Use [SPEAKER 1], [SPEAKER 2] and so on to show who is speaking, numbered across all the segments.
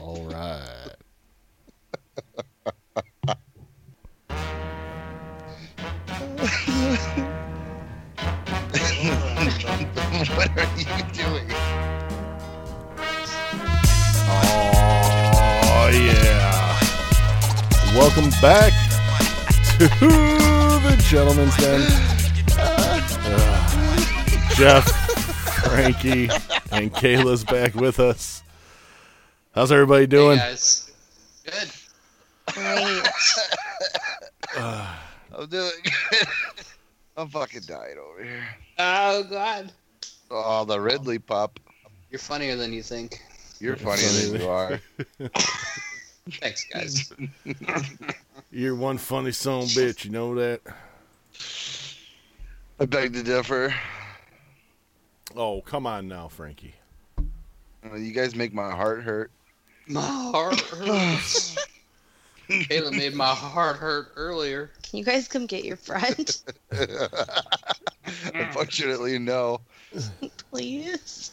[SPEAKER 1] All right.
[SPEAKER 2] what are you doing?
[SPEAKER 1] Oh yeah. Welcome back to the Gentleman's Den. Ugh. Jeff, Frankie, and Kayla's back with us. How's everybody doing?
[SPEAKER 2] Hey guys. Good.
[SPEAKER 3] Great.
[SPEAKER 2] I'm doing good. I'm fucking dying over here.
[SPEAKER 4] Oh God,
[SPEAKER 2] Oh, the Ridley pup.
[SPEAKER 4] you're funnier than you think.
[SPEAKER 2] You're funnier than you are.
[SPEAKER 4] Thanks, guys.
[SPEAKER 1] You're one funny son of a bitch. You know that.
[SPEAKER 2] I beg to differ.
[SPEAKER 1] Oh come on now, Frankie.
[SPEAKER 2] Uh, You guys make my heart hurt.
[SPEAKER 4] my heart hurts. Kayla made my heart hurt earlier.
[SPEAKER 3] Can you guys come get your friend,
[SPEAKER 2] Unfortunately, no.
[SPEAKER 3] please?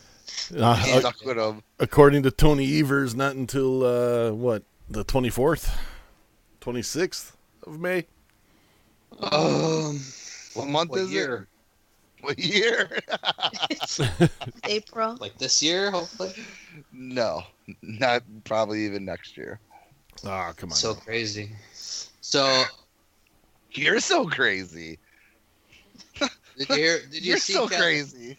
[SPEAKER 1] Uh,
[SPEAKER 2] Stuck with him.
[SPEAKER 1] according to Tony Evers, not until uh, what the twenty fourth, twenty sixth of May.
[SPEAKER 4] Um,
[SPEAKER 2] What month
[SPEAKER 4] what
[SPEAKER 2] is
[SPEAKER 4] year?
[SPEAKER 2] it? What year?
[SPEAKER 3] It's April.
[SPEAKER 4] Like this year, hopefully.
[SPEAKER 2] no, not probably even next year.
[SPEAKER 1] Ah, come on.
[SPEAKER 4] So crazy. So
[SPEAKER 2] You're so crazy.
[SPEAKER 4] did you hear? Did you
[SPEAKER 2] You're
[SPEAKER 4] see
[SPEAKER 2] so
[SPEAKER 4] Cal-
[SPEAKER 2] crazy.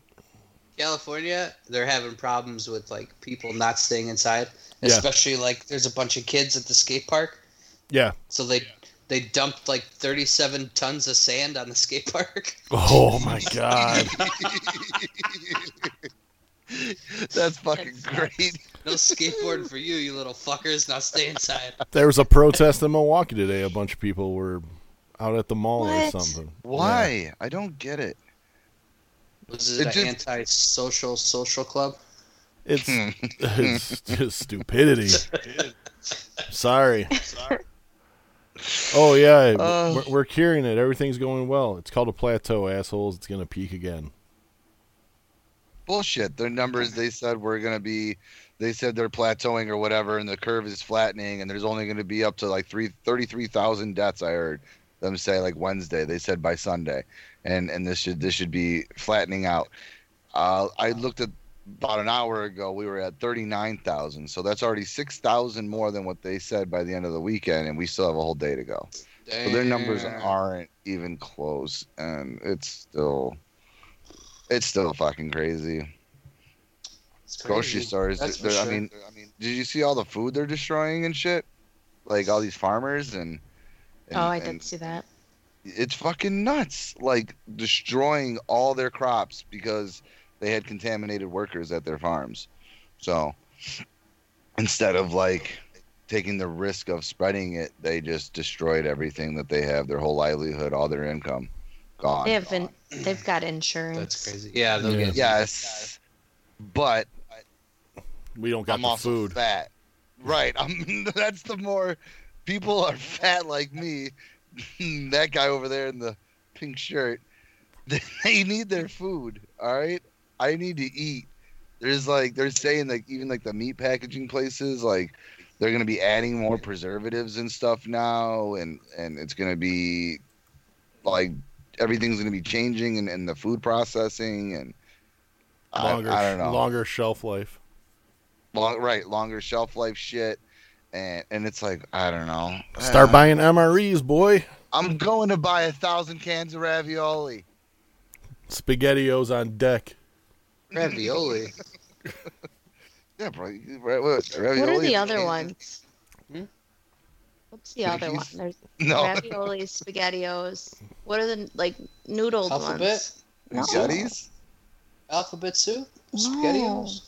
[SPEAKER 4] California? They're having problems with like people not staying inside,
[SPEAKER 1] Yeah.
[SPEAKER 4] especially like there's a bunch of kids at the skate park.
[SPEAKER 1] yeah.
[SPEAKER 4] So they they dumped like 37 tons of sand on the skate park.
[SPEAKER 1] Oh my God.
[SPEAKER 2] That's fucking
[SPEAKER 3] That's
[SPEAKER 2] great.
[SPEAKER 4] No skateboard for you, you little fuckers. Now stay inside.
[SPEAKER 1] there was a protest in Milwaukee today. A bunch of people were out at the mall
[SPEAKER 3] What?
[SPEAKER 1] or something.
[SPEAKER 2] Why? I don't get it.
[SPEAKER 4] Was
[SPEAKER 2] It
[SPEAKER 4] it,
[SPEAKER 2] just-
[SPEAKER 4] an anti-social social club?
[SPEAKER 1] Yeah.
[SPEAKER 2] Hmm.
[SPEAKER 1] It's it's just stupidity. Sorry. Oh yeah,
[SPEAKER 2] Uh.
[SPEAKER 1] we're, we're curing it. Everything's going well. It's called a plateau, assholes. It's gonna peak again.
[SPEAKER 2] bullshit. Their numbers they said were going to be, they said they're plateauing or whatever, and the curve is flattening, and there's only going to be up to like three thirty-three thousand deaths. I heard them say like Wednesday. They said by Sunday, and and this should this should be flattening out. Uh, I looked at about an hour ago. We were at thirty-nine thousand, so that's already six thousand more than what they said by the end of the weekend, and we still have a whole day to go. So their numbers
[SPEAKER 4] Damn.
[SPEAKER 2] aren't even close, and it's still, it's still fucking crazy
[SPEAKER 4] It's
[SPEAKER 2] grocery
[SPEAKER 4] crazy.
[SPEAKER 2] stores.
[SPEAKER 4] That's
[SPEAKER 2] they're-
[SPEAKER 4] for
[SPEAKER 2] I
[SPEAKER 4] sure.
[SPEAKER 2] mean, I mean, did you see all the food they're destroying and shit? Like all these farmers and. and-
[SPEAKER 3] Oh, I
[SPEAKER 2] and
[SPEAKER 3] did see that.
[SPEAKER 2] It's fucking nuts. Like destroying all their crops because they had contaminated workers at their farms. So instead of like taking the risk of spreading it, they just destroyed everything that they have, their whole livelihood, all their income, gone.
[SPEAKER 3] They have been. They've got insurance.
[SPEAKER 4] That's crazy. Yeah, they'll
[SPEAKER 1] Yeah.
[SPEAKER 4] get
[SPEAKER 2] Yes, but
[SPEAKER 1] We don't got
[SPEAKER 2] I'm
[SPEAKER 1] the
[SPEAKER 2] also
[SPEAKER 1] food.
[SPEAKER 2] fat. Right. I'm, that's the more people are fat like me. that guy over there in the pink shirt. They need their food. All right. I need to eat. There's like they're saying like even like the meat packaging places like they're gonna be adding more preservatives and stuff now and and it's gonna be like everything's gonna be changing and, and the food processing and I-
[SPEAKER 1] Longer,
[SPEAKER 2] I don't know
[SPEAKER 1] longer shelf life.
[SPEAKER 2] long, right longer shelf life shit and and it's like i don't know
[SPEAKER 1] Start
[SPEAKER 2] Uh,
[SPEAKER 1] buying MREs, boy.
[SPEAKER 2] i'm going to buy a thousand cans of ravioli
[SPEAKER 1] Spaghettios on deck.
[SPEAKER 4] ravioli.
[SPEAKER 2] yeah bro you- ra- what, ravioli
[SPEAKER 3] What are
[SPEAKER 2] is
[SPEAKER 3] the other
[SPEAKER 2] amazing.
[SPEAKER 3] ones?
[SPEAKER 4] Hmm?
[SPEAKER 3] What's the other one?
[SPEAKER 2] Cookies?
[SPEAKER 3] There's
[SPEAKER 2] no
[SPEAKER 3] ravioli, spaghettios. What are the like noodled
[SPEAKER 4] Alphabet,
[SPEAKER 3] ones? No.
[SPEAKER 2] Yetis?
[SPEAKER 4] alphabet soup,
[SPEAKER 3] No.
[SPEAKER 4] spaghettios.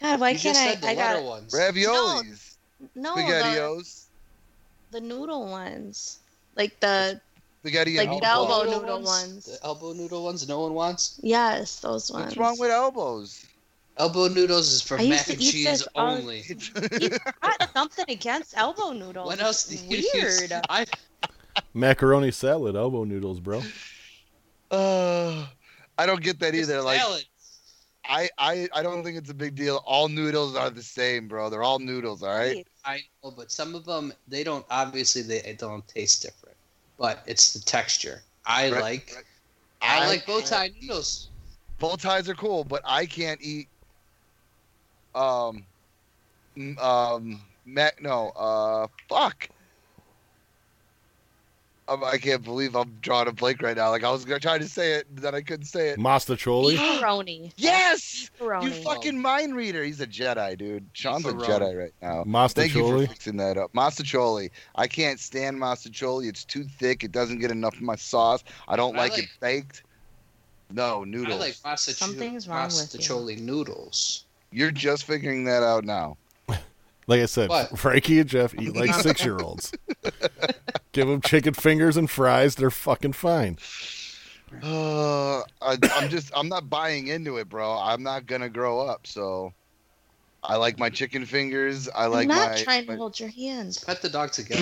[SPEAKER 3] God, why
[SPEAKER 4] you
[SPEAKER 3] can't
[SPEAKER 4] just
[SPEAKER 3] I?
[SPEAKER 4] said the
[SPEAKER 3] I
[SPEAKER 4] letter
[SPEAKER 3] got
[SPEAKER 4] ones.
[SPEAKER 2] raviolis
[SPEAKER 3] no the,
[SPEAKER 2] spaghettios
[SPEAKER 3] the noodle ones, like the
[SPEAKER 2] spaghetti
[SPEAKER 3] Like
[SPEAKER 2] and
[SPEAKER 3] the
[SPEAKER 2] elbows.
[SPEAKER 3] elbow noodle ones.
[SPEAKER 4] The elbow noodle ones. No one wants
[SPEAKER 3] yes, those ones.
[SPEAKER 2] what's wrong with elbows
[SPEAKER 4] elbow noodles. Is for
[SPEAKER 3] I used
[SPEAKER 4] mac
[SPEAKER 3] to
[SPEAKER 4] and
[SPEAKER 3] eat
[SPEAKER 4] cheese
[SPEAKER 3] this all-
[SPEAKER 4] only.
[SPEAKER 3] Got something against elbow noodles.
[SPEAKER 4] What else do
[SPEAKER 3] It's
[SPEAKER 4] you use?
[SPEAKER 3] Weird.
[SPEAKER 4] I,
[SPEAKER 1] Macaroni salad, elbow noodles, bro.
[SPEAKER 2] uh, i don't get that either like
[SPEAKER 4] salads.
[SPEAKER 2] I, I I don't think it's a big deal. All noodles are the same, bro. They're all noodles, all right?
[SPEAKER 4] I know, but some of them they don't obviously they it don't taste different, but it's the texture. I
[SPEAKER 2] Right,
[SPEAKER 4] like
[SPEAKER 2] right.
[SPEAKER 4] I,
[SPEAKER 2] I-
[SPEAKER 4] like bow tie noodles.
[SPEAKER 2] Bow ties are cool, but I can't eat um m- um mac no, uh fuck. Um, I can't believe I'm drawing a blank right now. Like I was gonna try to say it, then I couldn't say it.
[SPEAKER 1] Mastacholi.
[SPEAKER 3] Pepperoni.
[SPEAKER 2] Yes! You
[SPEAKER 3] Pepperoni.
[SPEAKER 2] fucking mind reader. He's a Jedi, dude. Sean's a
[SPEAKER 4] Pepperoni.
[SPEAKER 2] Jedi right now. Thank you
[SPEAKER 1] Mastacholi.
[SPEAKER 2] for fixing that up. Masacholi. I can't stand masacholi. It's too thick. It doesn't get enough of my sauce. I don't
[SPEAKER 4] I
[SPEAKER 2] like,
[SPEAKER 4] like-
[SPEAKER 2] it baked. No, noodles.
[SPEAKER 4] I like masticholi.
[SPEAKER 3] Something's wrong with you.
[SPEAKER 4] noodles.
[SPEAKER 2] You're just figuring that out now.
[SPEAKER 1] Like I said,
[SPEAKER 4] What?
[SPEAKER 1] Frankie and Jeff eat like six year olds. Give them chicken fingers and fries. They're fucking fine.
[SPEAKER 2] Uh, I, I'm just, I'm not buying into it, bro. I'm not going to grow up. So I like my chicken fingers. I like
[SPEAKER 3] I'm not
[SPEAKER 2] my.
[SPEAKER 3] trying
[SPEAKER 2] my-
[SPEAKER 3] to hold your hands.
[SPEAKER 4] Pet the dog together.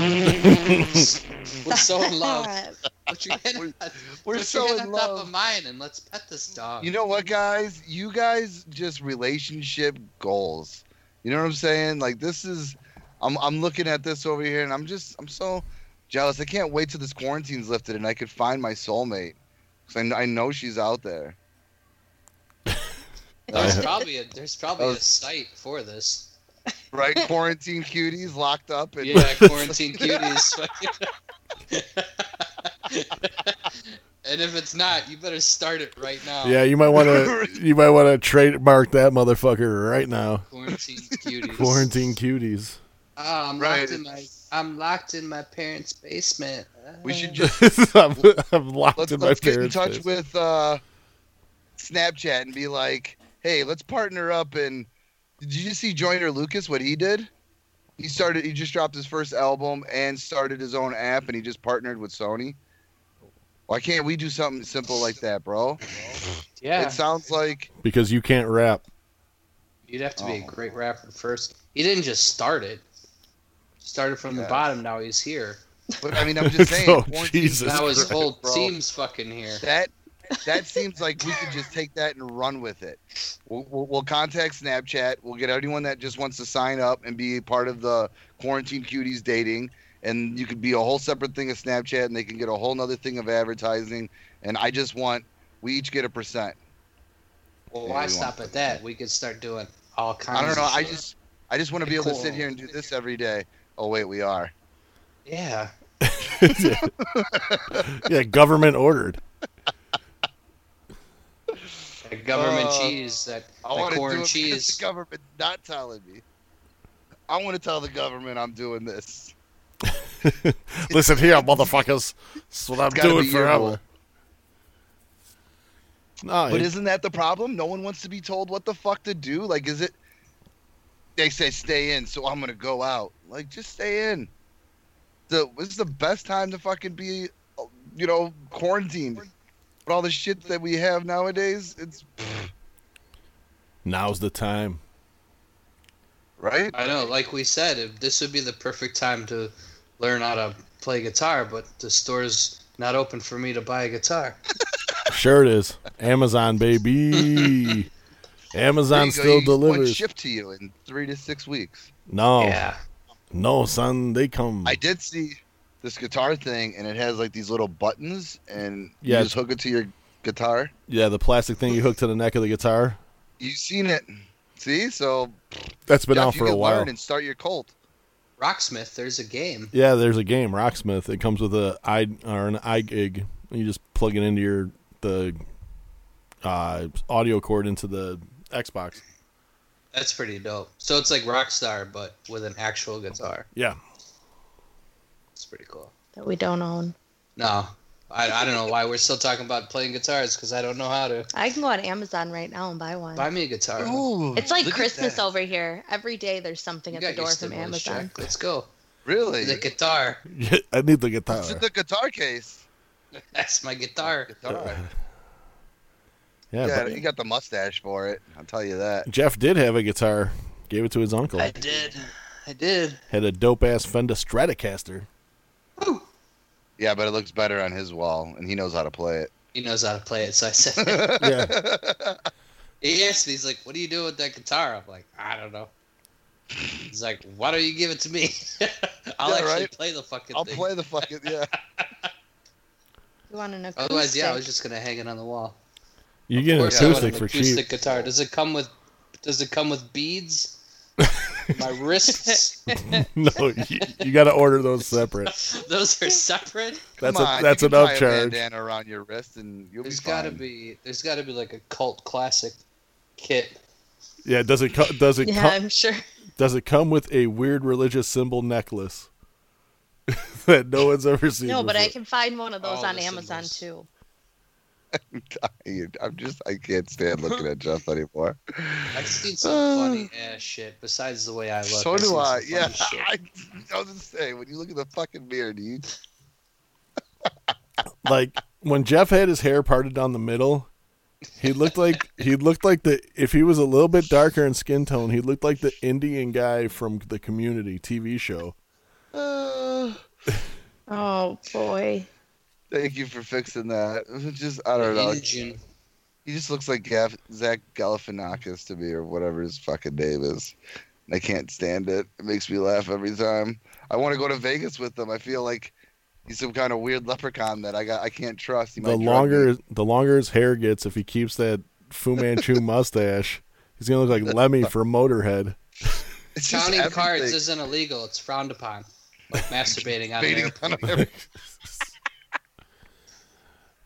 [SPEAKER 4] We're so in love.
[SPEAKER 3] Stop.
[SPEAKER 4] Put your hand
[SPEAKER 2] We're-
[SPEAKER 4] on-
[SPEAKER 2] we're
[SPEAKER 4] put your
[SPEAKER 2] so
[SPEAKER 4] hand
[SPEAKER 2] in
[SPEAKER 4] on
[SPEAKER 2] love.
[SPEAKER 4] top of mine and let's pet this dog.
[SPEAKER 2] You know what, guys? You guys just relationship goals. You know what I'm saying? Like this is, I'm I'm looking at this over here, and I'm just I'm so jealous. I can't wait till this quarantine's lifted, and I could find my soulmate. Cause I, kn- I know she's out there.
[SPEAKER 4] there's probably a, there's probably
[SPEAKER 2] Oh.
[SPEAKER 4] a site for this.
[SPEAKER 2] Right? Quarantine cuties locked up, and
[SPEAKER 4] Yeah, quarantine cuties. and if it's not, you better start it right now.
[SPEAKER 2] Oh.
[SPEAKER 1] Yeah, you might want to. You might want to trademark that motherfucker right now.
[SPEAKER 4] Quarantine cuties.
[SPEAKER 1] Quarantine cuties.
[SPEAKER 4] Ah, I'm
[SPEAKER 2] Right.
[SPEAKER 4] locked in my I'm locked in my parents' basement.
[SPEAKER 2] we should just
[SPEAKER 1] I'm, I'm locked
[SPEAKER 2] let's,
[SPEAKER 1] in my
[SPEAKER 2] let's get in
[SPEAKER 1] parents'
[SPEAKER 2] touch
[SPEAKER 1] place.
[SPEAKER 2] with uh, Snapchat and be like, hey, let's partner up. And did you see Joyner Lucas? What he did? He started. He just dropped his first album and started his own app, and he just partnered with Sony. Why can't we do something simple like that, bro?
[SPEAKER 4] yeah.
[SPEAKER 2] It sounds like
[SPEAKER 1] because you can't rap.
[SPEAKER 4] You'd have to be a
[SPEAKER 2] Oh.
[SPEAKER 4] great rapper first. He didn't just start it. Started from
[SPEAKER 2] Yeah.
[SPEAKER 4] the bottom. Now he's here.
[SPEAKER 2] but I mean, I'm just saying.
[SPEAKER 1] Oh,
[SPEAKER 2] quarantine-
[SPEAKER 1] Jesus.
[SPEAKER 4] now his
[SPEAKER 2] Christ,
[SPEAKER 4] whole
[SPEAKER 2] bro.
[SPEAKER 4] team's fucking here.
[SPEAKER 2] That that seems like we could just take that and run with it. We'll, we'll, we'll contact Snapchat. We'll get anyone that just wants to sign up and be a part of the quarantine cuties dating, and you could be a whole separate thing of Snapchat, and they can get a whole nother thing of advertising. And I just want we each get a percent.
[SPEAKER 4] Well,
[SPEAKER 2] Yeah,
[SPEAKER 4] why
[SPEAKER 2] we
[SPEAKER 4] stop
[SPEAKER 2] want-
[SPEAKER 4] at that? We could start doing all kinds.
[SPEAKER 2] I don't know.
[SPEAKER 4] Of
[SPEAKER 2] I
[SPEAKER 4] stuff.
[SPEAKER 2] just I just want to be able to sit here and do this every day. Oh wait, we are.
[SPEAKER 4] yeah.
[SPEAKER 1] yeah, government ordered.
[SPEAKER 4] That government
[SPEAKER 2] Uh,
[SPEAKER 4] cheese. That,
[SPEAKER 2] I
[SPEAKER 4] that
[SPEAKER 2] want to do it
[SPEAKER 4] corn
[SPEAKER 2] because
[SPEAKER 4] cheese.
[SPEAKER 2] the government's not telling me. I want to tell the government I'm doing this.
[SPEAKER 1] Listen here, motherfuckers. That's what I'm
[SPEAKER 2] gotta
[SPEAKER 1] doing
[SPEAKER 2] be your
[SPEAKER 1] forever.
[SPEAKER 2] rule.
[SPEAKER 1] No,
[SPEAKER 2] But
[SPEAKER 1] it-
[SPEAKER 2] isn't that the problem? No one wants to be told what the fuck to do. Like, is it? They say stay in, so I'm gonna go out. Like, just stay in. The this is the best time to fucking be, you know, quarantined. But all the shit that we have nowadays, it's
[SPEAKER 1] now's the time.
[SPEAKER 2] right.
[SPEAKER 4] I know. Like we said, if this would be the perfect time to learn how to play guitar, but the store's not open for me to buy a guitar.
[SPEAKER 1] Sure it is. Amazon, baby.
[SPEAKER 2] There
[SPEAKER 1] Amazon
[SPEAKER 2] you go.
[SPEAKER 1] still
[SPEAKER 2] You- One
[SPEAKER 1] delivers.
[SPEAKER 2] shipped to you in three to six weeks.
[SPEAKER 1] No,
[SPEAKER 4] Yeah.
[SPEAKER 1] no, son, they come.
[SPEAKER 2] I did see this guitar thing, and it has like these little buttons, and
[SPEAKER 1] Yeah.
[SPEAKER 2] you just hook it to your guitar.
[SPEAKER 1] yeah, the plastic thing you hook to the neck of the guitar.
[SPEAKER 2] You've seen it, see? So,
[SPEAKER 1] That's been
[SPEAKER 2] Jeff,
[SPEAKER 1] out
[SPEAKER 2] you
[SPEAKER 1] for a
[SPEAKER 2] can
[SPEAKER 1] while.
[SPEAKER 2] learn and start your cult.
[SPEAKER 4] Rocksmith. There's a game.
[SPEAKER 1] Yeah, there's a game, Rocksmith. It comes with a i or an iGig. You just plug it into your the uh, audio cord into the Xbox.
[SPEAKER 4] That's pretty dope. So it's like Rockstar, but with an actual guitar.
[SPEAKER 1] Yeah,
[SPEAKER 4] It's pretty cool.
[SPEAKER 3] That we don't own.
[SPEAKER 4] No, I, I don't know why we're still talking about playing guitars because I don't know how to.
[SPEAKER 3] I can go on Amazon right now and buy one.
[SPEAKER 4] Buy me a guitar.
[SPEAKER 2] Ooh,
[SPEAKER 3] it's like
[SPEAKER 2] look at
[SPEAKER 3] Christmas
[SPEAKER 2] that.
[SPEAKER 3] over here. Every day there's something
[SPEAKER 4] You
[SPEAKER 3] at
[SPEAKER 4] got
[SPEAKER 3] the
[SPEAKER 4] your
[SPEAKER 3] door from
[SPEAKER 4] stimulus
[SPEAKER 3] Amazon.
[SPEAKER 4] check. Let's go.
[SPEAKER 2] Really?
[SPEAKER 4] The guitar.
[SPEAKER 1] I need the guitar.
[SPEAKER 2] It's in the guitar case.
[SPEAKER 4] That's my guitar.
[SPEAKER 2] Guitar.
[SPEAKER 1] Yeah,
[SPEAKER 2] Yeah,
[SPEAKER 1] but
[SPEAKER 2] you got the mustache for it. I'll tell you that.
[SPEAKER 1] Jeff did have a guitar. Gave it to his uncle.
[SPEAKER 4] I did. I did.
[SPEAKER 1] Had a dope ass Fender Stratocaster.
[SPEAKER 2] Yeah, but it looks better on his wall, and he knows how to play it.
[SPEAKER 4] He knows how to play it, so I said,
[SPEAKER 1] Yeah.
[SPEAKER 4] He asked me, he's like, "What do you do with that guitar?" I'm like, "I don't know." He's like, "Why don't you give it to me? I'll
[SPEAKER 2] Yeah,
[SPEAKER 4] actually
[SPEAKER 2] right.
[SPEAKER 4] play the fucking
[SPEAKER 2] I'll
[SPEAKER 4] thing."
[SPEAKER 2] play the fucking yeah.
[SPEAKER 3] You want an acoustic?
[SPEAKER 4] Otherwise, yeah, I was just gonna hang it on the wall.
[SPEAKER 1] You get an
[SPEAKER 4] Of course I want
[SPEAKER 1] acoustic for cheap.
[SPEAKER 4] acoustic guitar. Does it come with? Does it come with beads? My wrists.
[SPEAKER 1] no, you, you got to order those separate.
[SPEAKER 4] Those are separate.
[SPEAKER 2] Come
[SPEAKER 1] That's a-
[SPEAKER 2] on,
[SPEAKER 1] that's
[SPEAKER 2] you can
[SPEAKER 1] an
[SPEAKER 2] tie a
[SPEAKER 1] upcharge.
[SPEAKER 2] bandana around your wrist, and you'll
[SPEAKER 4] There's
[SPEAKER 2] be fine.
[SPEAKER 4] gotta be. There's gotta be like a cult classic kit.
[SPEAKER 1] Yeah, does it co- does it
[SPEAKER 3] yeah,
[SPEAKER 1] co-
[SPEAKER 3] I'm sure.
[SPEAKER 1] does it come with a weird religious symbol necklace that no one's ever seen?
[SPEAKER 3] No, but I
[SPEAKER 1] before?
[SPEAKER 3] can find one of those
[SPEAKER 4] All
[SPEAKER 3] on
[SPEAKER 4] the
[SPEAKER 3] Amazon
[SPEAKER 4] symbols.
[SPEAKER 3] too.
[SPEAKER 2] You- I'm just I can't stand looking at Jeff anymore.
[SPEAKER 4] I've seen some
[SPEAKER 2] Uh.
[SPEAKER 4] funny ass shit. Besides the way I look.
[SPEAKER 2] so
[SPEAKER 4] I've seen
[SPEAKER 2] do
[SPEAKER 4] some
[SPEAKER 2] I.
[SPEAKER 4] funny
[SPEAKER 2] Yeah,
[SPEAKER 4] shit.
[SPEAKER 2] I, I was gonna say when you look in the fucking mirror, do you?
[SPEAKER 1] like when Jeff had his hair parted down the middle, he looked like he looked like the if he was a little bit darker in skin tone, he looked like the Indian guy from the Community TV show.
[SPEAKER 2] Uh,
[SPEAKER 3] Oh boy.
[SPEAKER 2] thank you for fixing that. Just I don't know.
[SPEAKER 4] Engine.
[SPEAKER 2] He just looks like Gaff, Zach Galifianakis to me, or whatever his fucking name is. And I can't stand it. It makes me laugh every time. I want to go to Vegas with him. I feel like he's some kind of weird leprechaun that I got. I can't trust. He might
[SPEAKER 1] The
[SPEAKER 2] drug me.
[SPEAKER 1] longer the longer his hair gets, if he keeps that Fu Manchu mustache, he's gonna look like Lemmy from Motorhead.
[SPEAKER 2] It's just
[SPEAKER 4] Counting cards
[SPEAKER 2] everything.
[SPEAKER 4] isn't illegal. It's frowned upon. Like masturbating on an
[SPEAKER 2] Beating
[SPEAKER 4] airplane.
[SPEAKER 2] on every-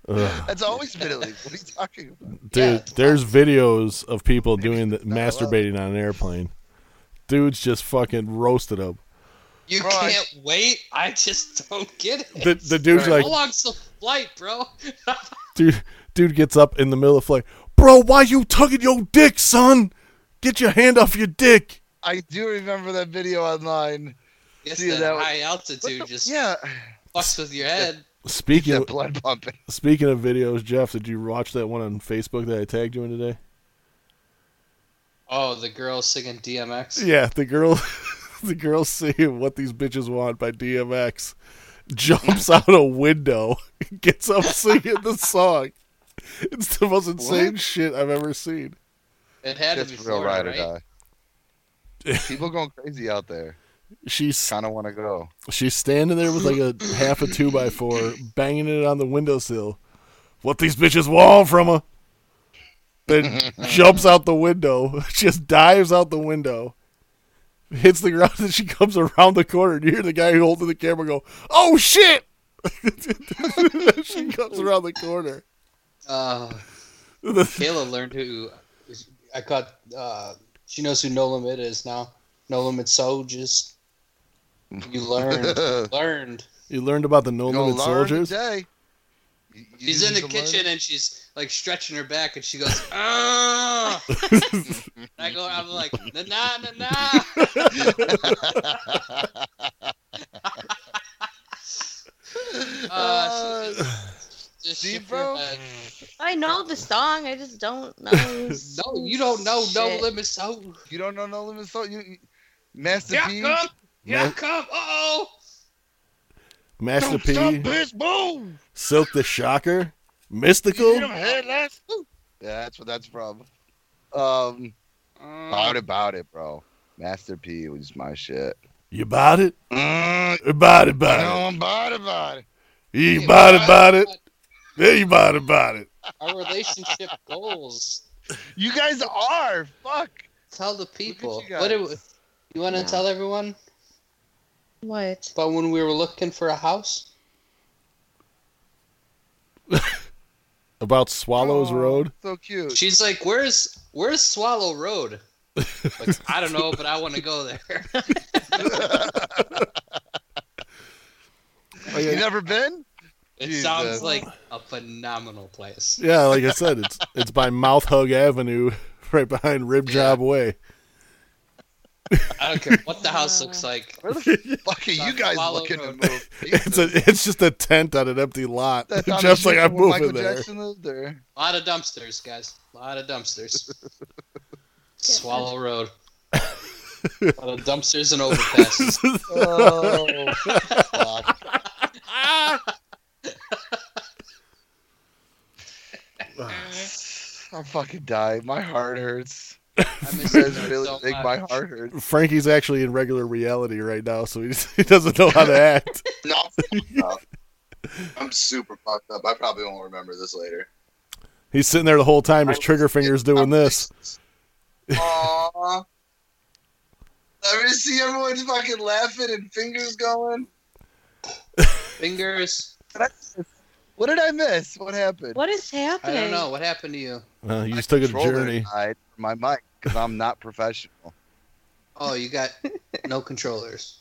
[SPEAKER 1] Ugh.
[SPEAKER 2] That's always been illegal. What are you talking about?
[SPEAKER 1] Dude,
[SPEAKER 4] Yeah.
[SPEAKER 1] there's videos of people doing the,
[SPEAKER 2] not allowed.
[SPEAKER 1] masturbating on an airplane. Dude's just fucking roasted up.
[SPEAKER 4] You
[SPEAKER 2] Bro, I-
[SPEAKER 4] can't wait. I just don't get it.
[SPEAKER 1] The, the dude's like,
[SPEAKER 4] How long's the flight, bro?
[SPEAKER 1] dude dude gets up in the middle of the flight bro why you tugging your dick son get your hand off your dick
[SPEAKER 2] I do remember that video online.
[SPEAKER 4] Yes,
[SPEAKER 2] See,
[SPEAKER 4] that,
[SPEAKER 2] that was-
[SPEAKER 4] high
[SPEAKER 2] What
[SPEAKER 4] altitude
[SPEAKER 2] the-
[SPEAKER 4] just
[SPEAKER 2] yeah,
[SPEAKER 4] fucks with your head.
[SPEAKER 1] speaking
[SPEAKER 2] that
[SPEAKER 1] of,
[SPEAKER 2] blood pumping.
[SPEAKER 1] speaking of videos jeff did you watch that one on facebook that i tagged you in today
[SPEAKER 4] Oh, the girl singing DMX.
[SPEAKER 1] yeah the girl the girl seeing what these bitches want by dmx jumps out a window gets up singing the song it's the most insane shit i've ever seen
[SPEAKER 4] It had
[SPEAKER 2] That's
[SPEAKER 4] to be
[SPEAKER 2] real
[SPEAKER 4] Florida,
[SPEAKER 2] ride or
[SPEAKER 4] right?
[SPEAKER 2] die. People going crazy out there.
[SPEAKER 1] she's
[SPEAKER 2] Kind of want to go.
[SPEAKER 1] She's standing there with like a half a two by four, banging it on the windowsill. What these bitches want from her? Then jumps out the window, just dives out the window, hits the ground, and she comes around the corner. And you hear the guy holding the camera go, "Oh shit!" she comes around the corner.
[SPEAKER 4] Uh,
[SPEAKER 1] The-
[SPEAKER 4] Kayla learned who I caught. Uh, she knows who No Limit is now. No Limit Soldiers. You learned. learned.
[SPEAKER 1] You learned about the No
[SPEAKER 2] Go
[SPEAKER 1] Limit
[SPEAKER 2] learn
[SPEAKER 1] Soldiers.
[SPEAKER 2] today. You- you
[SPEAKER 4] She's in
[SPEAKER 2] need
[SPEAKER 4] the
[SPEAKER 2] to learn.
[SPEAKER 4] kitchen and she's like stretching her back and she goes, ah. And I go, I'm like, na na na na. Uh,
[SPEAKER 2] Uh,
[SPEAKER 4] Just
[SPEAKER 2] See,
[SPEAKER 4] shake your
[SPEAKER 2] bro?
[SPEAKER 4] head.
[SPEAKER 3] I know the song. I just don't know. this
[SPEAKER 4] No, you don't know No
[SPEAKER 3] shit.
[SPEAKER 4] Limit Soldiers.
[SPEAKER 2] you don't know No Limit Soul? You, you Master
[SPEAKER 4] Yeah,
[SPEAKER 2] P.
[SPEAKER 4] come. Yeah,
[SPEAKER 1] Mas-
[SPEAKER 4] come. Uh oh.
[SPEAKER 1] Master
[SPEAKER 2] Don't stop,
[SPEAKER 1] P,
[SPEAKER 2] bitch, boom.
[SPEAKER 1] Silk the Shocker,
[SPEAKER 2] You
[SPEAKER 1] Mystical.
[SPEAKER 2] them head last. Woo. Yeah, that's what that's from. Um, about it, about it, bro. Master P was my shit.
[SPEAKER 1] You bought it,
[SPEAKER 2] Mm,
[SPEAKER 1] about it,
[SPEAKER 2] you
[SPEAKER 1] about
[SPEAKER 2] know, I'm about it, about it.
[SPEAKER 1] it. You bought it, bought it. There you bought it, bought it.
[SPEAKER 4] Our relationship goals.
[SPEAKER 2] You guys are fuck.
[SPEAKER 4] Tell the people.
[SPEAKER 2] you guys.
[SPEAKER 4] What it, was- you want to
[SPEAKER 3] Yeah.
[SPEAKER 4] tell everyone
[SPEAKER 3] What?
[SPEAKER 4] about when we were looking for a house?
[SPEAKER 1] About Swallows
[SPEAKER 4] Oh.
[SPEAKER 2] Aw,
[SPEAKER 1] Road.
[SPEAKER 2] So cute.
[SPEAKER 4] She's like, "Where's Where's Swallow Road?" Like, I don't know, but I want to go there.
[SPEAKER 1] Oh,
[SPEAKER 2] you never been?
[SPEAKER 4] It
[SPEAKER 2] Jesus.
[SPEAKER 4] sounds like a phenomenal place.
[SPEAKER 1] Yeah, like I said, it's it's by Mouth Hug Avenue, right behind Rib Job Way.
[SPEAKER 4] I don't care what the house looks like.
[SPEAKER 2] Where the fuck are you guys
[SPEAKER 4] Swallow
[SPEAKER 2] looking
[SPEAKER 4] Road.
[SPEAKER 2] to move?
[SPEAKER 1] It's a it's just a tent on an empty lot.
[SPEAKER 2] That's on the
[SPEAKER 1] Just like
[SPEAKER 2] street
[SPEAKER 1] I'm
[SPEAKER 2] where
[SPEAKER 1] moving
[SPEAKER 2] Michael
[SPEAKER 1] there.
[SPEAKER 2] Jackson lived there.
[SPEAKER 4] A lot of dumpsters, guys. A lot of dumpsters. Swallow Road. A lot of dumpsters and overpasses.
[SPEAKER 2] Oh, fuck.
[SPEAKER 1] Ah!
[SPEAKER 4] Ah.
[SPEAKER 2] I'm fucking die. My heart hurts.
[SPEAKER 4] I
[SPEAKER 2] You
[SPEAKER 4] miss
[SPEAKER 2] guys
[SPEAKER 4] it
[SPEAKER 2] really
[SPEAKER 4] so
[SPEAKER 2] make
[SPEAKER 4] much.
[SPEAKER 2] my heart hurt.
[SPEAKER 1] Frankie's actually in regular reality right now, so he's, he doesn't know how to act.
[SPEAKER 5] No, I'm fucked up. I'm super fucked up. I probably won't remember this later.
[SPEAKER 1] He's sitting there the whole time. His trigger finger's doing this.
[SPEAKER 5] Aww. I mean, see everyone fucking laughing and fingers going.
[SPEAKER 4] Fingers.
[SPEAKER 2] What did I miss? What happened?
[SPEAKER 3] What is
[SPEAKER 4] I
[SPEAKER 3] happening?
[SPEAKER 4] don't know what happened to you.
[SPEAKER 1] Uh, you
[SPEAKER 2] My
[SPEAKER 1] just took a
[SPEAKER 2] controller
[SPEAKER 1] journey.
[SPEAKER 2] died from my mic because I'm not professional.
[SPEAKER 4] Oh, you got no controllers.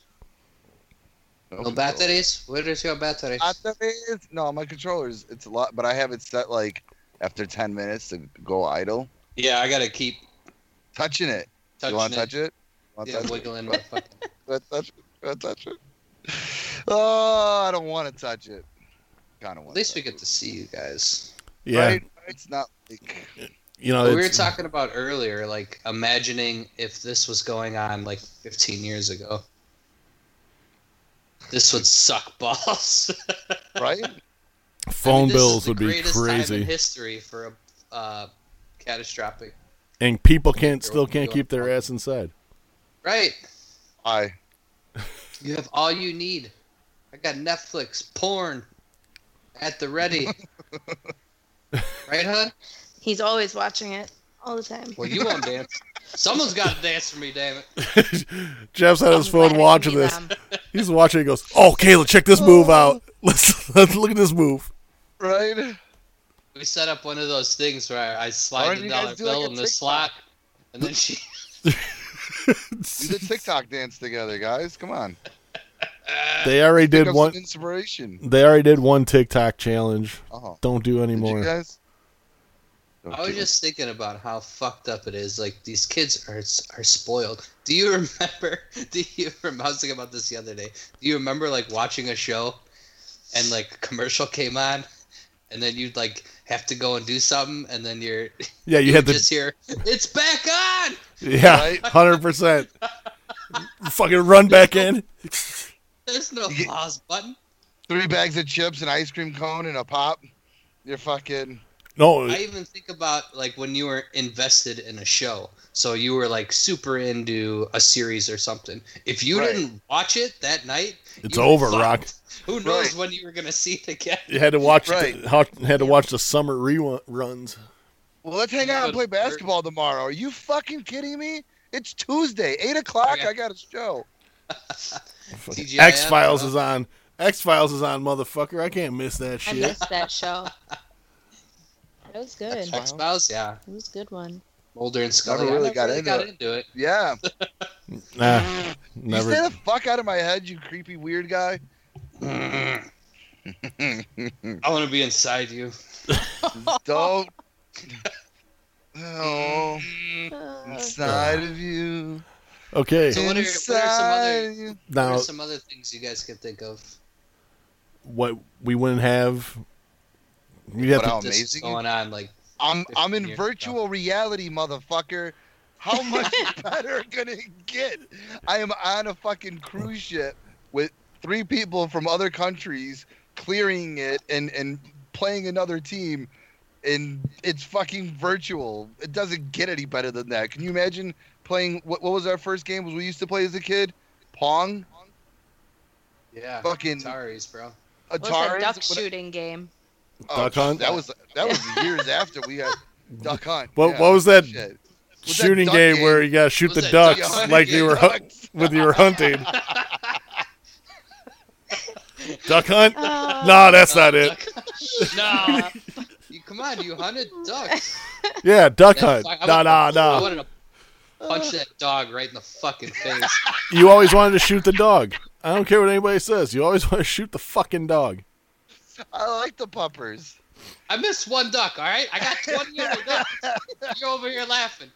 [SPEAKER 2] No,
[SPEAKER 4] No batteries. Where is your batteries?
[SPEAKER 2] batteries? No, my controllers. It's a lot, but I have it set like after ten minutes to go idle.
[SPEAKER 4] Yeah, I gotta keep
[SPEAKER 2] Touching it.
[SPEAKER 4] touching
[SPEAKER 2] you want to
[SPEAKER 4] it.
[SPEAKER 2] touch it? Want to
[SPEAKER 4] Yeah,
[SPEAKER 2] touch it?
[SPEAKER 4] wiggling my fucking.
[SPEAKER 2] Want to touch it? Want to touch it? Oh, I don't want to touch it. Kind of want.
[SPEAKER 4] At least we get to see you guys.
[SPEAKER 1] Yeah,
[SPEAKER 2] Right? It's not like
[SPEAKER 1] you know,
[SPEAKER 4] But we were
[SPEAKER 1] Oh, it's-
[SPEAKER 4] talking about earlier, like imagining if this was going on like 15 years ago. This would suck balls.
[SPEAKER 2] right.
[SPEAKER 4] I
[SPEAKER 1] phone
[SPEAKER 4] mean, this is
[SPEAKER 1] bills
[SPEAKER 4] the
[SPEAKER 1] would be
[SPEAKER 4] greatest time in
[SPEAKER 1] crazy,
[SPEAKER 4] history for a uh, catastrophic.
[SPEAKER 1] and people can't
[SPEAKER 4] You're-
[SPEAKER 1] still can't
[SPEAKER 4] you're-
[SPEAKER 1] keep their ass inside.
[SPEAKER 4] Right.
[SPEAKER 2] I
[SPEAKER 4] You have all you need. I got Netflix, porn, at the ready. right, hun?
[SPEAKER 3] He's always watching it all the time.
[SPEAKER 4] Well, you won't dance. Someone's got to dance for me, damn it.
[SPEAKER 1] Jeff's on his
[SPEAKER 3] I'm
[SPEAKER 1] phone
[SPEAKER 3] glad I
[SPEAKER 1] watching
[SPEAKER 3] can be
[SPEAKER 1] this.
[SPEAKER 3] them.
[SPEAKER 1] He's watching. He goes, "Oh, Kayla, check this move out. Let's let's look at this move."
[SPEAKER 2] right.
[SPEAKER 4] We set up one of those things where I
[SPEAKER 2] Why
[SPEAKER 4] slide
[SPEAKER 2] don't
[SPEAKER 4] the
[SPEAKER 2] you
[SPEAKER 4] dollar
[SPEAKER 2] guys do, like,
[SPEAKER 4] bill
[SPEAKER 2] a
[SPEAKER 4] in the
[SPEAKER 2] TikTok?
[SPEAKER 4] slot, and then she.
[SPEAKER 2] Do the TikTok dance together, guys. Come on.
[SPEAKER 1] They already
[SPEAKER 2] Pick
[SPEAKER 1] did
[SPEAKER 2] up
[SPEAKER 1] one.
[SPEAKER 2] some inspiration.
[SPEAKER 1] They already did one TikTok challenge.
[SPEAKER 2] Oh,
[SPEAKER 1] Don't do any
[SPEAKER 2] did you
[SPEAKER 1] more.
[SPEAKER 2] guys? Don't
[SPEAKER 4] I was
[SPEAKER 2] do it.
[SPEAKER 4] just thinking about how fucked up it is. Like these kids are are spoiled. Do you remember? Do you remember? I was thinking about this the other day. Do you remember like watching a show, and like a commercial came on, and then you'd like have to go and do something, and then you're
[SPEAKER 1] Yeah, you
[SPEAKER 4] you
[SPEAKER 1] had to.
[SPEAKER 4] just hear it's back on.
[SPEAKER 1] Yeah,
[SPEAKER 2] Right?
[SPEAKER 1] hundred percent. Fucking run back in.
[SPEAKER 4] There's no
[SPEAKER 2] You-
[SPEAKER 4] pause button.
[SPEAKER 2] three bags of chips, an ice cream cone, and a pop. You're fucking.
[SPEAKER 1] No,
[SPEAKER 4] I even think about like when you were invested in a show, so you were like super into a series or something. If you
[SPEAKER 2] Right.
[SPEAKER 4] didn't watch it that night,
[SPEAKER 1] It's
[SPEAKER 4] you were
[SPEAKER 1] over,
[SPEAKER 4] fucked.
[SPEAKER 1] Rock.
[SPEAKER 4] Who knows
[SPEAKER 2] Right.
[SPEAKER 4] when you were gonna see it again?
[SPEAKER 1] you had to watch.
[SPEAKER 2] Right.
[SPEAKER 1] The, ho- had to watch the summer reruns.
[SPEAKER 2] Well, let's hang out and play basketball tomorrow. Are you fucking kidding me? It's Tuesday, eight o'clock.
[SPEAKER 4] Okay.
[SPEAKER 2] I got a show.
[SPEAKER 4] TGIF,
[SPEAKER 1] X Files
[SPEAKER 4] huh?
[SPEAKER 1] is on. X Files is on, motherfucker. I can't miss that
[SPEAKER 3] I
[SPEAKER 1] shit.
[SPEAKER 3] missed that show. That was good.
[SPEAKER 2] That's
[SPEAKER 3] It
[SPEAKER 2] fine.
[SPEAKER 4] X Files, yeah.
[SPEAKER 3] was a good one.
[SPEAKER 4] Mulder and Scully.
[SPEAKER 2] Never really
[SPEAKER 4] I
[SPEAKER 2] got
[SPEAKER 4] never really
[SPEAKER 2] into
[SPEAKER 4] got
[SPEAKER 2] it.
[SPEAKER 4] into it.
[SPEAKER 2] Yeah,
[SPEAKER 1] Nah,
[SPEAKER 2] you stay
[SPEAKER 1] never.
[SPEAKER 2] the fuck out of my head, you creepy weird guy.
[SPEAKER 4] I want to be inside you.
[SPEAKER 2] Don't. No,
[SPEAKER 3] Uh,
[SPEAKER 2] inside of you.
[SPEAKER 1] Okay,
[SPEAKER 4] So what are- what are some other-
[SPEAKER 2] Inside of you.
[SPEAKER 4] What
[SPEAKER 1] now
[SPEAKER 4] are some other things you guys can think of?
[SPEAKER 1] what we wouldn't have. We'd have
[SPEAKER 2] But
[SPEAKER 1] to,
[SPEAKER 2] I'll-
[SPEAKER 4] This is
[SPEAKER 2] Oh, amazing.
[SPEAKER 4] going on. Like
[SPEAKER 2] I'm I'm
[SPEAKER 4] 15
[SPEAKER 2] in
[SPEAKER 4] years
[SPEAKER 2] virtual reality, motherfucker. How much better can it get? I am on a fucking cruise ship with three people from other countries clearing it and and playing another team, and it's fucking virtual. It doesn't get any better than that. Can you imagine playing? What what was our first game? Was we used to play as a kid? Pong,
[SPEAKER 4] yeah,
[SPEAKER 2] Fucking-
[SPEAKER 4] Atari's, bro.
[SPEAKER 3] What's
[SPEAKER 2] Atari, Oh,
[SPEAKER 3] a duck shooting game?
[SPEAKER 1] Duck Hunt?
[SPEAKER 2] That was that was years after we had Duck Hunt.
[SPEAKER 1] What- what was that
[SPEAKER 2] shit. Was that
[SPEAKER 1] shooting
[SPEAKER 2] duck
[SPEAKER 1] game,
[SPEAKER 2] game?
[SPEAKER 1] where you gotta shoot
[SPEAKER 4] Was
[SPEAKER 1] the
[SPEAKER 4] that duck
[SPEAKER 1] ducks
[SPEAKER 4] game?
[SPEAKER 1] like you were hu-
[SPEAKER 2] Ducks.
[SPEAKER 1] with you were hunting. Duck hunt?
[SPEAKER 3] Oh,
[SPEAKER 1] No, that's not it.
[SPEAKER 4] no. You come on, you hunted ducks.
[SPEAKER 1] Yeah, duck
[SPEAKER 4] That
[SPEAKER 1] hunt.
[SPEAKER 4] fuck-
[SPEAKER 1] Nah, nah,
[SPEAKER 4] I wanted to- I
[SPEAKER 1] nah.
[SPEAKER 4] wanted to punch that dog right in the fucking face.
[SPEAKER 1] You always wanted to shoot the dog. I don't care what anybody says. You always want to shoot the fucking dog.
[SPEAKER 2] I like the puppers.
[SPEAKER 4] I missed one duck. All right, I got twenty other ducks. You're over here laughing.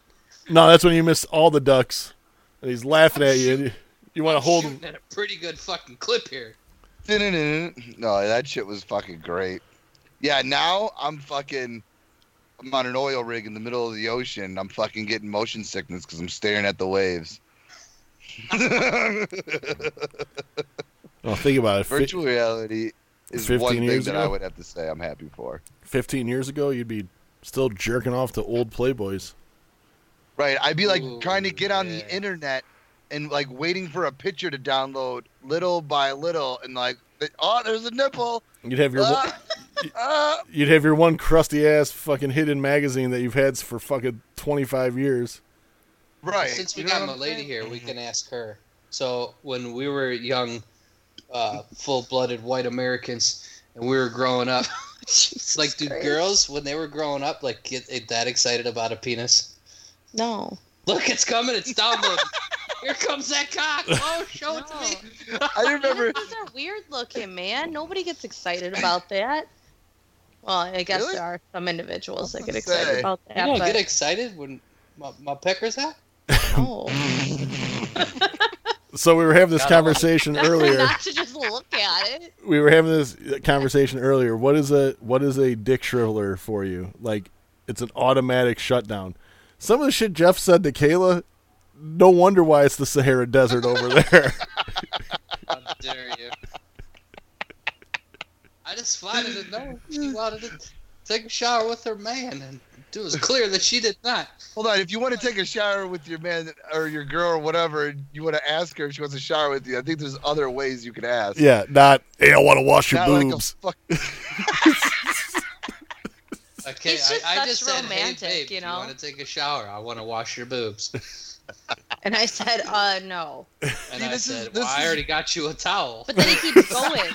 [SPEAKER 1] No, that's when you miss all the ducks. And he's laughing at you. And you you want to hold him.
[SPEAKER 4] Shooting at a pretty good fucking clip here.
[SPEAKER 2] No, that shit was fucking great. Yeah, now I'm fucking. I'm on an oil rig in the middle of the ocean. I'm fucking getting motion sickness because I'm staring at the waves.
[SPEAKER 1] Well, Oh, think about it. Fi-
[SPEAKER 2] Virtual reality is
[SPEAKER 1] 15
[SPEAKER 2] one thing
[SPEAKER 1] years
[SPEAKER 2] that
[SPEAKER 1] ago?
[SPEAKER 2] I would have to say I'm happy for.
[SPEAKER 1] 15 years ago, you'd be Still jerking off to old Playboys.
[SPEAKER 2] Right. I'd be like
[SPEAKER 4] Ooh,
[SPEAKER 2] trying to get on
[SPEAKER 4] yeah.
[SPEAKER 2] the internet and like waiting for a picture to download little by little and like oh there's a nipple.
[SPEAKER 1] You'd have your one-
[SPEAKER 2] Ah, ah.
[SPEAKER 1] you'd have your one crusty ass fucking hidden magazine that you've had for fucking twenty five years.
[SPEAKER 2] Right.
[SPEAKER 4] Since we
[SPEAKER 2] You know
[SPEAKER 4] got
[SPEAKER 2] what I'm
[SPEAKER 4] Milady
[SPEAKER 2] saying?
[SPEAKER 4] here, we can ask her. So when we were young, uh, full-blooded white Americans, and we were growing up,
[SPEAKER 3] Jesus
[SPEAKER 4] like, do
[SPEAKER 3] Christ.
[SPEAKER 4] girls when they were growing up like get eh, that excited about a penis?
[SPEAKER 3] No.
[SPEAKER 4] Look, it's coming! It's downloading. here comes that cock! Oh, show it
[SPEAKER 3] No.
[SPEAKER 4] to me!
[SPEAKER 2] I remember
[SPEAKER 3] Penises are weird looking, man. Nobody gets excited about that. Well, I guess
[SPEAKER 2] Really?
[SPEAKER 3] there are some individuals that
[SPEAKER 2] I
[SPEAKER 3] get
[SPEAKER 2] was gonna
[SPEAKER 3] excited
[SPEAKER 2] say.
[SPEAKER 3] about
[SPEAKER 4] You
[SPEAKER 3] that.
[SPEAKER 4] don't
[SPEAKER 3] but
[SPEAKER 4] get excited when my, my pecker's out.
[SPEAKER 3] no.
[SPEAKER 1] So we were having this
[SPEAKER 4] Gotta love it.
[SPEAKER 1] conversation earlier.
[SPEAKER 3] Not to just look at it.
[SPEAKER 1] We were having this conversation earlier. What is a what is a dick shriveler for you? Like it's an automatic shutdown. Some of the shit Jeff said to Kayla, no wonder why it's the Sahara Desert over there.
[SPEAKER 4] How dare you? I just wanted to know if she wanted to take a shower with her man, and it was clear that she did not.
[SPEAKER 2] Hold on, if you want to take a shower with your man or your girl or whatever, you want to ask her if she wants to shower with you. I think there's other ways you can ask.
[SPEAKER 1] yeah, not hey, I want to wash your
[SPEAKER 2] Not like a
[SPEAKER 1] boobs.
[SPEAKER 2] fuck-
[SPEAKER 4] Okay,
[SPEAKER 3] It's just
[SPEAKER 4] I, I
[SPEAKER 3] such
[SPEAKER 4] just said,
[SPEAKER 3] romantic,
[SPEAKER 4] hey, babe,
[SPEAKER 3] you
[SPEAKER 4] you
[SPEAKER 3] know?
[SPEAKER 4] want to take a shower? I want to wash your boobs.
[SPEAKER 3] And I said, uh, no.
[SPEAKER 4] And
[SPEAKER 2] See,
[SPEAKER 4] I
[SPEAKER 2] this is-
[SPEAKER 4] said,
[SPEAKER 2] this
[SPEAKER 4] well, I
[SPEAKER 2] is-
[SPEAKER 4] already got you a towel.
[SPEAKER 3] But then he keeps going.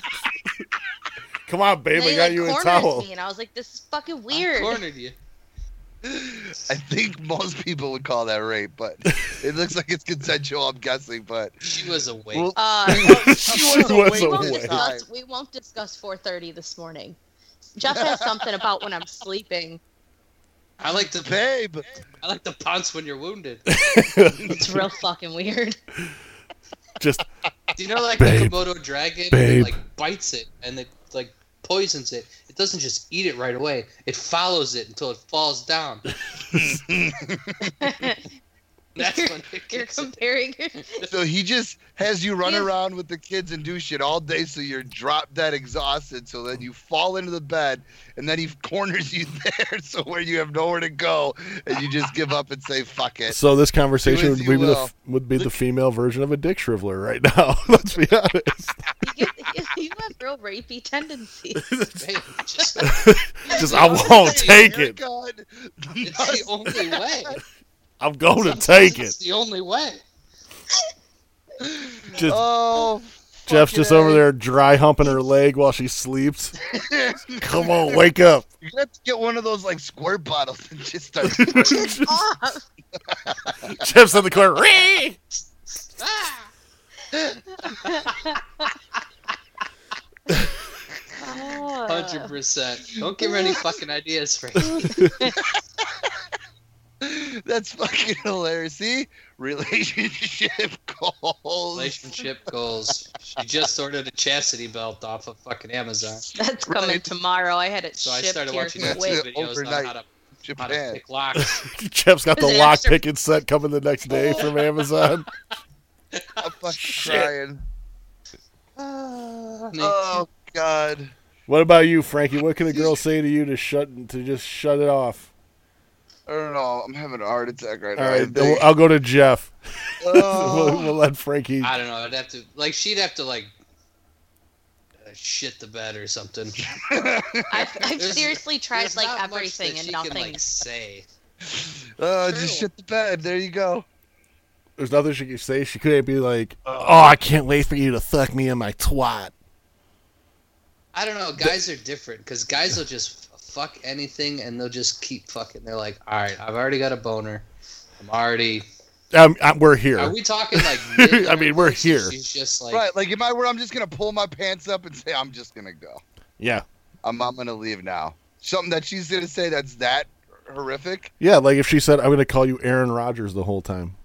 [SPEAKER 1] Come on, babe,
[SPEAKER 3] And then
[SPEAKER 1] I
[SPEAKER 3] he,
[SPEAKER 1] got
[SPEAKER 3] like,
[SPEAKER 1] you a
[SPEAKER 3] corners
[SPEAKER 1] towel.
[SPEAKER 3] Me, and I was like, this is fucking
[SPEAKER 4] I
[SPEAKER 3] weird.
[SPEAKER 4] cornered you.
[SPEAKER 2] I think most people would call that rape, but it looks like it's consensual. I'm guessing, but
[SPEAKER 4] She was awake.
[SPEAKER 2] Well,
[SPEAKER 3] Uh,
[SPEAKER 1] She
[SPEAKER 2] was
[SPEAKER 3] we, won't
[SPEAKER 2] awake.
[SPEAKER 3] discuss, we won't discuss 4.30 this morning. Jeff has something about when I'm sleeping.
[SPEAKER 4] I like to
[SPEAKER 2] babe,
[SPEAKER 4] I like to pounce when you're wounded.
[SPEAKER 3] It's real fucking weird.
[SPEAKER 1] Just
[SPEAKER 4] Do you know like
[SPEAKER 1] Babe.
[SPEAKER 4] the Komodo dragon
[SPEAKER 1] Babe.
[SPEAKER 4] It, like bites it and it like poisons it. It doesn't just eat it right away. It follows it until it falls down. That's when it
[SPEAKER 3] You're
[SPEAKER 4] gets it.
[SPEAKER 3] comparing.
[SPEAKER 2] so he just has you run
[SPEAKER 3] He's-
[SPEAKER 2] around with the kids and do shit all day, so you're drop dead exhausted. So then you fall into the bed, and then he corners you there, so where you have nowhere to go, and you just give up and say fuck it.
[SPEAKER 1] so this conversation
[SPEAKER 2] Do
[SPEAKER 1] would
[SPEAKER 2] as
[SPEAKER 1] be
[SPEAKER 2] you
[SPEAKER 1] the
[SPEAKER 2] will.
[SPEAKER 1] f- would be the female version of a dick shriveler right now. Let's be honest.
[SPEAKER 3] you, you have real rapey tendencies.
[SPEAKER 4] Babe, just-
[SPEAKER 1] Just I won't Oh, take it.
[SPEAKER 2] God.
[SPEAKER 4] it's the only way.
[SPEAKER 1] I'm going to take
[SPEAKER 4] It's
[SPEAKER 1] it.
[SPEAKER 4] the only way.
[SPEAKER 1] Just
[SPEAKER 2] Oh,
[SPEAKER 1] Jeff's just
[SPEAKER 2] fucking
[SPEAKER 1] over
[SPEAKER 2] A.
[SPEAKER 1] there dry humping her leg while she sleeps. Come on, wake up.
[SPEAKER 2] You're gonna have to get one of those like squirt bottles and just start.
[SPEAKER 3] Get off.
[SPEAKER 1] Jeff's in the corner. "Ree!"
[SPEAKER 4] Ah! Hundred
[SPEAKER 3] God.
[SPEAKER 4] percent. Don't give her any fucking ideas, Frank.
[SPEAKER 2] That's fucking hilarious. See, relationship goals.
[SPEAKER 4] Relationship goals. She just ordered a chastity belt off of fucking Amazon,
[SPEAKER 3] That's coming
[SPEAKER 2] Right.
[SPEAKER 3] tomorrow. I had it
[SPEAKER 4] so I
[SPEAKER 3] shipped
[SPEAKER 4] started
[SPEAKER 3] here
[SPEAKER 4] watching YouTube
[SPEAKER 3] quick.
[SPEAKER 2] Wait.
[SPEAKER 4] videos on how to, how to
[SPEAKER 2] Japan.
[SPEAKER 4] pick locks.
[SPEAKER 1] Jeff's got the
[SPEAKER 3] Is it
[SPEAKER 1] lock
[SPEAKER 3] extra-
[SPEAKER 1] picking set coming the next day from Amazon.
[SPEAKER 2] I'm fucking
[SPEAKER 1] Shit.
[SPEAKER 2] crying.
[SPEAKER 4] oh,
[SPEAKER 2] Oh God.
[SPEAKER 1] What about you, Frankie? What can a girl say to you to shut to just shut it off?
[SPEAKER 2] I don't know. I'm having a heart attack right
[SPEAKER 1] All
[SPEAKER 2] now. I
[SPEAKER 1] right,
[SPEAKER 2] think.
[SPEAKER 1] I'll go to Jeff. we'll,
[SPEAKER 2] Oh.
[SPEAKER 1] we'll let Frankie.
[SPEAKER 4] I don't know. I'd have to like she'd have to like uh, shit the bed or something.
[SPEAKER 3] I've, I've
[SPEAKER 4] There's-
[SPEAKER 3] seriously tried
[SPEAKER 4] There's
[SPEAKER 3] like
[SPEAKER 4] not much that
[SPEAKER 3] everything
[SPEAKER 4] she
[SPEAKER 3] and
[SPEAKER 4] can,
[SPEAKER 3] nothing.
[SPEAKER 4] like, say.
[SPEAKER 2] Oh,
[SPEAKER 3] True.
[SPEAKER 2] just shit the bed. There you go.
[SPEAKER 1] There's nothing she can say. She couldn't be like, "Oh, I can't wait for you to fuck me in my twat."
[SPEAKER 4] I don't know. Guys are different because guys will just f- fuck anything and they'll just keep fucking. They're like, all right, I've already got a boner. I'm already.
[SPEAKER 1] Um, I, we're here.
[SPEAKER 4] Are we talking like?
[SPEAKER 1] I mean, we're here.
[SPEAKER 4] She's just like.
[SPEAKER 2] right. Like, am I where I'm just gonna pull my pants up and say I'm just gonna go?
[SPEAKER 1] yeah,
[SPEAKER 2] I'm I'm gonna leave now. Something that she's gonna say that's that horrific.
[SPEAKER 1] yeah. Like if she said, "I'm going to call you Aaron Rodgers the whole time."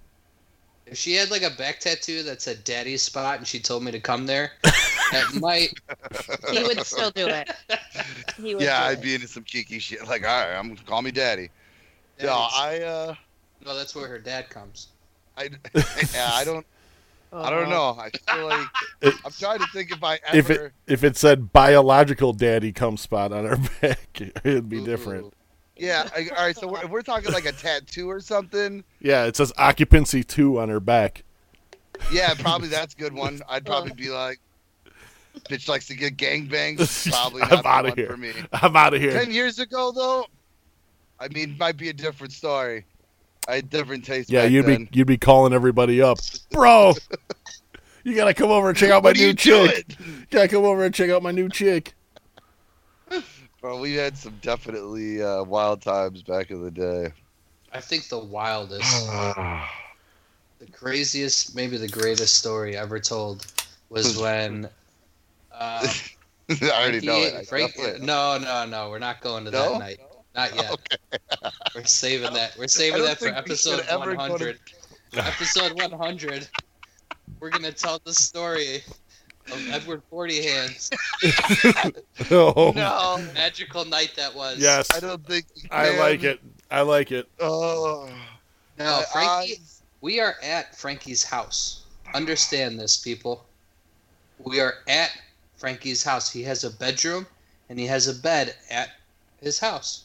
[SPEAKER 4] If she had like a back tattoo that said "Daddy's spot" and she told me to come there, that might.
[SPEAKER 3] he would still do it. He would
[SPEAKER 2] yeah,
[SPEAKER 3] do
[SPEAKER 2] I'd
[SPEAKER 3] it.
[SPEAKER 2] be into some geeky shit. Like, all right, I'm call me daddy.
[SPEAKER 4] that
[SPEAKER 2] No,
[SPEAKER 4] is-
[SPEAKER 2] I uh,
[SPEAKER 4] no, that's where her dad comes.
[SPEAKER 2] I, yeah, I don't, I
[SPEAKER 3] Oh, Uh-huh.
[SPEAKER 2] don't know. I feel like
[SPEAKER 1] It-
[SPEAKER 2] I'm trying to think if I ever.
[SPEAKER 1] If it if it said biological daddy come spot on our back, it'd be different.
[SPEAKER 4] Ooh.
[SPEAKER 2] Yeah. I, all right. So we're, if we're talking like a tattoo or something.
[SPEAKER 1] Yeah, it says occupancy two on her back.
[SPEAKER 2] Yeah, probably that's a good one. I'd probably be like, bitch likes to get gangbanged. Probably
[SPEAKER 1] I'm
[SPEAKER 2] not the
[SPEAKER 1] outta
[SPEAKER 2] one
[SPEAKER 1] here.
[SPEAKER 2] for me.
[SPEAKER 1] I'm out of here.
[SPEAKER 2] Ten years ago, though, I mean, might be a different story. I had different taste.
[SPEAKER 1] yeah,
[SPEAKER 2] back
[SPEAKER 1] you'd
[SPEAKER 2] then.
[SPEAKER 1] be you'd be calling everybody up, bro. you gotta come over and check out my
[SPEAKER 2] What are
[SPEAKER 1] new
[SPEAKER 2] you
[SPEAKER 1] chick.
[SPEAKER 2] doing?
[SPEAKER 1] You gotta come over and check out my new chick.
[SPEAKER 2] Bro, we had some definitely uh, wild times back in the day.
[SPEAKER 4] I think the wildest, the craziest, maybe the greatest story ever told was when. Uh,
[SPEAKER 2] I already know it. I
[SPEAKER 4] Frankie-
[SPEAKER 2] know it.
[SPEAKER 4] no, no, no. We're not going to
[SPEAKER 2] No?
[SPEAKER 4] that night. Not yet. we're saving that. We're
[SPEAKER 2] I
[SPEAKER 4] saving
[SPEAKER 2] don't
[SPEAKER 4] that for
[SPEAKER 2] think we should
[SPEAKER 4] episode
[SPEAKER 2] ever go to-
[SPEAKER 4] 100. episode 100. We're gonna tell the story of Edward Forty Hands
[SPEAKER 1] Oh,
[SPEAKER 2] No,
[SPEAKER 4] magical night that was.
[SPEAKER 1] yes,
[SPEAKER 2] I don't think. we
[SPEAKER 1] I
[SPEAKER 2] can.
[SPEAKER 1] like it. I like it.
[SPEAKER 2] Oh,
[SPEAKER 4] Now,
[SPEAKER 2] my
[SPEAKER 4] Frankie,
[SPEAKER 2] eyes.
[SPEAKER 4] we are at Frankie's house. Understand this, people. We are at Frankie's house. He has a bedroom and he has a bed at his house.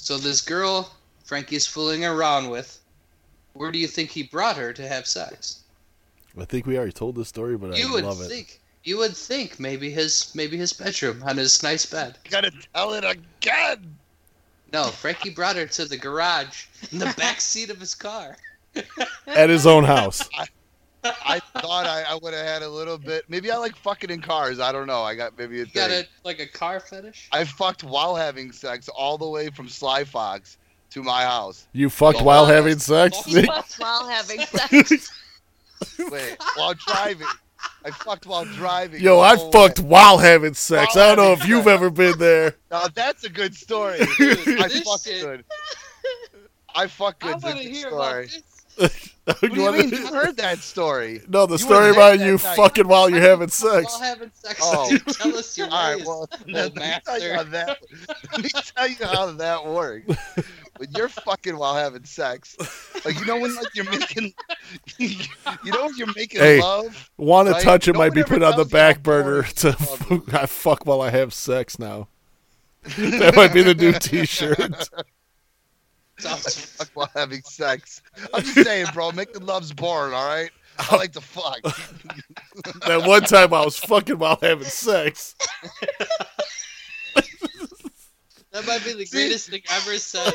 [SPEAKER 4] So this girl Frankie's fooling around with, where do you think he brought her to have sex?
[SPEAKER 1] I think we already told this story, but
[SPEAKER 4] you
[SPEAKER 1] I
[SPEAKER 4] would
[SPEAKER 1] love it.
[SPEAKER 4] think you would think maybe his maybe his bedroom on his nice bed.
[SPEAKER 2] I gotta tell it again.
[SPEAKER 4] No, Frankie brought her to the garage in the back seat of his car.
[SPEAKER 1] At his own house.
[SPEAKER 2] I thought I, I would have had a little bit. Maybe I like fucking in cars. I don't know. I got maybe a
[SPEAKER 4] You
[SPEAKER 2] thing.
[SPEAKER 4] got a like a car fetish?
[SPEAKER 2] I fucked while having sex all the way from Sly Fox to my house.
[SPEAKER 1] You fucked
[SPEAKER 2] Don't
[SPEAKER 1] while
[SPEAKER 4] lie.
[SPEAKER 1] having sex.
[SPEAKER 4] Don't lie.
[SPEAKER 3] Fuck while having sex.
[SPEAKER 2] Wait, while driving. I fucked while driving.
[SPEAKER 1] Yo,
[SPEAKER 2] the
[SPEAKER 1] I
[SPEAKER 2] whole
[SPEAKER 1] fucked
[SPEAKER 2] way.
[SPEAKER 1] while having sex.
[SPEAKER 2] While
[SPEAKER 1] I don't know
[SPEAKER 2] having
[SPEAKER 1] if you've ever been there.
[SPEAKER 2] Now that's a good story.
[SPEAKER 4] Dude,
[SPEAKER 2] I
[SPEAKER 4] this
[SPEAKER 2] fucked
[SPEAKER 4] shit-
[SPEAKER 2] good. I fucked
[SPEAKER 4] I
[SPEAKER 2] good.
[SPEAKER 4] want to
[SPEAKER 2] good
[SPEAKER 4] hear about
[SPEAKER 2] story.
[SPEAKER 4] this.
[SPEAKER 2] What do you mean you've heard that story?
[SPEAKER 1] No, the
[SPEAKER 2] You
[SPEAKER 1] story
[SPEAKER 2] were
[SPEAKER 1] about
[SPEAKER 2] there
[SPEAKER 1] you
[SPEAKER 2] that night.
[SPEAKER 1] fucking while you're having sex.
[SPEAKER 4] While having sex.
[SPEAKER 2] Oh.
[SPEAKER 4] Dude, tell us your
[SPEAKER 2] All right,
[SPEAKER 4] ways.
[SPEAKER 2] well, let me, tell you
[SPEAKER 4] master.
[SPEAKER 2] how that, let me tell you how that works. When you're fucking while having sex, like you know when like you're making, you know when you're making
[SPEAKER 1] Hey.
[SPEAKER 2] love.
[SPEAKER 1] Want to
[SPEAKER 2] Right?
[SPEAKER 1] touch it
[SPEAKER 2] No
[SPEAKER 1] might
[SPEAKER 2] one
[SPEAKER 1] be
[SPEAKER 2] ever
[SPEAKER 1] put on the
[SPEAKER 2] tells you
[SPEAKER 1] back
[SPEAKER 2] how
[SPEAKER 1] burner.
[SPEAKER 2] boring
[SPEAKER 1] To
[SPEAKER 2] this club
[SPEAKER 1] I fuck while I have sex now. That might be the new T-shirt.
[SPEAKER 4] Sounds-
[SPEAKER 2] Fuck while having sex. I'm just saying, bro. Making love's boring. All right. I like to fuck.
[SPEAKER 1] that one time I was fucking while having sex.
[SPEAKER 4] that might be the
[SPEAKER 2] See?
[SPEAKER 4] greatest thing ever said.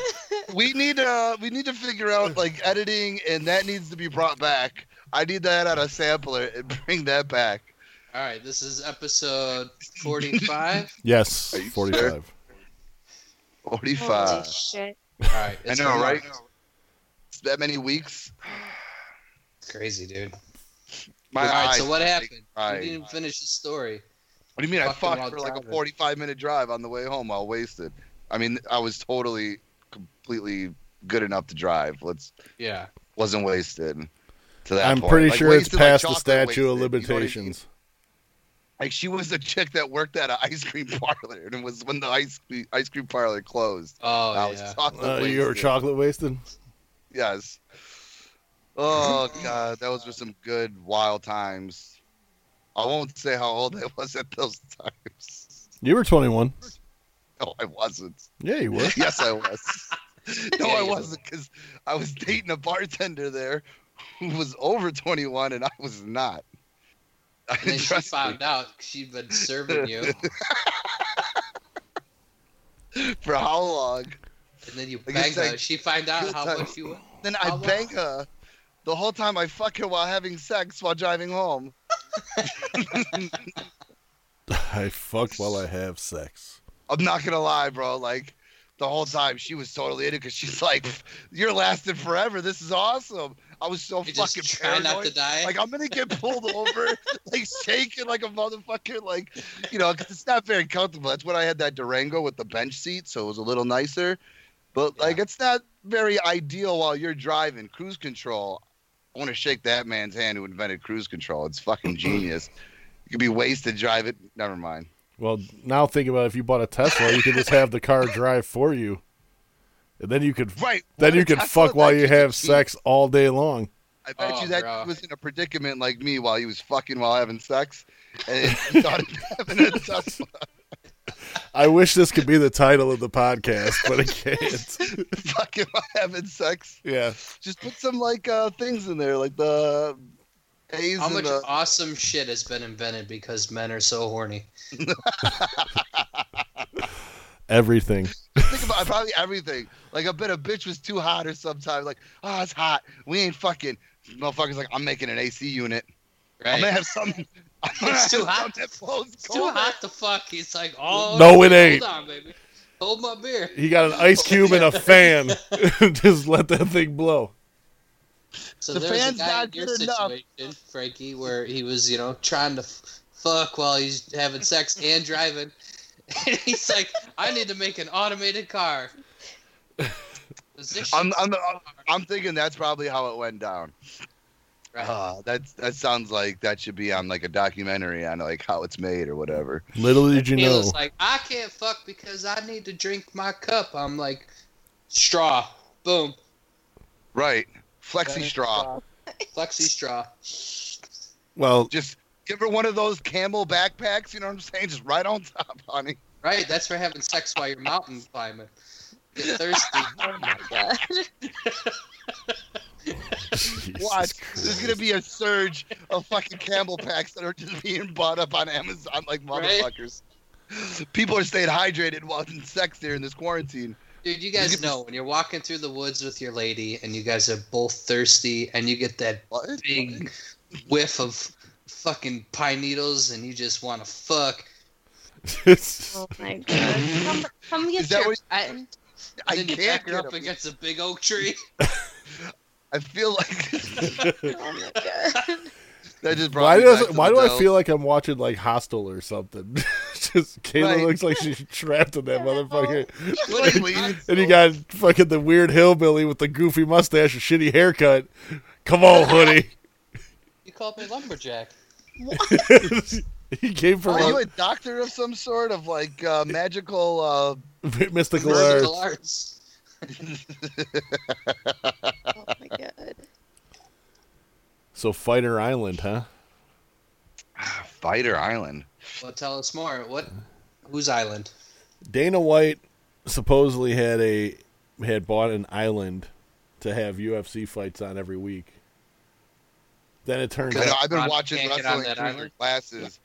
[SPEAKER 2] We need uh we need to figure out like editing, and that needs to be brought back. I need that on a sampler and bring that back.
[SPEAKER 4] All right, this is episode 45.
[SPEAKER 1] Yes,
[SPEAKER 2] Are you
[SPEAKER 1] forty-five.
[SPEAKER 3] Holy
[SPEAKER 2] Forty-five.
[SPEAKER 3] shit.
[SPEAKER 4] All right.
[SPEAKER 2] I
[SPEAKER 4] it's
[SPEAKER 2] know,
[SPEAKER 4] been-
[SPEAKER 2] right? That many weeks.
[SPEAKER 4] It's crazy, dude.
[SPEAKER 2] My
[SPEAKER 4] All right,
[SPEAKER 2] eyes
[SPEAKER 4] so what
[SPEAKER 2] are
[SPEAKER 4] happened?
[SPEAKER 2] right.
[SPEAKER 4] You didn't finish the story.
[SPEAKER 2] What do you mean? I
[SPEAKER 4] Fucking
[SPEAKER 2] fucked
[SPEAKER 4] while
[SPEAKER 2] for like a
[SPEAKER 4] driving.
[SPEAKER 2] 45 minute drive on the way home. I wasted. I mean, I was totally, completely good enough to drive. Let's
[SPEAKER 4] Yeah.
[SPEAKER 2] wasn't wasted. To that
[SPEAKER 1] I'm
[SPEAKER 2] point.
[SPEAKER 1] pretty
[SPEAKER 2] Like,
[SPEAKER 1] sure it's
[SPEAKER 2] wasted, like
[SPEAKER 1] past the
[SPEAKER 2] chocolate
[SPEAKER 1] statute of
[SPEAKER 2] wasted, you know what I mean?
[SPEAKER 1] limitations.
[SPEAKER 2] Like she was a chick that worked at an ice cream parlor, and it was when the ice the ice cream parlor closed.
[SPEAKER 4] Oh,
[SPEAKER 2] I was
[SPEAKER 4] yeah.
[SPEAKER 2] chocolate
[SPEAKER 1] Uh, you were
[SPEAKER 2] wasted.
[SPEAKER 1] chocolate wasted.
[SPEAKER 2] Yes. Oh god, that was just some good wild times. I won't say how old I was at those times.
[SPEAKER 1] You were twenty-one.
[SPEAKER 2] No, I wasn't.
[SPEAKER 1] Yeah, you were.
[SPEAKER 2] Yes, I was. No,
[SPEAKER 4] Yeah,
[SPEAKER 2] I
[SPEAKER 4] you
[SPEAKER 2] wasn't because I was dating a bartender there who was over 21 and I was not. I
[SPEAKER 4] And then she
[SPEAKER 2] trust
[SPEAKER 4] found out she'd been serving you, and
[SPEAKER 2] me for how long?
[SPEAKER 4] then you
[SPEAKER 2] Like,
[SPEAKER 4] banged
[SPEAKER 2] it's
[SPEAKER 4] her.
[SPEAKER 2] like-
[SPEAKER 4] She found out
[SPEAKER 2] it's
[SPEAKER 4] how
[SPEAKER 2] like-
[SPEAKER 4] much you were.
[SPEAKER 2] Then
[SPEAKER 4] How
[SPEAKER 2] I
[SPEAKER 4] long?
[SPEAKER 2] bang her the whole time I fuck her while having sex while driving home.
[SPEAKER 1] I fuck while I have sex.
[SPEAKER 2] I'm not gonna lie, bro. Like the whole time she was totally in it because she's like, "You're lasting forever. This is awesome." I was so
[SPEAKER 4] You just
[SPEAKER 2] fucking
[SPEAKER 4] try not
[SPEAKER 2] paranoid.
[SPEAKER 4] to die.
[SPEAKER 2] Like I'm gonna get pulled over, like shaking like a motherfucker, like you know, 'cause it's not very comfortable. That's when I had that Durango with the bench seat, so it was a little nicer. But like, it's not very ideal while you're driving. Cruise control. I want to shake that man's hand who invented cruise control. It's fucking genius. You could be wasted driving. Never mind.
[SPEAKER 1] Well, now think about if you bought a Tesla, you could just have the car drive for you, and then you could
[SPEAKER 2] Right.
[SPEAKER 1] then
[SPEAKER 2] What
[SPEAKER 1] you
[SPEAKER 2] a
[SPEAKER 1] could
[SPEAKER 2] Tesla,
[SPEAKER 1] fuck while
[SPEAKER 2] that
[SPEAKER 1] you
[SPEAKER 2] shit's a
[SPEAKER 1] have
[SPEAKER 2] genius.
[SPEAKER 1] sex all day long.
[SPEAKER 2] I bet
[SPEAKER 4] Oh,
[SPEAKER 2] you that
[SPEAKER 4] bro.
[SPEAKER 2] dude was in a predicament like me while he was fucking while having sex, and he thought of having a Tesla.
[SPEAKER 1] I wish this could be the title of the podcast, but it can't.
[SPEAKER 2] Fucking having sex.
[SPEAKER 1] Yeah.
[SPEAKER 2] Just put some like uh things in there, like the A's
[SPEAKER 4] How
[SPEAKER 2] and
[SPEAKER 4] much
[SPEAKER 2] the-
[SPEAKER 4] awesome shit has been invented because men are so horny?
[SPEAKER 1] Everything.
[SPEAKER 2] think about probably everything. Like I bet a bitch was too hot or sometimes like, oh it's hot. We ain't fucking motherfuckers like I'm making an AC unit. I'm gonna
[SPEAKER 4] Right?
[SPEAKER 2] have something I'm gonna
[SPEAKER 4] It's
[SPEAKER 2] have
[SPEAKER 4] too hot.
[SPEAKER 2] something that blows
[SPEAKER 4] It's too
[SPEAKER 2] cold.
[SPEAKER 4] hot to fuck. He's like, oh
[SPEAKER 1] No, it ain't.
[SPEAKER 4] Hold on, baby. Hold my beer.
[SPEAKER 1] He got an ice cube and a fan. Just let that thing blow.
[SPEAKER 4] So
[SPEAKER 2] The
[SPEAKER 4] there was a
[SPEAKER 2] fan's
[SPEAKER 4] guy
[SPEAKER 2] not
[SPEAKER 4] in your
[SPEAKER 2] good enough.
[SPEAKER 4] situation, Frankie, where he was, you know, trying to f- fuck while he's having sex and driving. And he's like, I need to make an automated car. Position.
[SPEAKER 2] I'm, I'm, I'm, I'm thinking that's probably how it went down. Uh, that's that sounds like that should be on like a documentary on like how it's made or whatever.
[SPEAKER 1] Little did you
[SPEAKER 4] he
[SPEAKER 1] know.
[SPEAKER 4] was like, I can't fuck because I need to drink my cup. I'm like, straw. Boom.
[SPEAKER 2] Right. Flexi straw.
[SPEAKER 4] Flexi straw.
[SPEAKER 1] Well,
[SPEAKER 2] Just give her one of those camel backpacks, you know what I'm saying? Just right on top, honey.
[SPEAKER 4] Right, that's for having sex while you're mountain climbing. Get thirsty.
[SPEAKER 2] Oh
[SPEAKER 3] God.
[SPEAKER 1] Jesus
[SPEAKER 2] Watch. There's gonna
[SPEAKER 1] Christ.
[SPEAKER 2] be a surge of fucking camel packs that are just being bought up on Amazon like
[SPEAKER 4] Right.
[SPEAKER 2] motherfuckers. People are staying hydrated while in sex here in this quarantine.
[SPEAKER 4] Dude, you
[SPEAKER 2] You
[SPEAKER 4] guys
[SPEAKER 2] could-
[SPEAKER 4] know when you're walking through the woods with your lady and you guys are both thirsty and you get that
[SPEAKER 2] What?
[SPEAKER 4] big whiff of fucking pine needles and you just want to fuck.
[SPEAKER 3] Oh my god. Come, come get
[SPEAKER 2] Is that
[SPEAKER 3] your
[SPEAKER 2] what-
[SPEAKER 3] friend.
[SPEAKER 2] I
[SPEAKER 4] then you
[SPEAKER 2] can't
[SPEAKER 4] back her
[SPEAKER 2] get
[SPEAKER 4] up
[SPEAKER 2] up.
[SPEAKER 4] against a big oak tree.
[SPEAKER 2] I feel like
[SPEAKER 3] Oh my god.
[SPEAKER 2] that just brought
[SPEAKER 1] why
[SPEAKER 2] me back
[SPEAKER 1] does
[SPEAKER 2] to
[SPEAKER 1] why
[SPEAKER 2] the
[SPEAKER 1] do I
[SPEAKER 2] dough.
[SPEAKER 1] feel like I'm watching like Hostel or something? Just Kayla
[SPEAKER 2] Right.
[SPEAKER 1] looks like she's trapped in that motherfucker.
[SPEAKER 2] Like, leave.
[SPEAKER 1] And you got fucking the weird hillbilly with the goofy mustache and shitty haircut. Come on, hoodie.
[SPEAKER 4] You called me lumberjack.
[SPEAKER 1] he came from
[SPEAKER 2] Are you
[SPEAKER 1] a
[SPEAKER 2] a doctor of some sort of like uh, magical? Uh,
[SPEAKER 1] mystical earth.
[SPEAKER 4] Vertical arts.
[SPEAKER 3] Oh my god.
[SPEAKER 1] So Fighter Island, huh?
[SPEAKER 2] uh, Fighter Island.
[SPEAKER 4] Well, tell us more. What? Whose island?
[SPEAKER 1] Dana White supposedly had a had bought an island to have UFC fights on every week. Then it turned
[SPEAKER 2] I
[SPEAKER 1] out
[SPEAKER 2] know, I've been
[SPEAKER 4] Can't
[SPEAKER 2] watching
[SPEAKER 4] get on
[SPEAKER 2] wrestling
[SPEAKER 4] that
[SPEAKER 2] through your
[SPEAKER 4] island.
[SPEAKER 2] classes.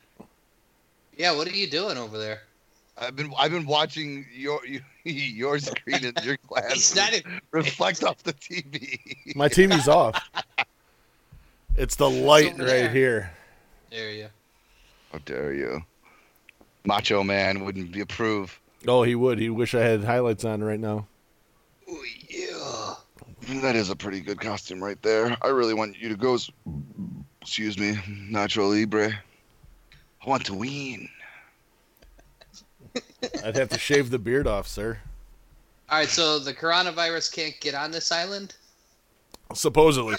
[SPEAKER 4] Yeah, what are you doing over there?
[SPEAKER 2] I've been I've been watching your your screen in your
[SPEAKER 4] He's
[SPEAKER 2] classes
[SPEAKER 4] not even-
[SPEAKER 2] reflect off the TV.
[SPEAKER 1] my TV's off. It's the light
[SPEAKER 4] over there.
[SPEAKER 1] right here.
[SPEAKER 4] There you.
[SPEAKER 2] How dare you? Macho Man wouldn't be approve.
[SPEAKER 1] Oh, he would. He wish I had highlights on right now.
[SPEAKER 4] Oh, yeah.
[SPEAKER 2] That is a pretty good costume right there. I really want you to go. s- Excuse me, Nacho Libre. I want to win.
[SPEAKER 1] I'd have to shave the beard off, sir.
[SPEAKER 4] All right, so the coronavirus can't get on this island.
[SPEAKER 1] Supposedly.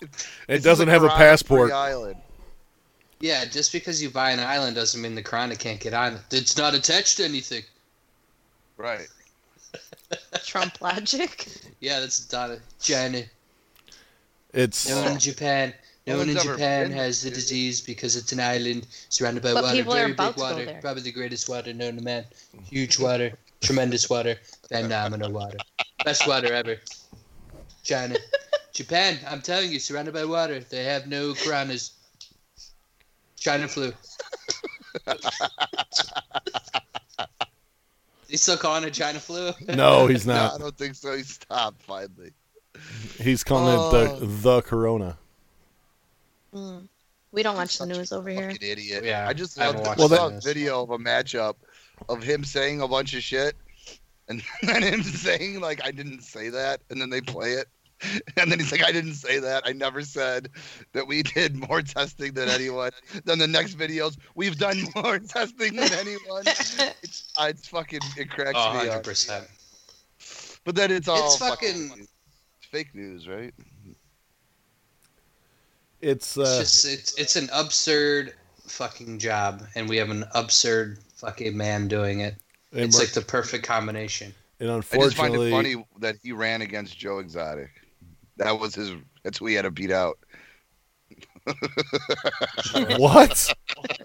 [SPEAKER 2] This
[SPEAKER 1] it
[SPEAKER 2] is
[SPEAKER 1] doesn't have a
[SPEAKER 2] karate-free
[SPEAKER 1] passport.
[SPEAKER 2] Island.
[SPEAKER 4] Yeah, just because you buy an island doesn't mean the corona can't get on it. It's not attached to anything.
[SPEAKER 2] Right.
[SPEAKER 3] Trump logic.
[SPEAKER 4] Yeah, that's not a China.
[SPEAKER 1] It's
[SPEAKER 4] No one in Japan. No
[SPEAKER 2] No
[SPEAKER 4] one in
[SPEAKER 2] one's ever
[SPEAKER 4] Japan
[SPEAKER 2] been
[SPEAKER 4] has the
[SPEAKER 2] to-
[SPEAKER 4] disease because it's an island surrounded by
[SPEAKER 3] But
[SPEAKER 4] water.
[SPEAKER 3] people are
[SPEAKER 4] Very big
[SPEAKER 3] about to go
[SPEAKER 4] water.
[SPEAKER 3] there.
[SPEAKER 4] Probably the greatest water known to man. Huge water. Tremendous water. Phenomenal water. Best water ever. China. Japan, I'm telling you, surrounded by water. They have no coronas. China flu. He's still calling it China flu?
[SPEAKER 1] no, he's
[SPEAKER 2] No, I
[SPEAKER 1] not.
[SPEAKER 2] don't think so. He stopped finally.
[SPEAKER 1] He's calling it the the corona.
[SPEAKER 3] Mm. We don't watch the news over here.
[SPEAKER 2] Fucking idiot.
[SPEAKER 4] Yeah,
[SPEAKER 2] I just
[SPEAKER 4] I haven't
[SPEAKER 2] loved-
[SPEAKER 4] watched
[SPEAKER 2] I saw
[SPEAKER 1] that
[SPEAKER 2] a
[SPEAKER 4] news.
[SPEAKER 2] video of a matchup of him saying a bunch of shit and then him saying like I didn't say that and then they play it. And then he's like, I didn't say that. I never said that we did more testing than anyone. then the next videos, we've done more testing than anyone. It's, uh, it's fucking, it cracks
[SPEAKER 4] Oh,
[SPEAKER 2] me up.
[SPEAKER 4] 100%.
[SPEAKER 2] But then it's all
[SPEAKER 4] It's
[SPEAKER 2] fucking,
[SPEAKER 4] fucking-
[SPEAKER 2] fake news, right?
[SPEAKER 1] It's uh
[SPEAKER 4] It's just it's it's an absurd fucking job, and we have an absurd fucking man doing it.
[SPEAKER 1] and
[SPEAKER 4] it's
[SPEAKER 1] we're-
[SPEAKER 4] like the perfect combination.
[SPEAKER 1] And
[SPEAKER 2] I just find
[SPEAKER 1] unfortunately,
[SPEAKER 2] it funny that he ran against Joe Exotic. That was his. That's who he had to beat out.
[SPEAKER 1] what?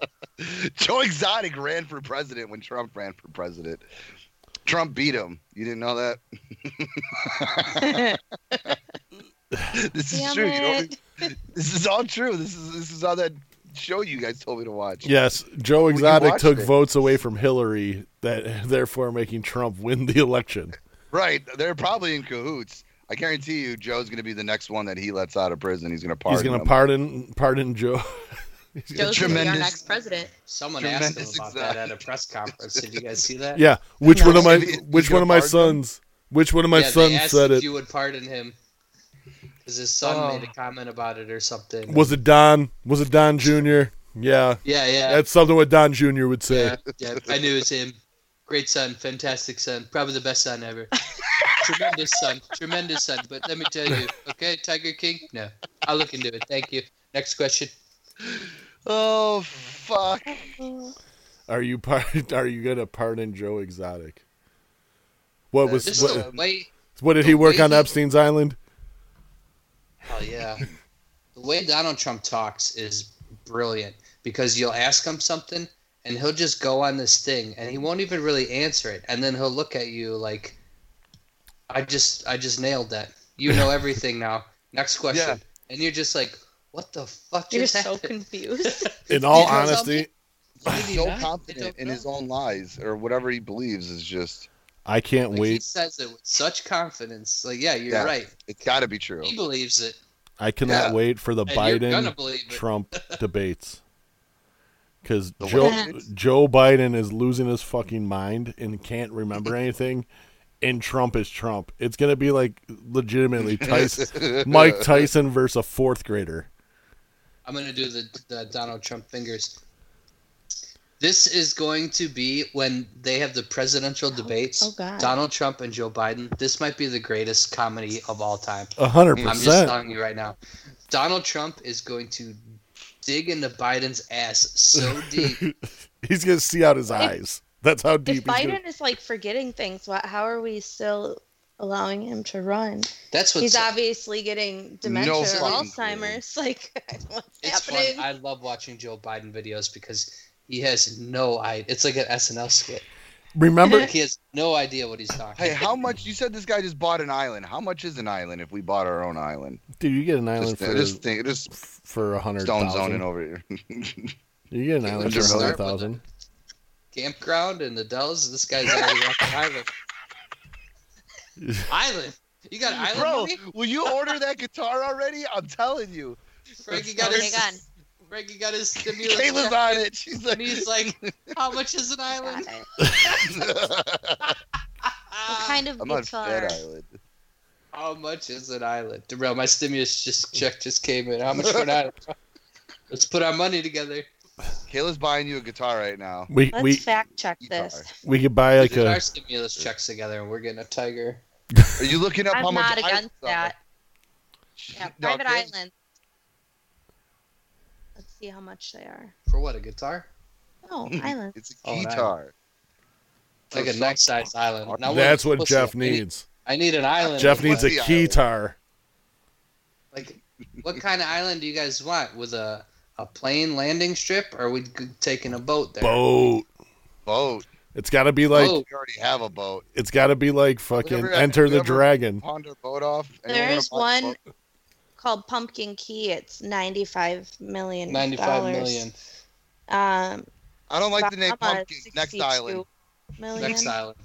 [SPEAKER 2] Joe Exotic ran for president when Trump ran for president. Trump beat him. You didn't know that? This is
[SPEAKER 3] Damn
[SPEAKER 2] true. Joe-
[SPEAKER 3] it.
[SPEAKER 2] This is all true. This is this is on that show you guys told me to watch.
[SPEAKER 1] Yes, Joe
[SPEAKER 2] you
[SPEAKER 1] Exotic
[SPEAKER 2] watched
[SPEAKER 1] took
[SPEAKER 2] it.
[SPEAKER 1] votes away from Hillary, that therefore making Trump win the election.
[SPEAKER 2] Right. They're probably in cahoots. I guarantee you, Joe's going to be the next one that he lets out of prison. He's going to pardon
[SPEAKER 1] He's going
[SPEAKER 2] him.
[SPEAKER 1] to pardon pardon Joe.
[SPEAKER 3] Joe's gonna be our
[SPEAKER 2] Tremendous-
[SPEAKER 3] next president.
[SPEAKER 4] Someone asked him
[SPEAKER 2] Tremendous
[SPEAKER 4] about
[SPEAKER 2] exotic.
[SPEAKER 4] that at a press conference. Did you guys see that?
[SPEAKER 1] Yeah, which
[SPEAKER 3] No,
[SPEAKER 1] one of my
[SPEAKER 2] he's gonna- he's
[SPEAKER 1] which one
[SPEAKER 2] gonna
[SPEAKER 1] of my
[SPEAKER 2] pardon him?
[SPEAKER 1] sons? Which one of my
[SPEAKER 4] Yeah, they
[SPEAKER 1] sons
[SPEAKER 4] asked
[SPEAKER 1] said
[SPEAKER 4] if
[SPEAKER 1] it?
[SPEAKER 4] you would pardon him because his son
[SPEAKER 2] Oh.
[SPEAKER 4] made a comment about it or something.
[SPEAKER 1] Was it Don? Was it Don Jr.? Yeah,
[SPEAKER 4] Yeah, yeah.
[SPEAKER 1] that's something what Don Jr. would say.
[SPEAKER 4] Yeah, yeah, I knew it was him. Great son, fantastic son, probably the best son ever. tremendous son, tremendous son. But let me tell you, okay, Tiger King? No, I'll look into it. Thank you. Next question.
[SPEAKER 2] Oh fuck!
[SPEAKER 3] Mm.
[SPEAKER 1] Are you par- Are you going to pardon Joe Exotic? What was
[SPEAKER 4] This
[SPEAKER 2] Just-
[SPEAKER 1] what,
[SPEAKER 4] is a way.
[SPEAKER 1] what did he work on
[SPEAKER 4] uh, way he-
[SPEAKER 1] Epstein's island?
[SPEAKER 4] Oh yeah, the way Donald Trump talks is brilliant because you'll ask him something and he'll just go on this thing and he won't even really answer it and then he'll look at you like, I just I just nailed that. You know everything now. Next question.
[SPEAKER 2] Yeah.
[SPEAKER 4] And you're just like, what the fuck
[SPEAKER 3] You're
[SPEAKER 4] just
[SPEAKER 3] so
[SPEAKER 4] happened?
[SPEAKER 3] confused.
[SPEAKER 1] In all
[SPEAKER 4] He tells
[SPEAKER 1] honesty,
[SPEAKER 4] him- Maybe
[SPEAKER 2] He's so
[SPEAKER 4] not. I
[SPEAKER 2] confident
[SPEAKER 4] don't
[SPEAKER 2] in
[SPEAKER 4] know.
[SPEAKER 2] his own lies or whatever he believes is just.
[SPEAKER 1] I can't
[SPEAKER 4] Like, He
[SPEAKER 1] wait.
[SPEAKER 4] says it with such confidence. Like, yeah, you're
[SPEAKER 2] Yeah.
[SPEAKER 4] right.
[SPEAKER 2] It's got to be true.
[SPEAKER 4] He believes it.
[SPEAKER 1] I cannot
[SPEAKER 2] Yeah.
[SPEAKER 1] wait for the
[SPEAKER 4] And you're gonna
[SPEAKER 1] Biden
[SPEAKER 4] believe it.
[SPEAKER 1] Trump debates. Because
[SPEAKER 2] The
[SPEAKER 1] Joe
[SPEAKER 3] what?
[SPEAKER 1] Joe Biden is losing his fucking mind and can't remember anything, and Trump is Trump. It's gonna be like legitimately Tyson, Mike Tyson versus a fourth grader.
[SPEAKER 4] I'm gonna do the, the Donald Trump fingers. This is going to be when they have the presidential debates.
[SPEAKER 3] oh, God.
[SPEAKER 4] Donald Trump and Joe Biden. This might be the greatest comedy of all time.
[SPEAKER 1] A hundred
[SPEAKER 4] I'm just
[SPEAKER 1] percent.
[SPEAKER 4] telling you right now. Donald Trump is going to dig into Biden's ass so deep.
[SPEAKER 1] He's gonna see out his eyes. That's how deep.
[SPEAKER 3] if
[SPEAKER 1] He's gonna,
[SPEAKER 3] Biden is like forgetting things, wha- how are we still allowing him to run?
[SPEAKER 4] That's what's
[SPEAKER 3] He's obviously getting dementia
[SPEAKER 2] No
[SPEAKER 3] or
[SPEAKER 2] fucking clue.
[SPEAKER 3] Alzheimer's. Like, I don't know what's
[SPEAKER 4] it's
[SPEAKER 3] happening?
[SPEAKER 4] fun. I love watching Joe Biden videos because he has no idea. It's like an SNL skit.
[SPEAKER 1] remember,
[SPEAKER 4] He has no idea what he's talking.
[SPEAKER 2] Hey, how much? You said this guy just bought an island. How much is an island if we bought our own island?
[SPEAKER 1] dude, you get an island
[SPEAKER 2] Just, uh,
[SPEAKER 1] for
[SPEAKER 2] just think, just
[SPEAKER 1] for a hundred
[SPEAKER 2] stone zoning
[SPEAKER 1] thousand.
[SPEAKER 2] over here.
[SPEAKER 1] You get an
[SPEAKER 4] Can we
[SPEAKER 1] island for a
[SPEAKER 2] just start
[SPEAKER 1] hundred
[SPEAKER 4] with
[SPEAKER 1] thousand.
[SPEAKER 4] campground in the Dells. This guy's already off the island. island. You got an island,
[SPEAKER 2] Bro,
[SPEAKER 4] money?
[SPEAKER 2] will you order that guitar already? I'm telling you,
[SPEAKER 4] Frankie got
[SPEAKER 3] oh my
[SPEAKER 4] his.
[SPEAKER 3] God.
[SPEAKER 4] Frankie got his stimulus.
[SPEAKER 2] Kayla's
[SPEAKER 4] check,
[SPEAKER 2] on it. She's
[SPEAKER 4] and
[SPEAKER 2] like,
[SPEAKER 4] he's like, "How much is an island?"
[SPEAKER 3] Got it. What
[SPEAKER 4] Ah,
[SPEAKER 3] kind of
[SPEAKER 2] I'm on
[SPEAKER 3] guitar?
[SPEAKER 2] Fed Island.
[SPEAKER 4] How much is an island, bro? My stimulus just check just came in. How much for an island? Let's put our money together.
[SPEAKER 2] Kayla's buying you a guitar right now.
[SPEAKER 1] We
[SPEAKER 3] Let's
[SPEAKER 1] we
[SPEAKER 3] fact check
[SPEAKER 2] Guitar.
[SPEAKER 3] this.
[SPEAKER 1] we could buy like
[SPEAKER 4] Put
[SPEAKER 1] a
[SPEAKER 4] our stimulus checks together, and we're getting a tiger.
[SPEAKER 2] Are you looking up how
[SPEAKER 3] I'm
[SPEAKER 2] much?
[SPEAKER 3] not
[SPEAKER 2] islands
[SPEAKER 3] against
[SPEAKER 2] are?
[SPEAKER 3] that. Yeah,
[SPEAKER 2] No,
[SPEAKER 3] private
[SPEAKER 2] Kayla's-
[SPEAKER 3] islands. Let's see how much they are.
[SPEAKER 4] For what? A guitar?
[SPEAKER 3] Oh, islands.
[SPEAKER 2] It's
[SPEAKER 4] Oh,
[SPEAKER 2] a
[SPEAKER 4] an
[SPEAKER 2] guitar.
[SPEAKER 4] Like
[SPEAKER 2] So-
[SPEAKER 4] a nice sized island. Now,
[SPEAKER 1] That's what
[SPEAKER 4] listen,
[SPEAKER 1] Jeff
[SPEAKER 4] I need-
[SPEAKER 1] needs.
[SPEAKER 4] I need an island.
[SPEAKER 1] Jeff
[SPEAKER 4] with
[SPEAKER 1] needs a
[SPEAKER 2] the island.
[SPEAKER 1] keytar.
[SPEAKER 4] Like, what kind of island do you guys want? With a a plane landing strip, or are we g- taking a boat there?
[SPEAKER 1] Boat.
[SPEAKER 2] boat.
[SPEAKER 1] It's got to be like
[SPEAKER 4] Boat.
[SPEAKER 2] We already have a boat.
[SPEAKER 1] it's got to be like fucking
[SPEAKER 2] Whatever-
[SPEAKER 1] Enter the
[SPEAKER 2] whatever-
[SPEAKER 1] Dragon.
[SPEAKER 2] Pawned our boat off. Anyone
[SPEAKER 3] There
[SPEAKER 2] wanna
[SPEAKER 3] is
[SPEAKER 2] pawn
[SPEAKER 3] one
[SPEAKER 2] the boat?
[SPEAKER 3] called Pumpkin Key. It's ninety-five million.
[SPEAKER 4] Ninety-five
[SPEAKER 3] dollars.
[SPEAKER 4] million.
[SPEAKER 3] Um,
[SPEAKER 2] I don't like the name
[SPEAKER 3] Bahamas,
[SPEAKER 2] Pumpkin. Next
[SPEAKER 3] 62
[SPEAKER 2] island.
[SPEAKER 3] million.
[SPEAKER 4] Next island.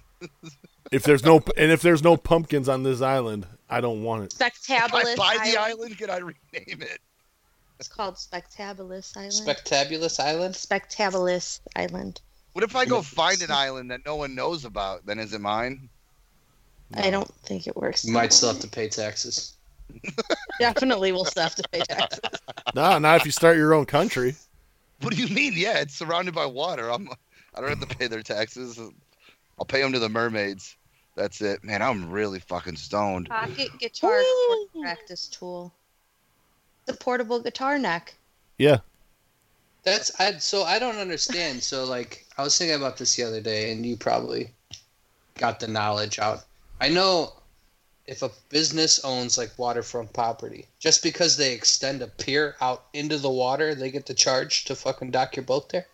[SPEAKER 1] If there's no and if there's no pumpkins on this island, I don't want it.
[SPEAKER 2] If I
[SPEAKER 3] Spectabular
[SPEAKER 2] buy
[SPEAKER 3] island.
[SPEAKER 2] the island, can I rename it?
[SPEAKER 3] It's called Spectabular Island.
[SPEAKER 4] Spectabulous island.
[SPEAKER 3] Spectabular Island.
[SPEAKER 2] What if I go
[SPEAKER 4] Yeah.
[SPEAKER 2] find an island that no one knows about? Then is it mine?
[SPEAKER 3] I don't think it works.
[SPEAKER 4] You might still have to pay taxes.
[SPEAKER 3] Definitely will still have to pay taxes.
[SPEAKER 1] No, not if you start your own country.
[SPEAKER 2] What do you mean? Yeah, it's surrounded by water. I'm. I don't have to pay their taxes. I'll pay them to the mermaids. That's it, man. I'm really fucking stoned.
[SPEAKER 3] Pocket guitar chord practice tool. The portable guitar neck.
[SPEAKER 1] Yeah.
[SPEAKER 4] That's I. So I don't understand. So like, I was thinking about this the other day, and you probably got the knowledge out. I know if a business owns like waterfront property, just because they extend a pier out into the water, they get to charge to fucking dock your boat there.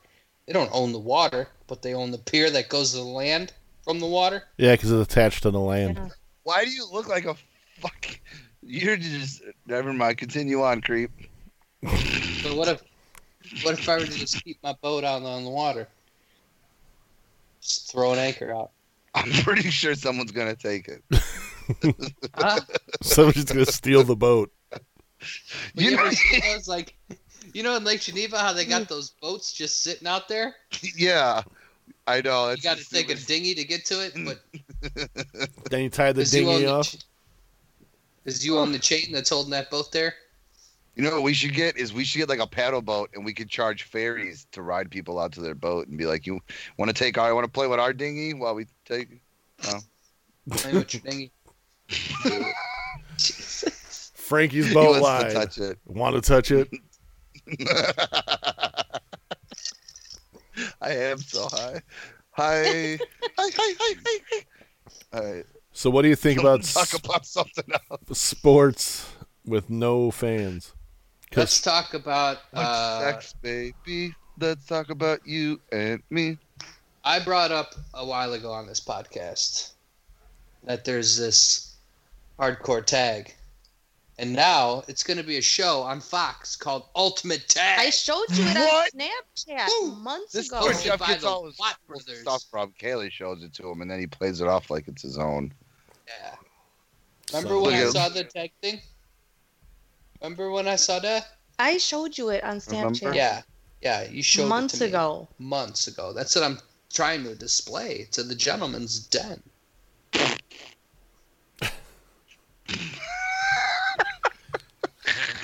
[SPEAKER 4] They don't own the water, but they own the pier that goes to the land from the water.
[SPEAKER 1] Yeah, because it's attached to the land.
[SPEAKER 2] Why do you look like a fuck? You're just never mind. Continue on, creep.
[SPEAKER 4] So what if what if I were to just keep my boat out on the water? Just throw an anchor out.
[SPEAKER 2] I'm pretty sure someone's gonna take it.
[SPEAKER 1] Somebody's gonna steal the boat.
[SPEAKER 4] But
[SPEAKER 2] You
[SPEAKER 4] you
[SPEAKER 2] know-
[SPEAKER 4] ever see those like you know in Lake Geneva how they got those boats just sitting out there?
[SPEAKER 2] yeah, I know.
[SPEAKER 4] You
[SPEAKER 2] that's
[SPEAKER 4] got to
[SPEAKER 2] the
[SPEAKER 4] take a
[SPEAKER 2] stupidest-
[SPEAKER 4] dinghy to get to it,
[SPEAKER 2] Mm.
[SPEAKER 4] but
[SPEAKER 1] Then you tie the
[SPEAKER 4] because you own
[SPEAKER 1] dinghy
[SPEAKER 4] the
[SPEAKER 1] off.
[SPEAKER 4] ch- 'cause you own the chain that's holding that boat there.
[SPEAKER 2] You know what we should get is we should get like a paddle boat and we could charge ferries to ride people out to their boat and be like, you want to take our, want to play with our dinghy while we take.
[SPEAKER 4] Play with your dinghy.
[SPEAKER 1] Frankie's
[SPEAKER 2] He
[SPEAKER 1] boat
[SPEAKER 2] wants
[SPEAKER 1] line.
[SPEAKER 2] to touch it.
[SPEAKER 1] Want to touch it?
[SPEAKER 2] I am so high. Hi. hi, hi, hi, hi, hi. All right.
[SPEAKER 1] So, what do you think about
[SPEAKER 2] Talk about something else.
[SPEAKER 1] s- sports with no fans?
[SPEAKER 4] Let's talk about. Uh,
[SPEAKER 2] Sex, baby. Let's talk about you and me.
[SPEAKER 4] I brought up a while ago on this podcast that there's this hardcore tag, and now it's going to be a show on Fox called Ultimate Tag.
[SPEAKER 3] I showed you it
[SPEAKER 2] What?
[SPEAKER 3] on Snapchat
[SPEAKER 2] Woo!
[SPEAKER 3] months
[SPEAKER 2] This is
[SPEAKER 3] ago.
[SPEAKER 2] where
[SPEAKER 4] Hosted
[SPEAKER 2] Jeff
[SPEAKER 4] by
[SPEAKER 2] gets
[SPEAKER 4] the
[SPEAKER 2] all his
[SPEAKER 4] Watt brothers.
[SPEAKER 2] stuff from. Kaylee shows it to him, and then he plays it off like it's his own.
[SPEAKER 4] Yeah. Remember when
[SPEAKER 2] Look
[SPEAKER 4] I
[SPEAKER 2] at-
[SPEAKER 4] saw the tag thing? Remember when I saw that?
[SPEAKER 3] I showed you it on
[SPEAKER 2] Remember?
[SPEAKER 3] Snapchat
[SPEAKER 4] Yeah, yeah. You showed it to
[SPEAKER 3] months
[SPEAKER 4] me.
[SPEAKER 3] ago.
[SPEAKER 4] Months ago. That's what I'm trying to display to the gentleman's den.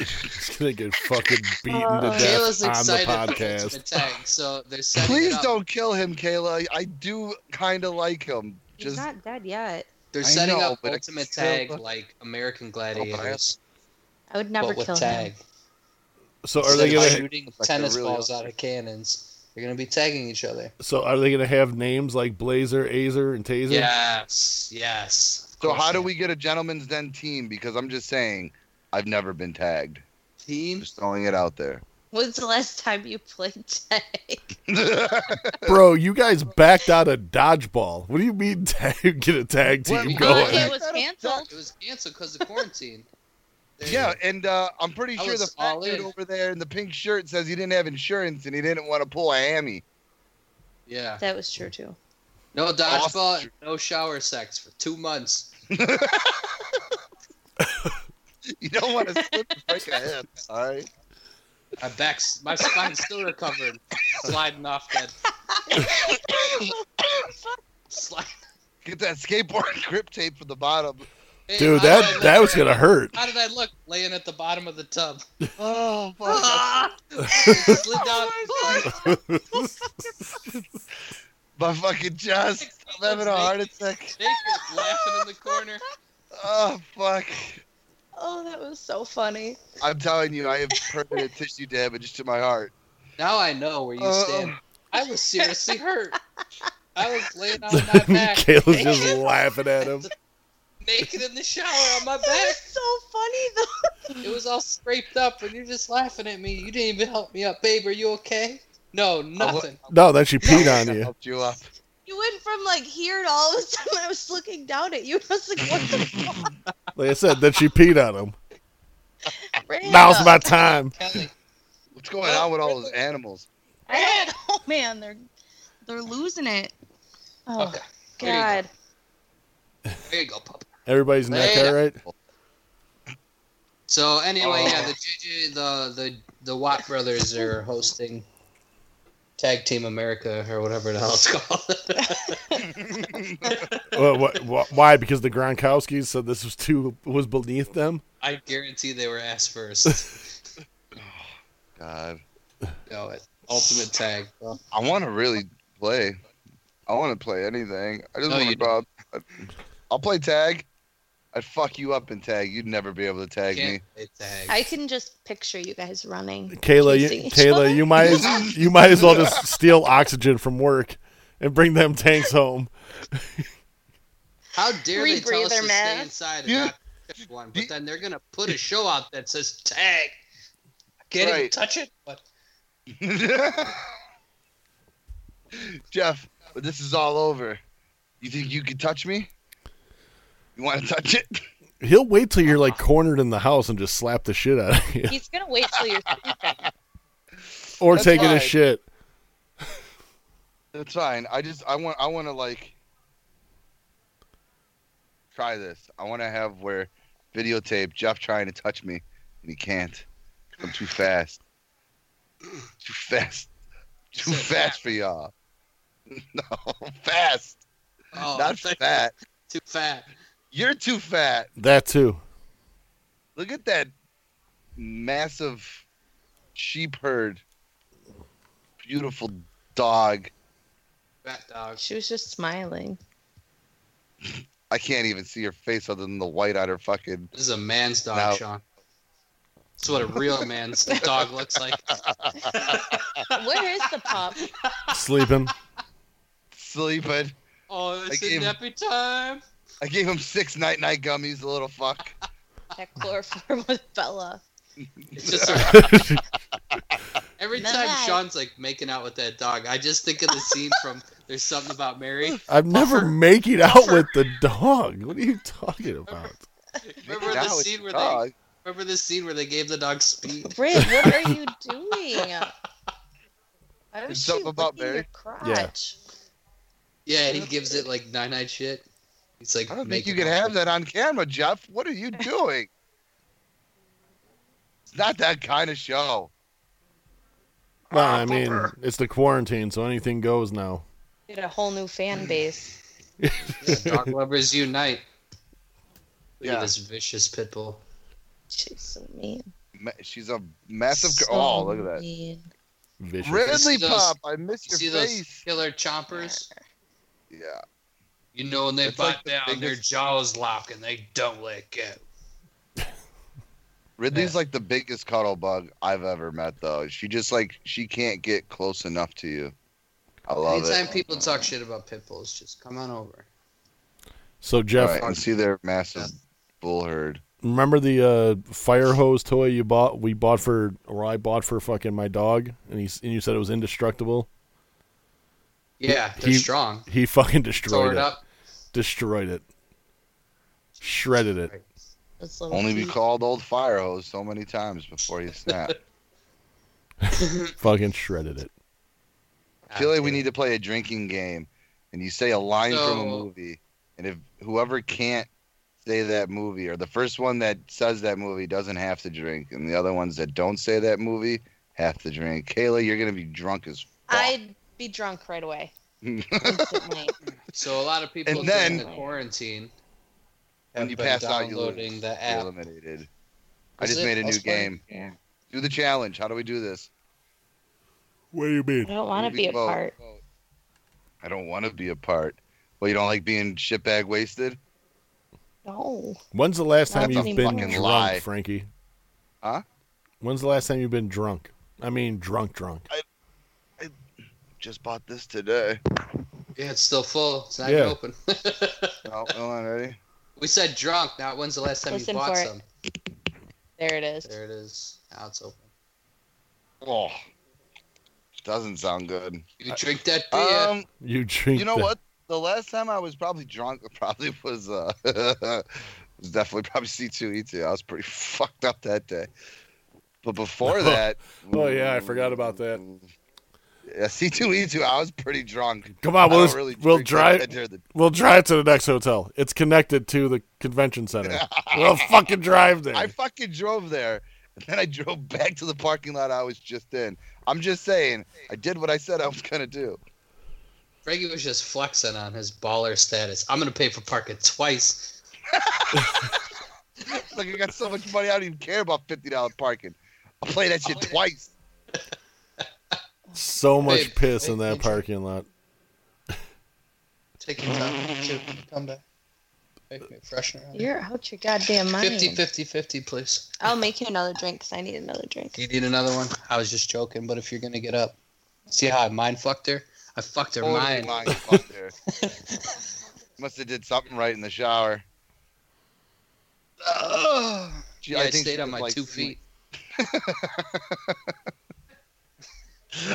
[SPEAKER 1] It's gonna get fucking beaten to
[SPEAKER 3] Uh,
[SPEAKER 1] death
[SPEAKER 4] Kayla's
[SPEAKER 1] on the
[SPEAKER 4] excited for
[SPEAKER 1] podcast.
[SPEAKER 4] Ultimate Tag, so they're setting it
[SPEAKER 2] Please
[SPEAKER 4] up.
[SPEAKER 2] don't kill him, Kayla. I, I do kind of like him.
[SPEAKER 3] He's
[SPEAKER 2] Just
[SPEAKER 3] not dead yet.
[SPEAKER 4] They're
[SPEAKER 2] I
[SPEAKER 4] setting
[SPEAKER 2] know,
[SPEAKER 4] up
[SPEAKER 2] but I
[SPEAKER 4] Ultimate
[SPEAKER 2] still-
[SPEAKER 4] Tag like American Gladiators,
[SPEAKER 3] I would never
[SPEAKER 4] but with
[SPEAKER 3] kill
[SPEAKER 4] tag.
[SPEAKER 3] him.
[SPEAKER 1] So, are
[SPEAKER 4] Instead
[SPEAKER 1] they
[SPEAKER 4] of
[SPEAKER 1] gonna?
[SPEAKER 4] shooting
[SPEAKER 2] like
[SPEAKER 4] tennis
[SPEAKER 2] they're really
[SPEAKER 4] balls out of cannons? They're gonna be tagging each other.
[SPEAKER 1] So, are they gonna have names like Blazer, Azer, and Taser?
[SPEAKER 4] Yes, yes. Of
[SPEAKER 2] so
[SPEAKER 4] course
[SPEAKER 2] how
[SPEAKER 4] they
[SPEAKER 2] do
[SPEAKER 4] are.
[SPEAKER 2] we get a gentleman's den team? Because I'm just saying, I've never been tagged.
[SPEAKER 4] team?
[SPEAKER 2] Just throwing it out there.
[SPEAKER 3] When's the last time you played tag?
[SPEAKER 1] Bro, you guys backed out of dodgeball. What do you mean tag, get a tag
[SPEAKER 2] Well,
[SPEAKER 1] team
[SPEAKER 4] uh,
[SPEAKER 1] going?
[SPEAKER 3] Oh, it was canceled.
[SPEAKER 4] It was canceled because of quarantine. They-
[SPEAKER 2] yeah, and uh, I'm pretty
[SPEAKER 4] I
[SPEAKER 2] sure the
[SPEAKER 4] was
[SPEAKER 2] fat
[SPEAKER 4] all
[SPEAKER 2] dude
[SPEAKER 4] in.
[SPEAKER 2] over there in the pink shirt says he didn't have insurance and he didn't want to pull a hammy.
[SPEAKER 4] yeah.
[SPEAKER 3] That was true too.
[SPEAKER 4] No dodgeball,
[SPEAKER 2] Awesome.
[SPEAKER 4] no shower sex for two months.
[SPEAKER 2] You don't want to slip and break a hip. All right.
[SPEAKER 4] My back's my spine's still recovering, sliding off that slide.
[SPEAKER 2] Get that skateboard grip tape from the bottom.
[SPEAKER 4] Hey,
[SPEAKER 1] Dude,
[SPEAKER 4] how did I
[SPEAKER 1] that
[SPEAKER 4] look-
[SPEAKER 1] that was gonna hurt.
[SPEAKER 4] How did I look laying at the bottom of the tub?
[SPEAKER 2] Oh, fuck.
[SPEAKER 4] Ah! Slid down.
[SPEAKER 2] my fucking chest. I'm having a heart attack.
[SPEAKER 4] Jake was laughing in the corner.
[SPEAKER 2] Oh, fuck.
[SPEAKER 3] Oh, that was so funny.
[SPEAKER 2] I'm telling you, I have permanent tissue damage to my heart.
[SPEAKER 4] Now I know where you
[SPEAKER 2] Uh,
[SPEAKER 4] stand. I was seriously hurt. I was laying on my back,
[SPEAKER 1] Kayla's just laughing at him.
[SPEAKER 4] naked in the shower on my
[SPEAKER 3] That
[SPEAKER 4] back.
[SPEAKER 3] was so funny though.
[SPEAKER 4] It was all scraped up, and you're just laughing at me. You didn't even help me up, babe. Are you okay? No, nothing.
[SPEAKER 1] No, then she peed on
[SPEAKER 2] I
[SPEAKER 1] you.
[SPEAKER 2] helped you up.
[SPEAKER 3] You went from like here to all of a sudden I was looking down at you. I was like, what the fuck?
[SPEAKER 1] Like I said, then she peed on him.
[SPEAKER 3] Random.
[SPEAKER 1] Now's my time.
[SPEAKER 4] Kelly,
[SPEAKER 2] What's going on with all those animals?
[SPEAKER 3] I had, oh man, they're they're losing it. Oh
[SPEAKER 4] Okay. There you
[SPEAKER 3] God.
[SPEAKER 4] there you go, pup.
[SPEAKER 1] Everybody's neck, all right?
[SPEAKER 4] So anyway,
[SPEAKER 2] Oh.
[SPEAKER 4] yeah, the JJ, the the the Watt brothers are hosting Tag Team America or whatever the hell it's called.
[SPEAKER 1] Well, what, wh- why? Because the Gronkowskis said this was too was beneath them.
[SPEAKER 4] I guarantee they were ass first.
[SPEAKER 2] God.
[SPEAKER 4] no, it's ultimate tag.
[SPEAKER 2] I want to really play. I want to play anything. I just
[SPEAKER 4] No,
[SPEAKER 2] want to
[SPEAKER 4] you
[SPEAKER 2] go out. I'll play tag. I'd fuck you up in tag. You'd never be able to tag me.
[SPEAKER 4] Can't play tag.
[SPEAKER 3] I can just picture you guys running.
[SPEAKER 1] Kayla,
[SPEAKER 3] Chasing
[SPEAKER 1] you,
[SPEAKER 3] each
[SPEAKER 1] Kayla,
[SPEAKER 3] other.
[SPEAKER 1] you might as, you might as well just steal oxygen from work and bring them tanks home.
[SPEAKER 4] How dare they tell us to
[SPEAKER 3] Rebreather
[SPEAKER 4] stay
[SPEAKER 3] mask.
[SPEAKER 4] inside and
[SPEAKER 2] Yeah.
[SPEAKER 4] not touch one? But then they're gonna put a show out that says tag. I can't even
[SPEAKER 2] Right.
[SPEAKER 4] touch it. But
[SPEAKER 2] Jeff, when this is all over, you think you could touch me? You want to touch it?
[SPEAKER 1] He'll wait till you're like cornered in the house and just slap the shit out of you,
[SPEAKER 3] He's gonna wait till you're sleeping.
[SPEAKER 1] or
[SPEAKER 2] That's
[SPEAKER 1] taking a
[SPEAKER 2] fine.
[SPEAKER 1] shit.
[SPEAKER 2] That's fine. I just I want I want to like try this. I want to have where videotape Jeff trying to touch me and he can't. I'm too fast. Too fast. Too
[SPEAKER 4] said
[SPEAKER 2] fast for y'all. No, fast.
[SPEAKER 4] Oh,
[SPEAKER 2] Not
[SPEAKER 4] thank-
[SPEAKER 2] fat.
[SPEAKER 4] Too fat.
[SPEAKER 2] You're too fat.
[SPEAKER 1] That too.
[SPEAKER 2] Look at that massive sheep herd. Beautiful dog.
[SPEAKER 4] Fat dog.
[SPEAKER 3] She was just smiling.
[SPEAKER 2] I can't even see her face other than the white on her fucking
[SPEAKER 4] This is a man's dog,
[SPEAKER 2] No.
[SPEAKER 4] Sean. That's what a real man's dog looks like.
[SPEAKER 3] Where is the pup?
[SPEAKER 1] Sleeping.
[SPEAKER 2] sleeping.
[SPEAKER 4] Oh, it's
[SPEAKER 2] I
[SPEAKER 4] a
[SPEAKER 2] gave-
[SPEAKER 4] nappy time.
[SPEAKER 2] I gave him six night night gummies, the little fuck.
[SPEAKER 3] That chloroform with Bella.
[SPEAKER 4] It's just a, every
[SPEAKER 3] Not
[SPEAKER 4] time
[SPEAKER 3] bad.
[SPEAKER 4] Sean's like making out with that dog, I just think of the scene from "There's Something About Mary."
[SPEAKER 1] I'm never making out with the dog. What are you talking about?
[SPEAKER 4] Remember
[SPEAKER 2] Now
[SPEAKER 4] the
[SPEAKER 2] it's
[SPEAKER 4] scene where they
[SPEAKER 2] dog.
[SPEAKER 4] remember the scene where they gave the dog speed.
[SPEAKER 3] Rick, what are you doing? Why was
[SPEAKER 2] There's
[SPEAKER 3] she
[SPEAKER 2] something about
[SPEAKER 3] licking your
[SPEAKER 2] Mary.
[SPEAKER 3] crotch?
[SPEAKER 4] Yeah, he gives it like nine eyed shit. He's like,
[SPEAKER 2] I don't think
[SPEAKER 4] making
[SPEAKER 2] you can
[SPEAKER 4] out
[SPEAKER 2] have
[SPEAKER 4] with-
[SPEAKER 2] that on camera, Jeff. What are you doing? it's not that kind of show.
[SPEAKER 1] Well, I mean, it's the quarantine, so anything goes now.
[SPEAKER 3] Get a whole new fan base.
[SPEAKER 4] Yeah, dog lovers unite. Look at
[SPEAKER 2] Yeah.
[SPEAKER 4] this vicious pit bull.
[SPEAKER 3] She's so mean.
[SPEAKER 2] Ma- She's a massive.
[SPEAKER 3] So
[SPEAKER 2] Cr- oh, look at that.
[SPEAKER 3] mean.
[SPEAKER 1] Vicious.
[SPEAKER 2] Ridley
[SPEAKER 4] You see those-
[SPEAKER 2] Pop, I miss
[SPEAKER 4] You see
[SPEAKER 2] your
[SPEAKER 4] those
[SPEAKER 2] face.
[SPEAKER 4] killer chompers?
[SPEAKER 2] Yeah.
[SPEAKER 4] You know when they
[SPEAKER 2] It's
[SPEAKER 4] bite
[SPEAKER 2] like the
[SPEAKER 4] down, their
[SPEAKER 2] biggest-
[SPEAKER 4] jaws lock and they don't let go.
[SPEAKER 2] Ridley's like the biggest cuddle bug I've ever met, though. She just like she can't get close enough to you. I love
[SPEAKER 4] Anytime
[SPEAKER 2] it.
[SPEAKER 4] people talk shit about pit bulls, just come on over.
[SPEAKER 1] So
[SPEAKER 2] All
[SPEAKER 1] Jeff,
[SPEAKER 2] right, and see their massive bull herd.
[SPEAKER 1] remember the uh, fire hose toy you bought? We bought for, or I bought for fucking my dog, and he and you said it was indestructible.
[SPEAKER 4] Yeah, they're
[SPEAKER 1] He-
[SPEAKER 4] strong.
[SPEAKER 1] He fucking
[SPEAKER 4] Tore
[SPEAKER 1] destroyed
[SPEAKER 4] it
[SPEAKER 1] it.
[SPEAKER 4] up.
[SPEAKER 1] Destroyed it. Shredded it.
[SPEAKER 3] That's low
[SPEAKER 2] Only be
[SPEAKER 3] key.
[SPEAKER 2] called old fire hose so many times before you snap.
[SPEAKER 1] Fucking shredded it.
[SPEAKER 2] I feel like we need to play a drinking game, and you say a line from a
[SPEAKER 4] So-
[SPEAKER 2] movie, and if whoever can't say that movie or the first one that says that movie doesn't have to drink, and the other ones that don't say that movie have to drink. Kayla, you're gonna be drunk as fuck.
[SPEAKER 3] I'd be drunk right away. Instantly.
[SPEAKER 4] So a lot of people
[SPEAKER 2] And
[SPEAKER 4] during
[SPEAKER 2] then-
[SPEAKER 4] the quarantine
[SPEAKER 2] When
[SPEAKER 4] have
[SPEAKER 2] you
[SPEAKER 4] been
[SPEAKER 2] pass out, you lose.
[SPEAKER 4] downloading the
[SPEAKER 2] You're
[SPEAKER 4] app.
[SPEAKER 2] eliminated. I
[SPEAKER 4] Is
[SPEAKER 2] just
[SPEAKER 4] it?
[SPEAKER 2] made a
[SPEAKER 4] That's
[SPEAKER 2] new
[SPEAKER 4] funny.
[SPEAKER 2] game.
[SPEAKER 3] Yeah.
[SPEAKER 2] Do the challenge. How do we do this?
[SPEAKER 1] What do you
[SPEAKER 3] I
[SPEAKER 1] mean?
[SPEAKER 3] don't want to
[SPEAKER 2] Movie
[SPEAKER 3] be a
[SPEAKER 2] vote.
[SPEAKER 3] part.
[SPEAKER 2] I don't want to be a part. Well, you don't like being shitbag wasted?
[SPEAKER 3] No.
[SPEAKER 1] When's the last time
[SPEAKER 3] That's
[SPEAKER 1] you've
[SPEAKER 3] a
[SPEAKER 1] been
[SPEAKER 3] fucking
[SPEAKER 1] drunk,
[SPEAKER 2] lie.
[SPEAKER 1] Frankie?
[SPEAKER 2] Huh?
[SPEAKER 1] When's the last time you've been drunk? I mean, drunk, drunk.
[SPEAKER 2] Just bought this today.
[SPEAKER 4] Yeah, it's still full. It's not
[SPEAKER 1] Yeah.
[SPEAKER 4] even open.
[SPEAKER 2] Oh, hold on, ready?
[SPEAKER 4] we said drunk. Now, when's the last time
[SPEAKER 3] Listen
[SPEAKER 4] you bought
[SPEAKER 3] for it.
[SPEAKER 4] some?
[SPEAKER 3] There it is.
[SPEAKER 4] There it is. Now it's open.
[SPEAKER 2] Oh, doesn't sound good.
[SPEAKER 4] You drink that beer.
[SPEAKER 2] Um,
[SPEAKER 1] You drink.
[SPEAKER 2] you know
[SPEAKER 1] the-
[SPEAKER 2] what? The last time I was probably drunk, probably was uh, was definitely probably C two E two. I was pretty fucked up that day. But before that,
[SPEAKER 1] Oh, yeah, I forgot about that.
[SPEAKER 2] Yeah, C two E two. I was pretty drunk.
[SPEAKER 1] Come on,
[SPEAKER 2] I
[SPEAKER 1] we'll
[SPEAKER 2] don't really
[SPEAKER 1] we'll
[SPEAKER 2] drink
[SPEAKER 1] drive
[SPEAKER 2] that near the-
[SPEAKER 1] we'll drive to the next hotel. It's connected to the convention center. we'll fucking drive there.
[SPEAKER 2] I fucking drove there, and then I drove back to the parking lot I was just in. I'm just saying, I did what I said I was gonna do.
[SPEAKER 4] Frankie was just flexing on his baller status. I'm gonna pay for parking twice.
[SPEAKER 2] It's like I got so much money, I don't even care about fifty dollar parking. I'll play that shit twice.
[SPEAKER 1] so much
[SPEAKER 4] Babe,
[SPEAKER 1] piss in
[SPEAKER 4] babe,
[SPEAKER 1] that
[SPEAKER 4] babe, sure.
[SPEAKER 1] parking lot.
[SPEAKER 4] Take your time. Chip, Come back. Make me freshen around.
[SPEAKER 3] You're out your goddamn mind.
[SPEAKER 4] 50 50 50, please.
[SPEAKER 3] I'll make you another drink because I need another drink.
[SPEAKER 4] You need another one? I was just joking, but if you're gonna get up, see how I mind fucked her? I fucked her mind.
[SPEAKER 2] lying fuck there. Must have did something right in the shower.
[SPEAKER 4] Ugh.
[SPEAKER 2] She-
[SPEAKER 4] Yeah, I,
[SPEAKER 2] think she
[SPEAKER 4] stayed on
[SPEAKER 2] was,
[SPEAKER 4] my
[SPEAKER 2] like,
[SPEAKER 4] two
[SPEAKER 2] sweet-
[SPEAKER 4] feet.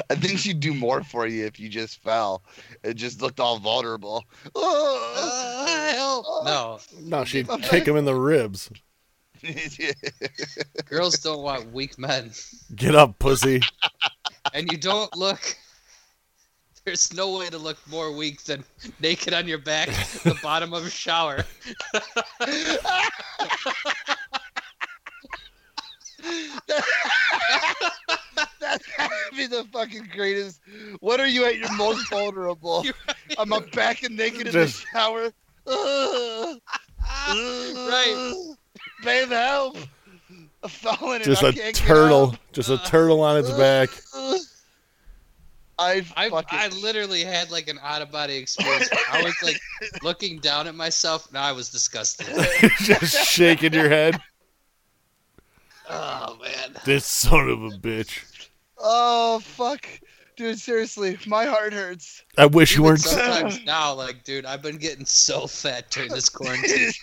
[SPEAKER 2] I think she'd do more for you if you just fell. It just looked all vulnerable.
[SPEAKER 4] Uh.
[SPEAKER 2] Oh, help!
[SPEAKER 4] Ah, No,
[SPEAKER 1] No, she'd kick him in the ribs.
[SPEAKER 2] Yeah.
[SPEAKER 4] girls don't want weak men,
[SPEAKER 1] Get up, pussy.
[SPEAKER 4] and you don't look. There's no way to look more weak than naked on your back, at the bottom of a shower.
[SPEAKER 2] That would be the fucking greatest. When are you at your most vulnerable?
[SPEAKER 4] You're
[SPEAKER 2] I'm up back and naked
[SPEAKER 1] Just-
[SPEAKER 2] in the shower. Ugh. Ugh. Babe, help! I'm falling
[SPEAKER 1] Just
[SPEAKER 2] and I
[SPEAKER 1] a
[SPEAKER 2] can't get
[SPEAKER 1] turtle.
[SPEAKER 2] up.
[SPEAKER 1] Just a turtle on its back.
[SPEAKER 2] Ugh. I
[SPEAKER 4] I,
[SPEAKER 2] fucking.
[SPEAKER 4] I literally had like an out of body experience. I was like looking down at myself, and I was disgusted.
[SPEAKER 1] just shaking your head.
[SPEAKER 4] Oh man,
[SPEAKER 1] This son of a bitch.
[SPEAKER 2] oh fuck, dude! Seriously, my heart hurts.
[SPEAKER 1] I wish you
[SPEAKER 4] Even
[SPEAKER 1] weren't.
[SPEAKER 4] sometimes now, like, dude, I've been getting so fat during this quarantine.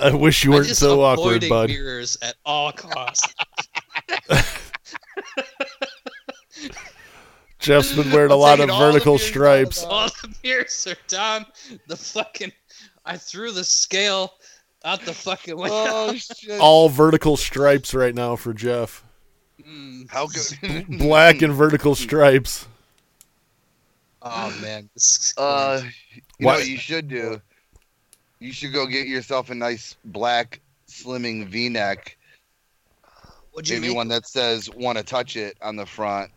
[SPEAKER 1] I wish you
[SPEAKER 4] I'm
[SPEAKER 1] weren't
[SPEAKER 4] just
[SPEAKER 1] so awkward,
[SPEAKER 4] avoiding
[SPEAKER 1] bud.
[SPEAKER 4] Mirrors at all costs.
[SPEAKER 1] Jeff's been wearing a
[SPEAKER 2] I'm
[SPEAKER 1] lot of
[SPEAKER 2] taking all the
[SPEAKER 1] vertical
[SPEAKER 2] beers out of
[SPEAKER 1] stripes.
[SPEAKER 2] that.
[SPEAKER 4] all the mirrors are down. The fucking, I threw the scale out the fucking window.
[SPEAKER 2] Oh shit!
[SPEAKER 1] All vertical stripes right now for Jeff.
[SPEAKER 4] Mm.
[SPEAKER 2] How good?
[SPEAKER 1] Black and vertical stripes.
[SPEAKER 4] Oh man, this
[SPEAKER 2] Uh, you know
[SPEAKER 1] What?
[SPEAKER 2] what you should do? You should go get yourself a nice black slimming V-neck,
[SPEAKER 4] would you
[SPEAKER 2] maybe
[SPEAKER 4] make
[SPEAKER 2] one that says "Want to touch it" on the front,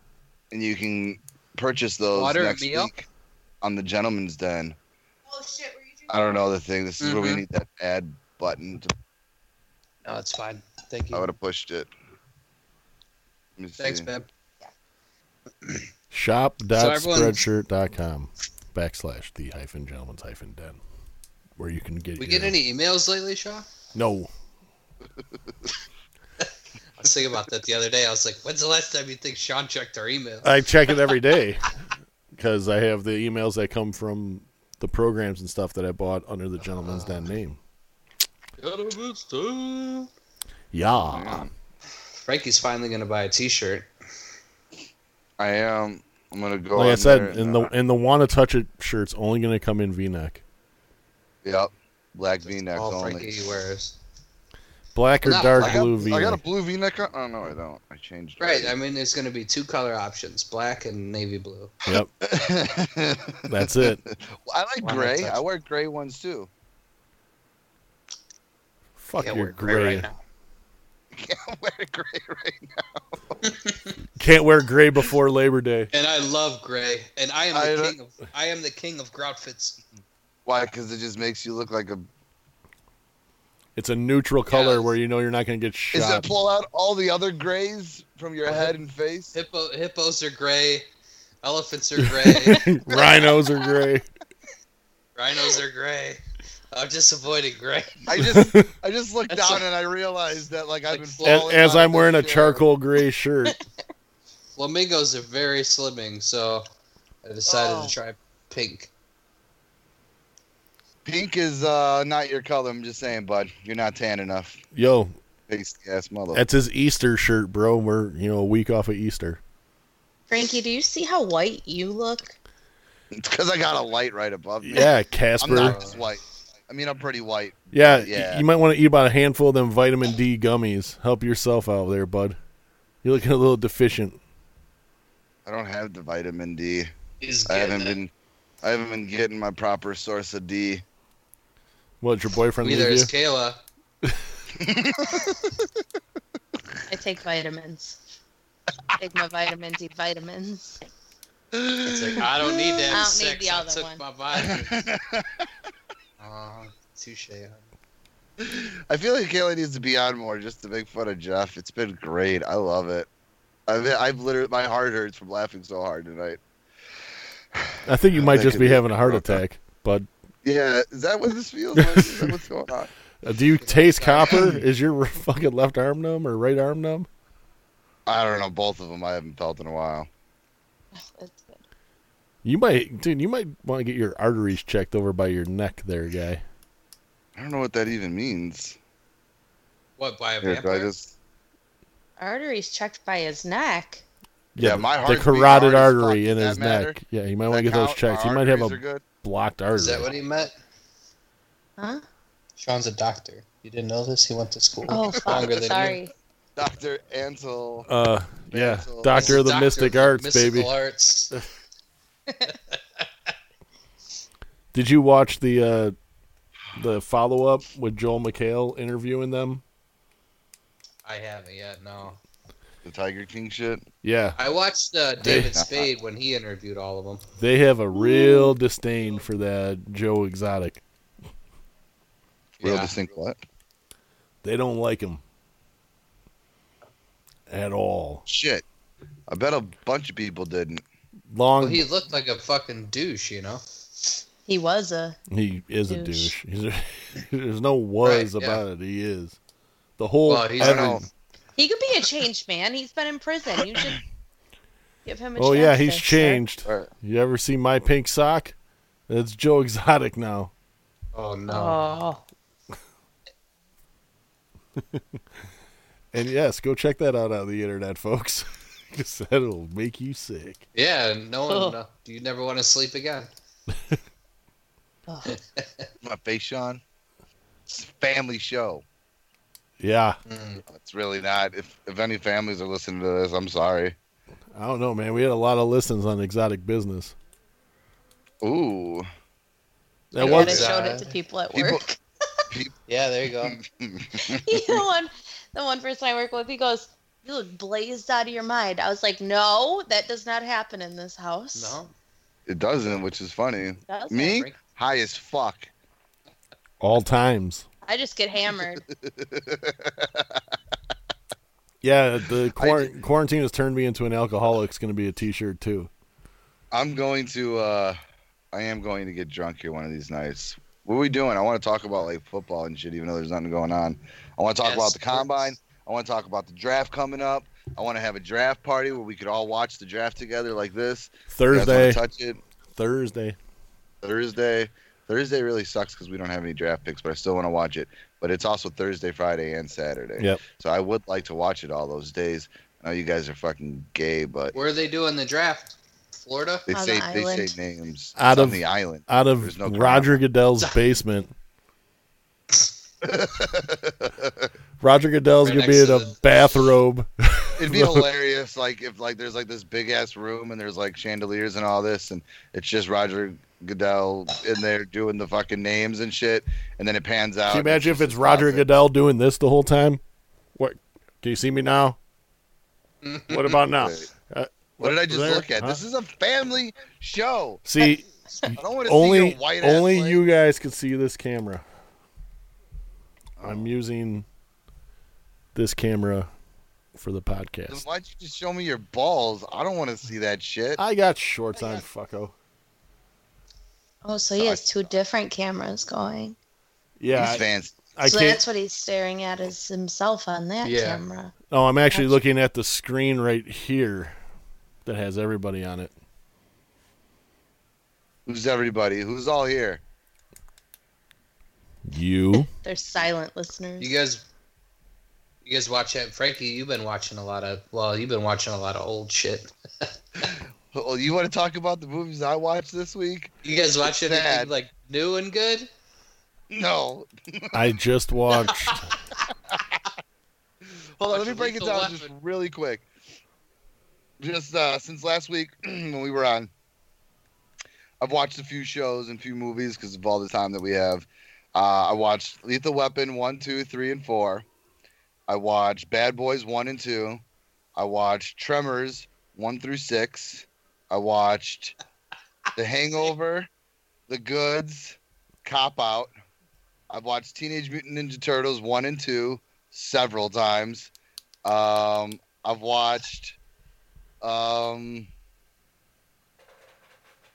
[SPEAKER 2] and you can purchase those
[SPEAKER 4] Water and
[SPEAKER 2] next
[SPEAKER 4] meal?
[SPEAKER 2] week on the Gentleman's Den.
[SPEAKER 3] Oh shit, were you drinking?
[SPEAKER 2] I don't know the thing. This is where we
[SPEAKER 4] Mhm.
[SPEAKER 2] need that ad button. To,
[SPEAKER 4] No, it's fine. Thank
[SPEAKER 2] I
[SPEAKER 4] you.
[SPEAKER 2] would have pushed it. Let me
[SPEAKER 4] Thanks,
[SPEAKER 2] see.
[SPEAKER 4] man.
[SPEAKER 1] Shop.spreadshirt.com backslash the hyphen gentleman's hyphen den. Where you can get
[SPEAKER 4] We
[SPEAKER 1] your-
[SPEAKER 4] get any emails lately, Shaw?
[SPEAKER 1] No.
[SPEAKER 4] I was thinking about that the other day. I was like, when's the last time you think Sean checked our email?
[SPEAKER 1] I check it every day because I have the emails that come from the programs and stuff that I bought under the gentleman's den name. Yeah.
[SPEAKER 4] Frankie's finally gonna buy a T-shirt.
[SPEAKER 2] I am. I'm gonna go.
[SPEAKER 1] Like I
[SPEAKER 2] on there
[SPEAKER 1] said,
[SPEAKER 2] and,
[SPEAKER 1] and the
[SPEAKER 2] uh,
[SPEAKER 1] and the wanna touch it shirt's only gonna come in V neck.
[SPEAKER 2] yep, black V-neck
[SPEAKER 4] All
[SPEAKER 2] only.
[SPEAKER 4] Frankie wears.
[SPEAKER 1] Black or
[SPEAKER 4] Not
[SPEAKER 1] dark
[SPEAKER 4] black.
[SPEAKER 1] blue
[SPEAKER 2] I
[SPEAKER 1] V
[SPEAKER 2] got, I got a
[SPEAKER 1] neck.
[SPEAKER 2] blue V-neck. On. Oh no, I don't. I changed.
[SPEAKER 4] Right. I
[SPEAKER 2] already.
[SPEAKER 4] mean, there's gonna be two color options: black and navy blue.
[SPEAKER 1] Yep. That's it.
[SPEAKER 2] I
[SPEAKER 4] Why
[SPEAKER 2] like
[SPEAKER 4] not
[SPEAKER 2] gray.
[SPEAKER 4] touch
[SPEAKER 2] I
[SPEAKER 4] it?
[SPEAKER 2] wear gray ones too.
[SPEAKER 1] Fuck
[SPEAKER 4] Can't
[SPEAKER 1] your
[SPEAKER 4] wear
[SPEAKER 1] gray.
[SPEAKER 4] gray right now.
[SPEAKER 2] I wear gray right
[SPEAKER 1] Can't wear gray before Labor Day.
[SPEAKER 4] And I love gray. And I am the
[SPEAKER 2] I-
[SPEAKER 4] king of I am the king of groutfits.
[SPEAKER 2] Why? Because it just makes you look like a.
[SPEAKER 1] It's a neutral color
[SPEAKER 4] Yeah.
[SPEAKER 1] where you know you're not gonna get
[SPEAKER 2] Is
[SPEAKER 1] shot.
[SPEAKER 2] it pull out all the other grays from your head and face?
[SPEAKER 4] Hippo hippos are gray. Elephants are gray.
[SPEAKER 1] Rhinos are gray.
[SPEAKER 4] rhinos are gray. I'm just avoiding gray.
[SPEAKER 2] I just I just looked
[SPEAKER 4] That's
[SPEAKER 2] down
[SPEAKER 4] a-
[SPEAKER 2] and I realized that like
[SPEAKER 4] like
[SPEAKER 2] I've been
[SPEAKER 4] fl-
[SPEAKER 1] As,
[SPEAKER 2] falling
[SPEAKER 1] as
[SPEAKER 2] out of
[SPEAKER 1] I'm
[SPEAKER 2] the
[SPEAKER 1] wearing a
[SPEAKER 2] chair.
[SPEAKER 1] charcoal gray shirt.
[SPEAKER 4] Flamingos are very slimming, so I decided
[SPEAKER 2] Oh.
[SPEAKER 4] to try pink.
[SPEAKER 2] Pink is uh not your color. I'm just saying, bud. You're not tan enough.
[SPEAKER 1] Yo,
[SPEAKER 2] Pasty ass mother.
[SPEAKER 1] that's his Easter shirt, bro. We're you know a week off of Easter.
[SPEAKER 3] Frankie, do you see how white you look?
[SPEAKER 2] It's because I got a light right above me.
[SPEAKER 1] Yeah,
[SPEAKER 2] I'm
[SPEAKER 1] Casper.
[SPEAKER 2] not just white. I mean, I'm pretty white.
[SPEAKER 1] Yeah, y-
[SPEAKER 2] Yeah.
[SPEAKER 1] you might want to eat about a handful of them vitamin D gummies. Help yourself out there, bud. You're looking a little deficient.
[SPEAKER 2] I don't have the vitamin D.
[SPEAKER 4] Is
[SPEAKER 2] I haven't been. I haven't been getting my proper source of D.
[SPEAKER 1] What, your boyfriend
[SPEAKER 4] Neither
[SPEAKER 1] leave
[SPEAKER 4] is
[SPEAKER 1] you?
[SPEAKER 4] Kayla.
[SPEAKER 3] I take vitamins. I take my vitamin D vitamins.
[SPEAKER 4] It's like I don't need that. I
[SPEAKER 3] I don't need
[SPEAKER 4] six.
[SPEAKER 3] the
[SPEAKER 4] I
[SPEAKER 3] other
[SPEAKER 4] took
[SPEAKER 3] one.
[SPEAKER 4] my vitamin. Ah, touche.
[SPEAKER 2] I feel like Kayla needs to be on more just to make fun of Jeff. It's been great. I love it. I've, I've literally my heart hurts from laughing so hard tonight.
[SPEAKER 1] I think you might
[SPEAKER 2] That
[SPEAKER 1] just
[SPEAKER 2] could
[SPEAKER 1] be
[SPEAKER 2] be-
[SPEAKER 1] having a heart
[SPEAKER 2] okay.
[SPEAKER 1] attack, bud.
[SPEAKER 2] Yeah, is that what this feels like? Is that what's going on?
[SPEAKER 1] Uh, Do you taste copper? Is your fucking left arm numb or right arm numb?
[SPEAKER 2] I don't know. Both of them I haven't felt in a while.
[SPEAKER 3] That's good.
[SPEAKER 1] You might, dude. You might want to get your arteries checked over by your neck, there, guy.
[SPEAKER 2] I don't know what that even means.
[SPEAKER 4] What by a
[SPEAKER 2] Here, do I
[SPEAKER 4] vampire?
[SPEAKER 2] just
[SPEAKER 3] Arteries checked by his neck.
[SPEAKER 2] Yeah, my
[SPEAKER 1] the-
[SPEAKER 2] heart's
[SPEAKER 1] the
[SPEAKER 2] beat
[SPEAKER 1] carotid
[SPEAKER 2] hard as
[SPEAKER 1] artery
[SPEAKER 2] fuck.
[SPEAKER 1] in
[SPEAKER 2] Does
[SPEAKER 1] his
[SPEAKER 2] that matter?
[SPEAKER 1] neck. Yeah, he might
[SPEAKER 2] Does
[SPEAKER 1] want to
[SPEAKER 2] that
[SPEAKER 1] get those
[SPEAKER 2] count?
[SPEAKER 1] checked. He
[SPEAKER 2] My
[SPEAKER 1] might have
[SPEAKER 2] arteries are
[SPEAKER 1] a
[SPEAKER 2] good.
[SPEAKER 1] blocked artery.
[SPEAKER 4] Is that what he meant?
[SPEAKER 3] Huh?
[SPEAKER 4] Sean's a doctor. You didn't know this? He went to school.
[SPEAKER 3] Oh, fuck.
[SPEAKER 4] Longer than you.
[SPEAKER 3] Sorry.
[SPEAKER 2] Doctor Ansel.
[SPEAKER 1] uh, yeah,
[SPEAKER 2] Mental-
[SPEAKER 1] Doctor of the
[SPEAKER 4] Doctor
[SPEAKER 1] Mystic Arts,
[SPEAKER 4] Mystical
[SPEAKER 1] baby.
[SPEAKER 4] Arts.
[SPEAKER 1] Did you watch the uh, the follow up with Joel McHale interviewing them?
[SPEAKER 4] I haven't yet. No,
[SPEAKER 2] The Tiger King shit.
[SPEAKER 1] Yeah,
[SPEAKER 4] I watched uh, David Spade when he interviewed all of them.
[SPEAKER 1] they have a real disdain for that Joe Exotic.
[SPEAKER 2] Real
[SPEAKER 4] Yeah.
[SPEAKER 2] distinct what?
[SPEAKER 1] They don't like him at all.
[SPEAKER 2] Shit. I bet a bunch of people didn't.
[SPEAKER 1] Long
[SPEAKER 4] Well, he looked like a fucking douche, you know.
[SPEAKER 3] He was a.
[SPEAKER 1] He is a douche.
[SPEAKER 3] Douche.
[SPEAKER 1] He's a, there's no was
[SPEAKER 4] Right, yeah.
[SPEAKER 1] about it. He is. The whole
[SPEAKER 4] Well, he's
[SPEAKER 2] I don't
[SPEAKER 1] every-
[SPEAKER 2] know.
[SPEAKER 3] He could be a changed man. He's been in prison. You should give him a
[SPEAKER 1] Oh
[SPEAKER 3] chance
[SPEAKER 1] yeah, he's
[SPEAKER 3] there, sir.
[SPEAKER 1] changed.
[SPEAKER 2] All right.
[SPEAKER 1] You ever see my pink sock? That's Joe Exotic now.
[SPEAKER 4] Oh no.
[SPEAKER 3] Oh.
[SPEAKER 1] And yes, go check that out on the internet, folks. 'Cause that'll make you sick.
[SPEAKER 4] Yeah, no one.
[SPEAKER 3] Oh.
[SPEAKER 4] no- you never want to sleep again.
[SPEAKER 3] Ugh.
[SPEAKER 2] My face, Sean. It's a family show.
[SPEAKER 1] Yeah.
[SPEAKER 4] Mm.
[SPEAKER 2] It's really not. If if any families are listening to this, I'm sorry.
[SPEAKER 1] I don't know, man. We had a lot of listens on exotic business.
[SPEAKER 2] Ooh.
[SPEAKER 1] That
[SPEAKER 4] Yeah,
[SPEAKER 3] I
[SPEAKER 1] was
[SPEAKER 3] have showed it
[SPEAKER 4] uh,
[SPEAKER 3] to people at
[SPEAKER 2] people-
[SPEAKER 3] work.
[SPEAKER 4] Yeah, there you go.
[SPEAKER 3] the one the one person I work with, he goes, You look blazed out of your mind. I was like, No, that does not happen in this house.
[SPEAKER 4] No.
[SPEAKER 2] It doesn't, which is funny.
[SPEAKER 3] That's
[SPEAKER 2] Me?
[SPEAKER 4] Frank.
[SPEAKER 2] High as fuck.
[SPEAKER 1] all times.
[SPEAKER 3] I just get hammered.
[SPEAKER 1] Yeah, the quar- quarantine has turned me into an alcoholic. It's going to be a T-shirt too.
[SPEAKER 2] I'm going to uh I am going to get drunk here one of these nights. What are we doing? I want to talk about like football and shit, even though there's nothing going on. I want to talk
[SPEAKER 4] Yes,
[SPEAKER 2] about the
[SPEAKER 4] please.
[SPEAKER 2] combine. I want to talk about the draft coming up. I want to have a draft party where we could all watch the draft together like this. You guys
[SPEAKER 1] Thursday,
[SPEAKER 2] wanna touch it
[SPEAKER 1] Thursday.
[SPEAKER 2] Thursday. Thursday really sucks because we don't have any draft picks, but I still want to watch it. But it's also Thursday, Friday, and Saturday.
[SPEAKER 1] Yep.
[SPEAKER 2] So I would like to watch it all those days. I know you guys are fucking gay, but
[SPEAKER 4] Where are they doing the draft? Florida.
[SPEAKER 2] they
[SPEAKER 3] On
[SPEAKER 2] say
[SPEAKER 3] the
[SPEAKER 2] they say
[SPEAKER 3] island.
[SPEAKER 2] names
[SPEAKER 1] Out
[SPEAKER 2] It's
[SPEAKER 1] of-
[SPEAKER 2] on the island.
[SPEAKER 1] Out of
[SPEAKER 2] There's no
[SPEAKER 1] Roger Goodell's basement. Roger Goodell's
[SPEAKER 4] Right
[SPEAKER 1] gonna be
[SPEAKER 4] next
[SPEAKER 1] in
[SPEAKER 4] to
[SPEAKER 1] a
[SPEAKER 4] the- Oh,
[SPEAKER 1] bathrobe.
[SPEAKER 2] It'd be hilarious, like if like there's like this big ass room and there's like chandeliers and all this, and it's just Roger Goodell in there doing the fucking names and shit, and then it pans out.
[SPEAKER 1] Can you
[SPEAKER 2] and
[SPEAKER 1] imagine if
[SPEAKER 2] just
[SPEAKER 1] it's
[SPEAKER 2] his
[SPEAKER 1] Roger
[SPEAKER 2] closet.
[SPEAKER 1] Goodell doing this the whole time? What? Do you see me now? What about now?
[SPEAKER 2] Wait.
[SPEAKER 1] Uh,
[SPEAKER 2] What did I just
[SPEAKER 1] there?
[SPEAKER 2] look at?
[SPEAKER 1] Huh?
[SPEAKER 2] This is a family show.
[SPEAKER 1] See,
[SPEAKER 2] I don't want to see
[SPEAKER 1] only
[SPEAKER 2] your white ass
[SPEAKER 1] only
[SPEAKER 2] leg.
[SPEAKER 1] you guys can see this camera. I'm using this camera for the
[SPEAKER 2] Then
[SPEAKER 1] podcast.
[SPEAKER 2] why'd you just show me your balls? I don't want to see that shit.
[SPEAKER 1] I got shorts on, fucko.
[SPEAKER 3] Oh, so he has two different cameras going.
[SPEAKER 1] Yeah,
[SPEAKER 2] He's
[SPEAKER 1] I,
[SPEAKER 2] fancy.
[SPEAKER 1] I
[SPEAKER 3] so
[SPEAKER 1] can't.
[SPEAKER 3] that's what he's staring at is himself on that
[SPEAKER 4] Yeah.
[SPEAKER 3] camera.
[SPEAKER 1] No, Oh, I'm actually looking at the screen right here that has everybody on it.
[SPEAKER 2] Who's everybody? Who's all here?
[SPEAKER 1] You.
[SPEAKER 3] They're silent listeners.
[SPEAKER 4] You guys. You guys watch it, Frankie. You've been watching a lot of. Well, you've been watching a lot of old shit.
[SPEAKER 2] Oh, you want to talk about the movies I watched this week?
[SPEAKER 4] You guys watch
[SPEAKER 2] It's
[SPEAKER 4] anything
[SPEAKER 2] sad.
[SPEAKER 4] like new and good?
[SPEAKER 2] No.
[SPEAKER 1] I just watched.
[SPEAKER 2] Hold on,
[SPEAKER 4] Watch
[SPEAKER 2] let me break it
[SPEAKER 4] Lethal
[SPEAKER 2] down
[SPEAKER 4] Weapon.
[SPEAKER 2] just really quick. Just uh, since last week when we were on, I've watched a few shows and few movies because of all the time that we have. Uh, I watched Lethal Weapon 1, 2, 3, and 4. I watched Bad Boys 1 and 2. I watched Tremors 1 through 6. I watched The Hangover, The Goods, Cop Out. I've watched Teenage Mutant Ninja Turtles 1 and 2 several times. Um, I've watched. Um,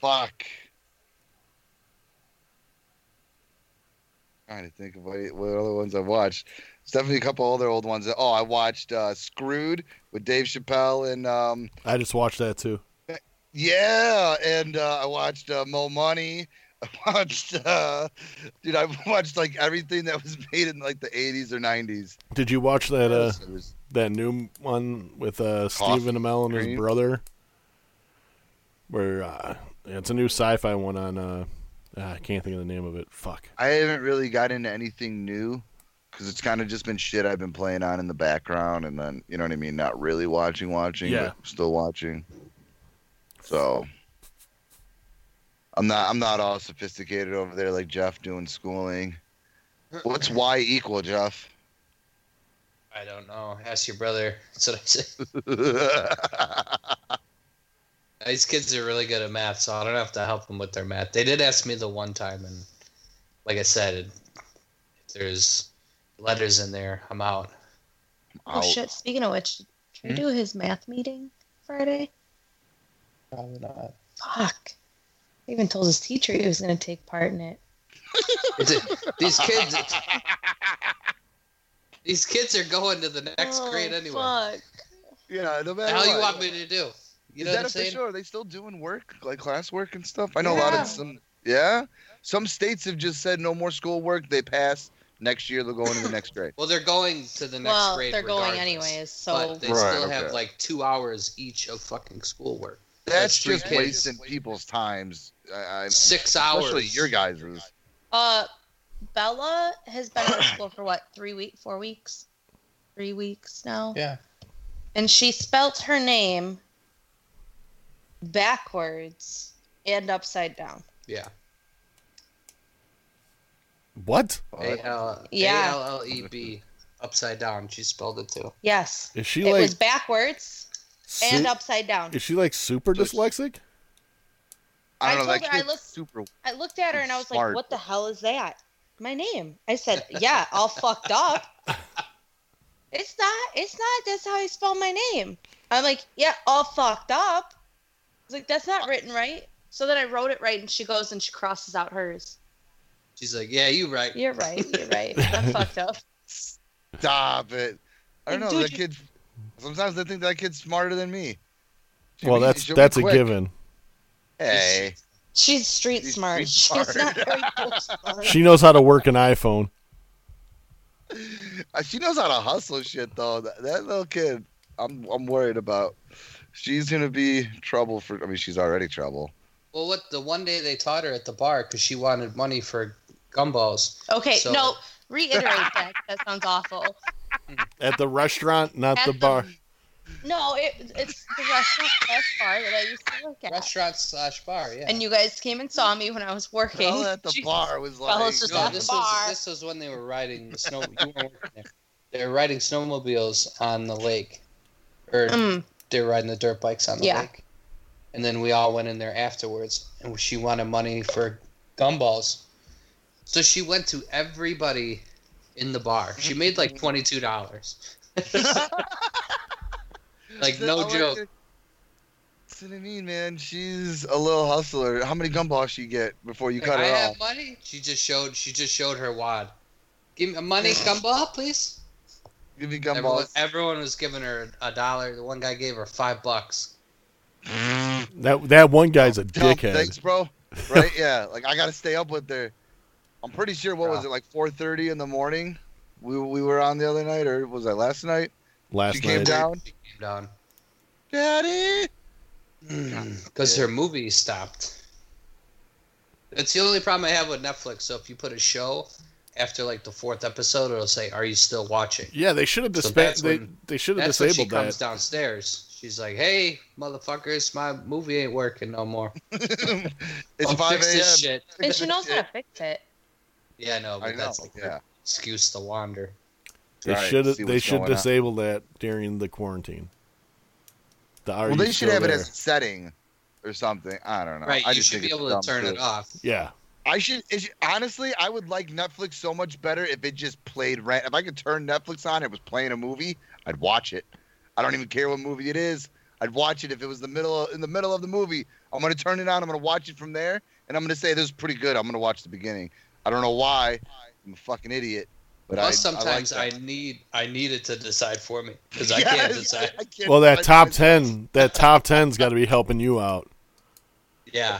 [SPEAKER 2] fuck. Trying to think of what, what other ones I've watched. There's definitely a couple other old ones. Oh, I watched uh, Screwed with Dave Chappelle and um,
[SPEAKER 1] I just watched that too.
[SPEAKER 2] yeah, and uh, I watched uh, Mo Money. I watched, uh, dude, I watched like everything that was made in like the 80s or 90s.
[SPEAKER 1] Did you watch that? Uh,
[SPEAKER 2] It was-
[SPEAKER 1] that new one with uh,
[SPEAKER 2] Cough
[SPEAKER 1] Stephen Amell and his
[SPEAKER 2] Cream?
[SPEAKER 1] brother. Where uh, it's a new sci-fi one on. Uh, ah, I can't think of the name of it. Fuck.
[SPEAKER 2] I haven't really got into anything new because it's kind of just been shit I've been playing on in the background, and then you know what I mean. Not really watching, watching,
[SPEAKER 1] Yeah.
[SPEAKER 2] but still watching. So I'm not I'm not all sophisticated over there like Jeff doing schooling. What's y equal, Jeff?
[SPEAKER 4] I don't know. Ask your brother. That's what I said. These kids are really good at math, so I don't have to help them with their math. They did ask me the one time, and like I said, it- if there's letters in there, I'm out.
[SPEAKER 3] Oh, shit! Speaking of which,
[SPEAKER 4] Hmm?
[SPEAKER 3] can we do his math meeting Friday?
[SPEAKER 4] Probably not.
[SPEAKER 3] Fuck! I even told his teacher he was going to take part in it.
[SPEAKER 4] It's a- these kids. These kids are going to the next
[SPEAKER 3] Oh,
[SPEAKER 4] grade anyway.
[SPEAKER 3] Fuck.
[SPEAKER 2] Yeah, no
[SPEAKER 4] The
[SPEAKER 2] matter
[SPEAKER 4] hell you
[SPEAKER 2] what.
[SPEAKER 4] want me to do? You know what
[SPEAKER 2] Is that
[SPEAKER 4] I'm saying?
[SPEAKER 2] official? Are they still doing work, like classwork and stuff? I know a lot
[SPEAKER 3] Yeah.
[SPEAKER 2] of some. Yeah, some states have just said no more schoolwork. They pass next year. They'll go into the next grade.
[SPEAKER 4] Well, they're going to the next
[SPEAKER 3] Well,
[SPEAKER 4] grade.
[SPEAKER 3] they're going
[SPEAKER 4] regardless,
[SPEAKER 3] anyways, so
[SPEAKER 4] But they
[SPEAKER 2] Right,
[SPEAKER 4] still
[SPEAKER 2] okay.
[SPEAKER 4] have like two hours each of fucking schoolwork.
[SPEAKER 2] That's
[SPEAKER 4] That's three
[SPEAKER 2] just
[SPEAKER 4] kids.
[SPEAKER 2] wasting people's times. I, I,
[SPEAKER 4] Six hours.
[SPEAKER 2] especially your guys's.
[SPEAKER 3] Uh, Bella has been out of school for what, three week, four weeks, three weeks now,
[SPEAKER 4] Yeah.
[SPEAKER 3] and she spelt her name backwards and upside down.
[SPEAKER 4] Yeah.
[SPEAKER 1] What
[SPEAKER 2] uh,
[SPEAKER 4] A L
[SPEAKER 3] Yeah.
[SPEAKER 4] A L L E B. Upside down. She spelled it too.
[SPEAKER 3] Yes,
[SPEAKER 1] is she
[SPEAKER 3] it
[SPEAKER 1] like?
[SPEAKER 3] was backwards
[SPEAKER 1] su-
[SPEAKER 3] and upside down.
[SPEAKER 1] Is she like super
[SPEAKER 2] Just-
[SPEAKER 1] dyslexic?
[SPEAKER 2] I don't
[SPEAKER 3] I
[SPEAKER 2] know. That
[SPEAKER 3] told her I
[SPEAKER 2] kid's
[SPEAKER 3] looked-
[SPEAKER 2] super.
[SPEAKER 3] I looked at her and I was
[SPEAKER 2] Smart.
[SPEAKER 3] like, "What the hell is that? My name?" I said, "Yeah, all fucked up." It's not. It's not. That's how I spell my name. I'm like, "Yeah, all fucked up." I was like, "That's not written right." So then I wrote it right, and she goes and she crosses out hers.
[SPEAKER 4] She's like, yeah, you right.
[SPEAKER 3] You're right. You're right. I'm fucked up.
[SPEAKER 2] Stop it. I don't know.
[SPEAKER 3] Like, dude,
[SPEAKER 2] That
[SPEAKER 3] you-
[SPEAKER 2] kid. Sometimes I think that kid's smarter than me. She
[SPEAKER 1] Well,
[SPEAKER 2] be-
[SPEAKER 1] that's
[SPEAKER 2] she'll be
[SPEAKER 1] that's a
[SPEAKER 2] quick.
[SPEAKER 1] given.
[SPEAKER 2] Hey,
[SPEAKER 3] She's street
[SPEAKER 2] She's
[SPEAKER 3] smart.
[SPEAKER 2] street
[SPEAKER 3] She's
[SPEAKER 2] smart.
[SPEAKER 3] not very book smart.
[SPEAKER 1] She knows how to work an iPhone.
[SPEAKER 2] Uh, she knows how to hustle shit though. That, that little kid, I'm I'm worried about. She's gonna be trouble for. I mean, she's already trouble.
[SPEAKER 4] Well, what the one day they taught her at the bar because she wanted money for gumballs.
[SPEAKER 3] Okay,
[SPEAKER 4] So-
[SPEAKER 3] no. Reiterate that. That sounds awful.
[SPEAKER 1] At the restaurant, not
[SPEAKER 3] At
[SPEAKER 1] the
[SPEAKER 3] the-
[SPEAKER 1] bar.
[SPEAKER 3] No, it, it's the restaurant slash bar that I used to work at.
[SPEAKER 4] Restaurant slash bar. Yeah.
[SPEAKER 3] and you guys came and saw me when I was working.
[SPEAKER 2] Well, at the
[SPEAKER 3] Jesus.
[SPEAKER 2] bar was like.
[SPEAKER 3] Fellas just
[SPEAKER 4] No,
[SPEAKER 3] at the
[SPEAKER 4] this
[SPEAKER 3] bar.
[SPEAKER 4] was this was when they were riding the snow. you weren't working there. They were riding snowmobiles on the lake, or
[SPEAKER 3] Mm,
[SPEAKER 4] they were riding the dirt bikes on the
[SPEAKER 3] Yeah.
[SPEAKER 4] lake. And then we all went in there afterwards, and she wanted money for gumballs. So she went to everybody in the bar.
[SPEAKER 3] Mm-hmm.
[SPEAKER 4] She made like twenty two dollars. like
[SPEAKER 2] The-
[SPEAKER 4] no
[SPEAKER 2] I
[SPEAKER 4] joke.
[SPEAKER 2] like That's what I mean, man. She's a little hustler. How many gumballs she get before you
[SPEAKER 4] Like,
[SPEAKER 2] cut
[SPEAKER 4] I
[SPEAKER 2] her
[SPEAKER 4] have
[SPEAKER 2] off?
[SPEAKER 4] money. She just showed. She just showed her wad. Give me money, gumball, please.
[SPEAKER 2] Give me
[SPEAKER 4] Everyone,
[SPEAKER 2] gumballs.
[SPEAKER 4] everyone was giving her a dollar. The one guy gave her five bucks.
[SPEAKER 1] That that one guy's a
[SPEAKER 2] Tell 'em,
[SPEAKER 1] dickhead.
[SPEAKER 2] Thanks, bro. Right? Yeah. Like I gotta stay up with her. I'm pretty sure. What was it? Like 4:30 in the morning. We we were on the other night, or was that last night?
[SPEAKER 1] Last
[SPEAKER 2] she came
[SPEAKER 1] night.
[SPEAKER 2] down.
[SPEAKER 4] She came down
[SPEAKER 2] Daddy. Hmm.
[SPEAKER 4] because her movie stopped. That's the only problem I have with Netflix. So if you put a show after like the fourth episode, it'll say, "Are you still watching?"
[SPEAKER 1] Yeah, they should have
[SPEAKER 4] So
[SPEAKER 1] dispa-
[SPEAKER 4] that's
[SPEAKER 1] they,
[SPEAKER 4] when-
[SPEAKER 1] they should have
[SPEAKER 4] That's when she
[SPEAKER 1] disabled
[SPEAKER 4] comes
[SPEAKER 1] that.
[SPEAKER 4] downstairs. She's like, "Hey, motherfuckers, my movie ain't working no more.
[SPEAKER 2] it's
[SPEAKER 4] Don't
[SPEAKER 2] 5
[SPEAKER 4] fix this
[SPEAKER 2] a.m.
[SPEAKER 4] shit."
[SPEAKER 3] and she knows how to fix it.
[SPEAKER 4] Yeah, no,
[SPEAKER 2] I
[SPEAKER 4] but
[SPEAKER 2] know.
[SPEAKER 4] that's like
[SPEAKER 2] Yeah.
[SPEAKER 4] her excuse to wander.
[SPEAKER 1] They
[SPEAKER 2] Right,
[SPEAKER 1] should
[SPEAKER 2] see
[SPEAKER 1] they
[SPEAKER 2] what's
[SPEAKER 1] should
[SPEAKER 2] going on.
[SPEAKER 1] disable that during the quarantine. The are
[SPEAKER 2] Well,
[SPEAKER 1] you
[SPEAKER 2] they should
[SPEAKER 1] still
[SPEAKER 2] have it
[SPEAKER 1] there?
[SPEAKER 2] as a setting or something. I don't know.
[SPEAKER 4] right,
[SPEAKER 2] I
[SPEAKER 4] you
[SPEAKER 2] just
[SPEAKER 4] should
[SPEAKER 2] think
[SPEAKER 4] be
[SPEAKER 2] it's
[SPEAKER 4] able to
[SPEAKER 2] dumb
[SPEAKER 4] turn
[SPEAKER 2] shit.
[SPEAKER 4] it off.
[SPEAKER 1] yeah.
[SPEAKER 2] I should, it should honestly. I would like Netflix so much better if it just played rent. If I could turn Netflix on, it was playing a movie. I'd watch it. I don't even care what movie it is. I'd watch it if it was the middle in the middle of the movie. I'm gonna turn it on. I'm gonna watch it from there, and I'm gonna say this is pretty good. I'm gonna watch the beginning. I don't know why. I'm a fucking idiot. But I,
[SPEAKER 4] Plus, sometimes
[SPEAKER 2] I,
[SPEAKER 4] I,
[SPEAKER 2] like that.
[SPEAKER 4] need I need it to decide for me because I
[SPEAKER 2] Yes,
[SPEAKER 4] can't decide.
[SPEAKER 2] I can't
[SPEAKER 1] Well, that
[SPEAKER 2] decide
[SPEAKER 1] top
[SPEAKER 2] myself.
[SPEAKER 1] 10, that top 10's got to be helping you out.
[SPEAKER 4] Yeah,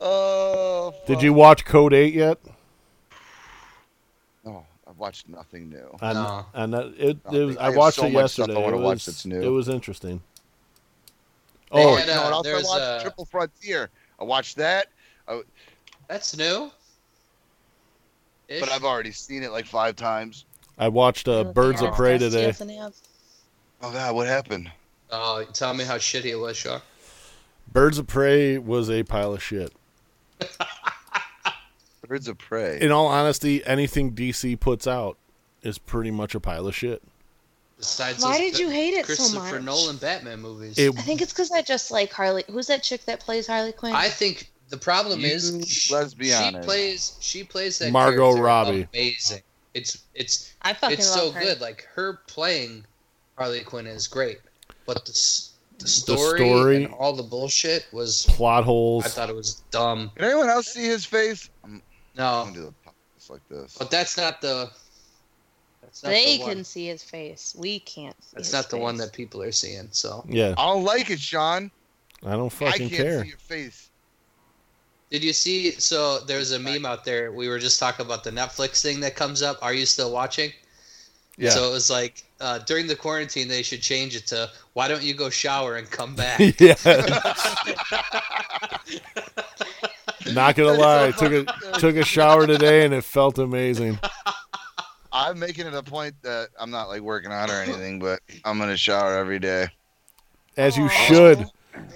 [SPEAKER 2] Oh.
[SPEAKER 1] Did
[SPEAKER 2] fuck.
[SPEAKER 1] you watch Code 8 yet?
[SPEAKER 2] No, I'm Oh, watched nothing new.
[SPEAKER 1] on,
[SPEAKER 4] No.
[SPEAKER 1] on that, it,
[SPEAKER 2] No,
[SPEAKER 1] it was,
[SPEAKER 2] they
[SPEAKER 1] I
[SPEAKER 2] have
[SPEAKER 1] watched
[SPEAKER 2] so
[SPEAKER 1] it
[SPEAKER 2] much stuff
[SPEAKER 1] yesterday.
[SPEAKER 2] I wanna
[SPEAKER 1] it
[SPEAKER 2] watch
[SPEAKER 1] was,
[SPEAKER 2] that's new.
[SPEAKER 1] It was interesting.
[SPEAKER 4] They
[SPEAKER 1] Oh,
[SPEAKER 2] you
[SPEAKER 4] had,
[SPEAKER 2] know
[SPEAKER 4] uh,
[SPEAKER 2] what else I
[SPEAKER 4] there's,
[SPEAKER 2] watched?
[SPEAKER 4] uh,
[SPEAKER 2] Triple Frontier. I watched that,
[SPEAKER 4] That's new. Ish.
[SPEAKER 2] but I've already seen it like five times.
[SPEAKER 1] I watched uh, Birds of Prey today.
[SPEAKER 2] Oh God, what happened?
[SPEAKER 4] Oh, tell me how shitty it was, Shaw.
[SPEAKER 1] Birds of Prey was a pile of shit.
[SPEAKER 2] Birds of Prey.
[SPEAKER 1] In all honesty, anything DC puts out is pretty much a pile of shit.
[SPEAKER 4] Besides
[SPEAKER 3] Why
[SPEAKER 4] those
[SPEAKER 3] did you
[SPEAKER 4] Ba-
[SPEAKER 3] hate it so
[SPEAKER 4] Christopher
[SPEAKER 3] much?
[SPEAKER 4] Nolan Batman movies.
[SPEAKER 1] It
[SPEAKER 3] I think it's because I just like Harley. Who's that chick that plays Harley Quinn?
[SPEAKER 4] I think the problem is
[SPEAKER 2] You
[SPEAKER 4] sh- she
[SPEAKER 2] lesbian.
[SPEAKER 4] plays she plays that
[SPEAKER 1] Margot
[SPEAKER 4] character
[SPEAKER 1] Robbie.
[SPEAKER 4] amazing. It's it's
[SPEAKER 3] I fucking
[SPEAKER 4] it's
[SPEAKER 3] love
[SPEAKER 4] so
[SPEAKER 3] her.
[SPEAKER 4] good. Like her playing Harley Quinn is great, but the s- the story,
[SPEAKER 1] story-
[SPEAKER 4] and all the bullshit was
[SPEAKER 1] Plot holes.
[SPEAKER 4] I thought it was dumb.
[SPEAKER 2] Can anyone else see his face? I'm, I'm
[SPEAKER 4] No,
[SPEAKER 2] gonna do the podcast like this.
[SPEAKER 4] but that's not the that's not
[SPEAKER 3] They
[SPEAKER 4] the
[SPEAKER 3] can
[SPEAKER 4] one.
[SPEAKER 3] see his face. We can't. See
[SPEAKER 4] That's
[SPEAKER 3] his
[SPEAKER 4] not the one
[SPEAKER 3] face.
[SPEAKER 4] that people are seeing. So
[SPEAKER 1] yeah,
[SPEAKER 2] I don't like it, Sean.
[SPEAKER 1] I don't
[SPEAKER 2] I
[SPEAKER 1] fucking
[SPEAKER 2] can't
[SPEAKER 1] care.
[SPEAKER 2] see your face.
[SPEAKER 4] Did you see? So there's a meme out there. We were just talking about the Netflix thing that comes up. Are you still watching?
[SPEAKER 1] Yeah.
[SPEAKER 4] So it was like uh, during the quarantine, they should change it to "Why don't you go shower and come back?"
[SPEAKER 1] yeah. Not gonna lie, took a took a shower today and it felt amazing.
[SPEAKER 2] I'm making it a point that I'm not like working out or anything, but I'm gonna shower every day.
[SPEAKER 1] As you
[SPEAKER 3] Aw.
[SPEAKER 1] should,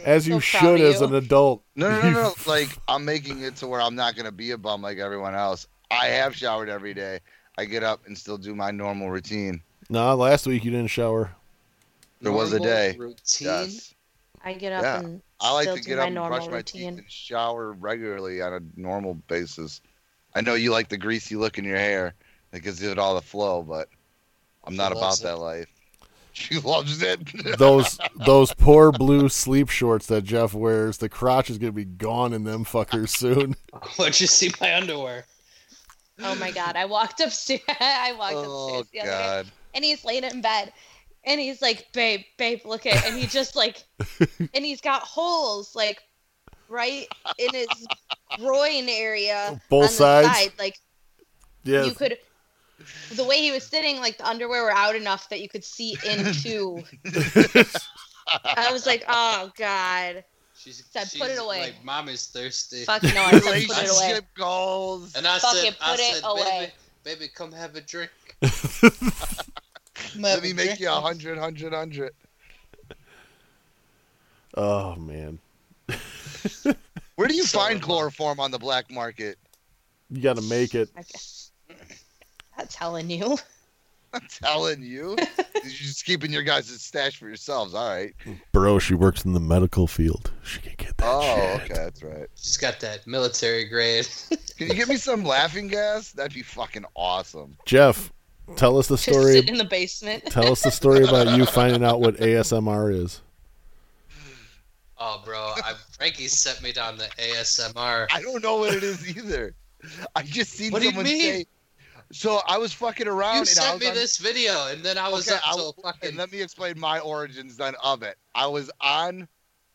[SPEAKER 1] as
[SPEAKER 3] Oh, So
[SPEAKER 1] you
[SPEAKER 3] proud
[SPEAKER 1] should
[SPEAKER 3] of
[SPEAKER 1] as
[SPEAKER 3] you.
[SPEAKER 1] an adult.
[SPEAKER 2] No, no, no, no. like I'm making it to where I'm not gonna be a bum like everyone else. I have showered every day. I get up and still do my normal routine.
[SPEAKER 1] Nah, last week you didn't shower.
[SPEAKER 2] There was a
[SPEAKER 4] Normal
[SPEAKER 2] day.
[SPEAKER 4] routine.
[SPEAKER 2] Yes.
[SPEAKER 3] I get up
[SPEAKER 2] Yeah.
[SPEAKER 3] and
[SPEAKER 2] I like
[SPEAKER 3] still
[SPEAKER 2] to
[SPEAKER 3] do
[SPEAKER 2] get
[SPEAKER 3] my
[SPEAKER 2] up and
[SPEAKER 3] normal
[SPEAKER 2] brush my
[SPEAKER 3] routine.
[SPEAKER 2] teeth and shower regularly on a normal basis. I know you like the greasy look in your hair that gives it all the flow, but I'm
[SPEAKER 4] She
[SPEAKER 2] not about
[SPEAKER 4] loves it.
[SPEAKER 2] that life. She loves it.
[SPEAKER 1] Those those poor blue sleep shorts that Jeff wears, the crotch is gonna be gone in them fuckers soon.
[SPEAKER 4] Why'd you see my underwear?
[SPEAKER 3] Oh my god! I walked upstairs. I walked
[SPEAKER 2] oh
[SPEAKER 3] upstairs the other day.
[SPEAKER 2] God!
[SPEAKER 3] and he's laying in bed and he's like babe babe look at and he just like and he's got holes like right in his groin area
[SPEAKER 1] Both
[SPEAKER 3] on the
[SPEAKER 1] sides?
[SPEAKER 3] side like
[SPEAKER 1] Yeah.
[SPEAKER 3] you could the way he was sitting like the underwear were out enough that you could see into i was like oh god
[SPEAKER 4] She's,
[SPEAKER 3] Said, "Put it
[SPEAKER 4] she's
[SPEAKER 3] away."
[SPEAKER 4] Like mom is thirsty.
[SPEAKER 3] fuck no i said put it away
[SPEAKER 2] Relationship goals.
[SPEAKER 4] And I
[SPEAKER 3] Fuck
[SPEAKER 4] said,
[SPEAKER 3] it,
[SPEAKER 4] I
[SPEAKER 3] put it
[SPEAKER 4] said,
[SPEAKER 3] away.
[SPEAKER 4] Baby, baby, come have a drink.
[SPEAKER 2] Let me make you a hundred, hundred, hundred.
[SPEAKER 1] oh man.
[SPEAKER 2] Where do you
[SPEAKER 4] So
[SPEAKER 2] find
[SPEAKER 4] am I.
[SPEAKER 2] chloroform on the black market?
[SPEAKER 1] You gotta make it.
[SPEAKER 3] I guess. not telling you
[SPEAKER 2] I'm telling you. You're just keeping your guys' stash for yourselves. All right.
[SPEAKER 1] Bro, she works in the medical field. She can get that
[SPEAKER 2] Oh,
[SPEAKER 1] shit.
[SPEAKER 2] okay. That's right.
[SPEAKER 4] She's got that military grade.
[SPEAKER 2] Can you get me some laughing gas? That'd be fucking awesome.
[SPEAKER 1] Jeff, tell us the
[SPEAKER 3] just
[SPEAKER 1] story
[SPEAKER 3] sit in the basement
[SPEAKER 1] tell us the story about you finding out what ASMR is.
[SPEAKER 4] Oh, bro, I, Frankie sent me down the ASMR.
[SPEAKER 2] I don't know what it is either. I just seen
[SPEAKER 4] What do you
[SPEAKER 2] someone
[SPEAKER 4] mean?
[SPEAKER 2] say. So I was fucking around.
[SPEAKER 4] You
[SPEAKER 2] and I
[SPEAKER 4] sent
[SPEAKER 2] was
[SPEAKER 4] me
[SPEAKER 2] on-
[SPEAKER 4] this video, and then I was
[SPEAKER 2] Okay,
[SPEAKER 4] up
[SPEAKER 2] I
[SPEAKER 4] till
[SPEAKER 2] will-
[SPEAKER 4] fucking.
[SPEAKER 2] And let me explain my origins then of it. I was on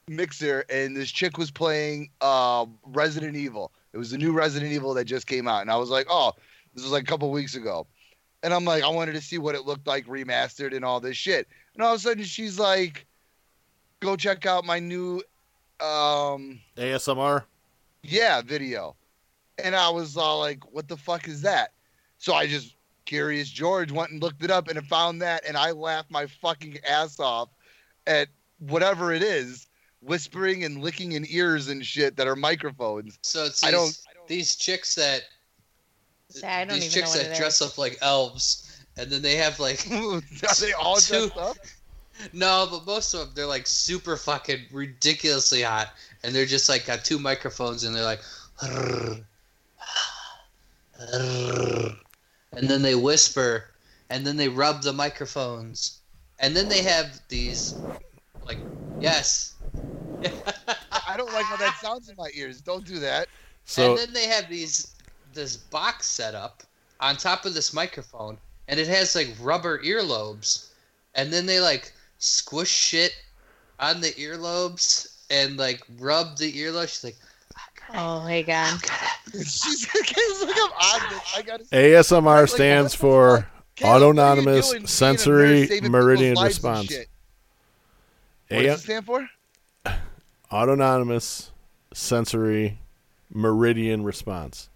[SPEAKER 2] Mixer and this chick was playing uh, Resident Evil. It was the new Resident Evil that just came out, and I was like, oh, this was like a couple weeks ago, and I'm like, I wanted to see what it looked like remastered and all this shit, and all of a sudden she's like, go check out my new, um,
[SPEAKER 1] ASMR?
[SPEAKER 2] yeah, video, and I was all like, what the fuck is that? So I just Curious George went and looked it up and found that, and I laughed my fucking ass off at whatever it is, whispering and licking in ears and shit that are microphones.
[SPEAKER 4] So it's
[SPEAKER 2] I
[SPEAKER 4] these,
[SPEAKER 2] don't-
[SPEAKER 4] these chicks that
[SPEAKER 3] i don't
[SPEAKER 4] these
[SPEAKER 3] even know
[SPEAKER 4] chicks
[SPEAKER 3] what
[SPEAKER 4] that
[SPEAKER 3] it is
[SPEAKER 4] dress up like elves, and then they have like
[SPEAKER 2] are they all
[SPEAKER 4] Two-
[SPEAKER 2] dressed up?
[SPEAKER 4] no, but most of them they're like super fucking ridiculously hot, and they're just like got two microphones, and they're like, and then they whisper, and then they rub the microphones, and then they have these like yes.
[SPEAKER 2] I don't like how that sounds in my ears. Don't do that.
[SPEAKER 1] So
[SPEAKER 4] and then they have these this box set up on top of this microphone, and it has like rubber earlobes, and then they like squish shit on the earlobes and like rub the earlobes. She's like, I got
[SPEAKER 3] Oh my god.
[SPEAKER 2] She's kids, look up on this. I gotta see.
[SPEAKER 1] ASMR
[SPEAKER 2] Like,
[SPEAKER 1] stands
[SPEAKER 2] what the fuck?
[SPEAKER 1] for
[SPEAKER 2] Kids, what are you
[SPEAKER 1] Autonomous
[SPEAKER 2] doing being a nurse
[SPEAKER 1] Sensory
[SPEAKER 2] saving people's
[SPEAKER 1] Meridian
[SPEAKER 2] lives and
[SPEAKER 1] Response.
[SPEAKER 2] shit? What
[SPEAKER 1] A-
[SPEAKER 2] does it stand for?
[SPEAKER 1] Autonomous Sensory Meridian Response.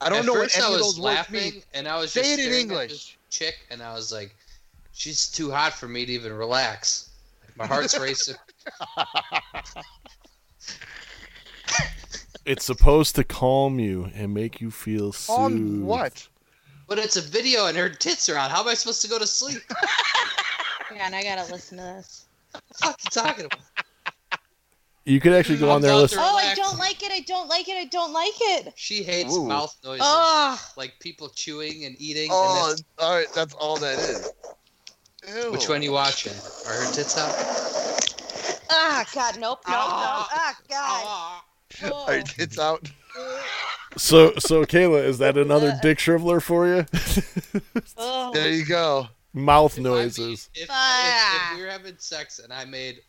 [SPEAKER 2] I don't
[SPEAKER 4] At
[SPEAKER 2] know what
[SPEAKER 4] first
[SPEAKER 2] any
[SPEAKER 4] I
[SPEAKER 2] of
[SPEAKER 4] was
[SPEAKER 2] those words
[SPEAKER 4] laughing,
[SPEAKER 2] mean.
[SPEAKER 4] and I was
[SPEAKER 2] Say
[SPEAKER 4] just
[SPEAKER 2] it in
[SPEAKER 4] staring at
[SPEAKER 2] English.
[SPEAKER 4] this chick, and I was like, "She's too hot for me to even relax." My heart's racing.
[SPEAKER 1] It's supposed to calm you and make you feel soothed.
[SPEAKER 2] On what?
[SPEAKER 4] But it's a video, and her tits are on. How am I supposed to go to sleep? What
[SPEAKER 3] Hang on, I gotta listen to this.
[SPEAKER 4] the fuck you talking about?
[SPEAKER 1] You could actually go
[SPEAKER 4] I'm
[SPEAKER 1] on there and
[SPEAKER 4] not
[SPEAKER 1] listen.
[SPEAKER 4] They're
[SPEAKER 3] Oh, I
[SPEAKER 4] relaxing.
[SPEAKER 3] don't like it. I don't like it. I don't like it.
[SPEAKER 4] She hates
[SPEAKER 2] Ooh. Ah.
[SPEAKER 4] mouth noises,
[SPEAKER 3] Ugh.
[SPEAKER 4] like people chewing and eating.
[SPEAKER 2] Oh,
[SPEAKER 4] and
[SPEAKER 2] all right. That's all that is. Ew.
[SPEAKER 4] that's, which one you watching? Are her tits out?
[SPEAKER 3] Ah, God, nope, nope,
[SPEAKER 4] Ah.
[SPEAKER 3] nope. Ah, God.
[SPEAKER 2] All right, it's out. Ah.
[SPEAKER 1] So, so Kayla, is that another
[SPEAKER 3] Uh,
[SPEAKER 1] dick shriveler for you?
[SPEAKER 3] Oh.
[SPEAKER 2] There you go.
[SPEAKER 1] Mouth
[SPEAKER 4] If I
[SPEAKER 1] noises.
[SPEAKER 4] made- If, if,
[SPEAKER 3] Fuck.
[SPEAKER 4] if we were having sex and I made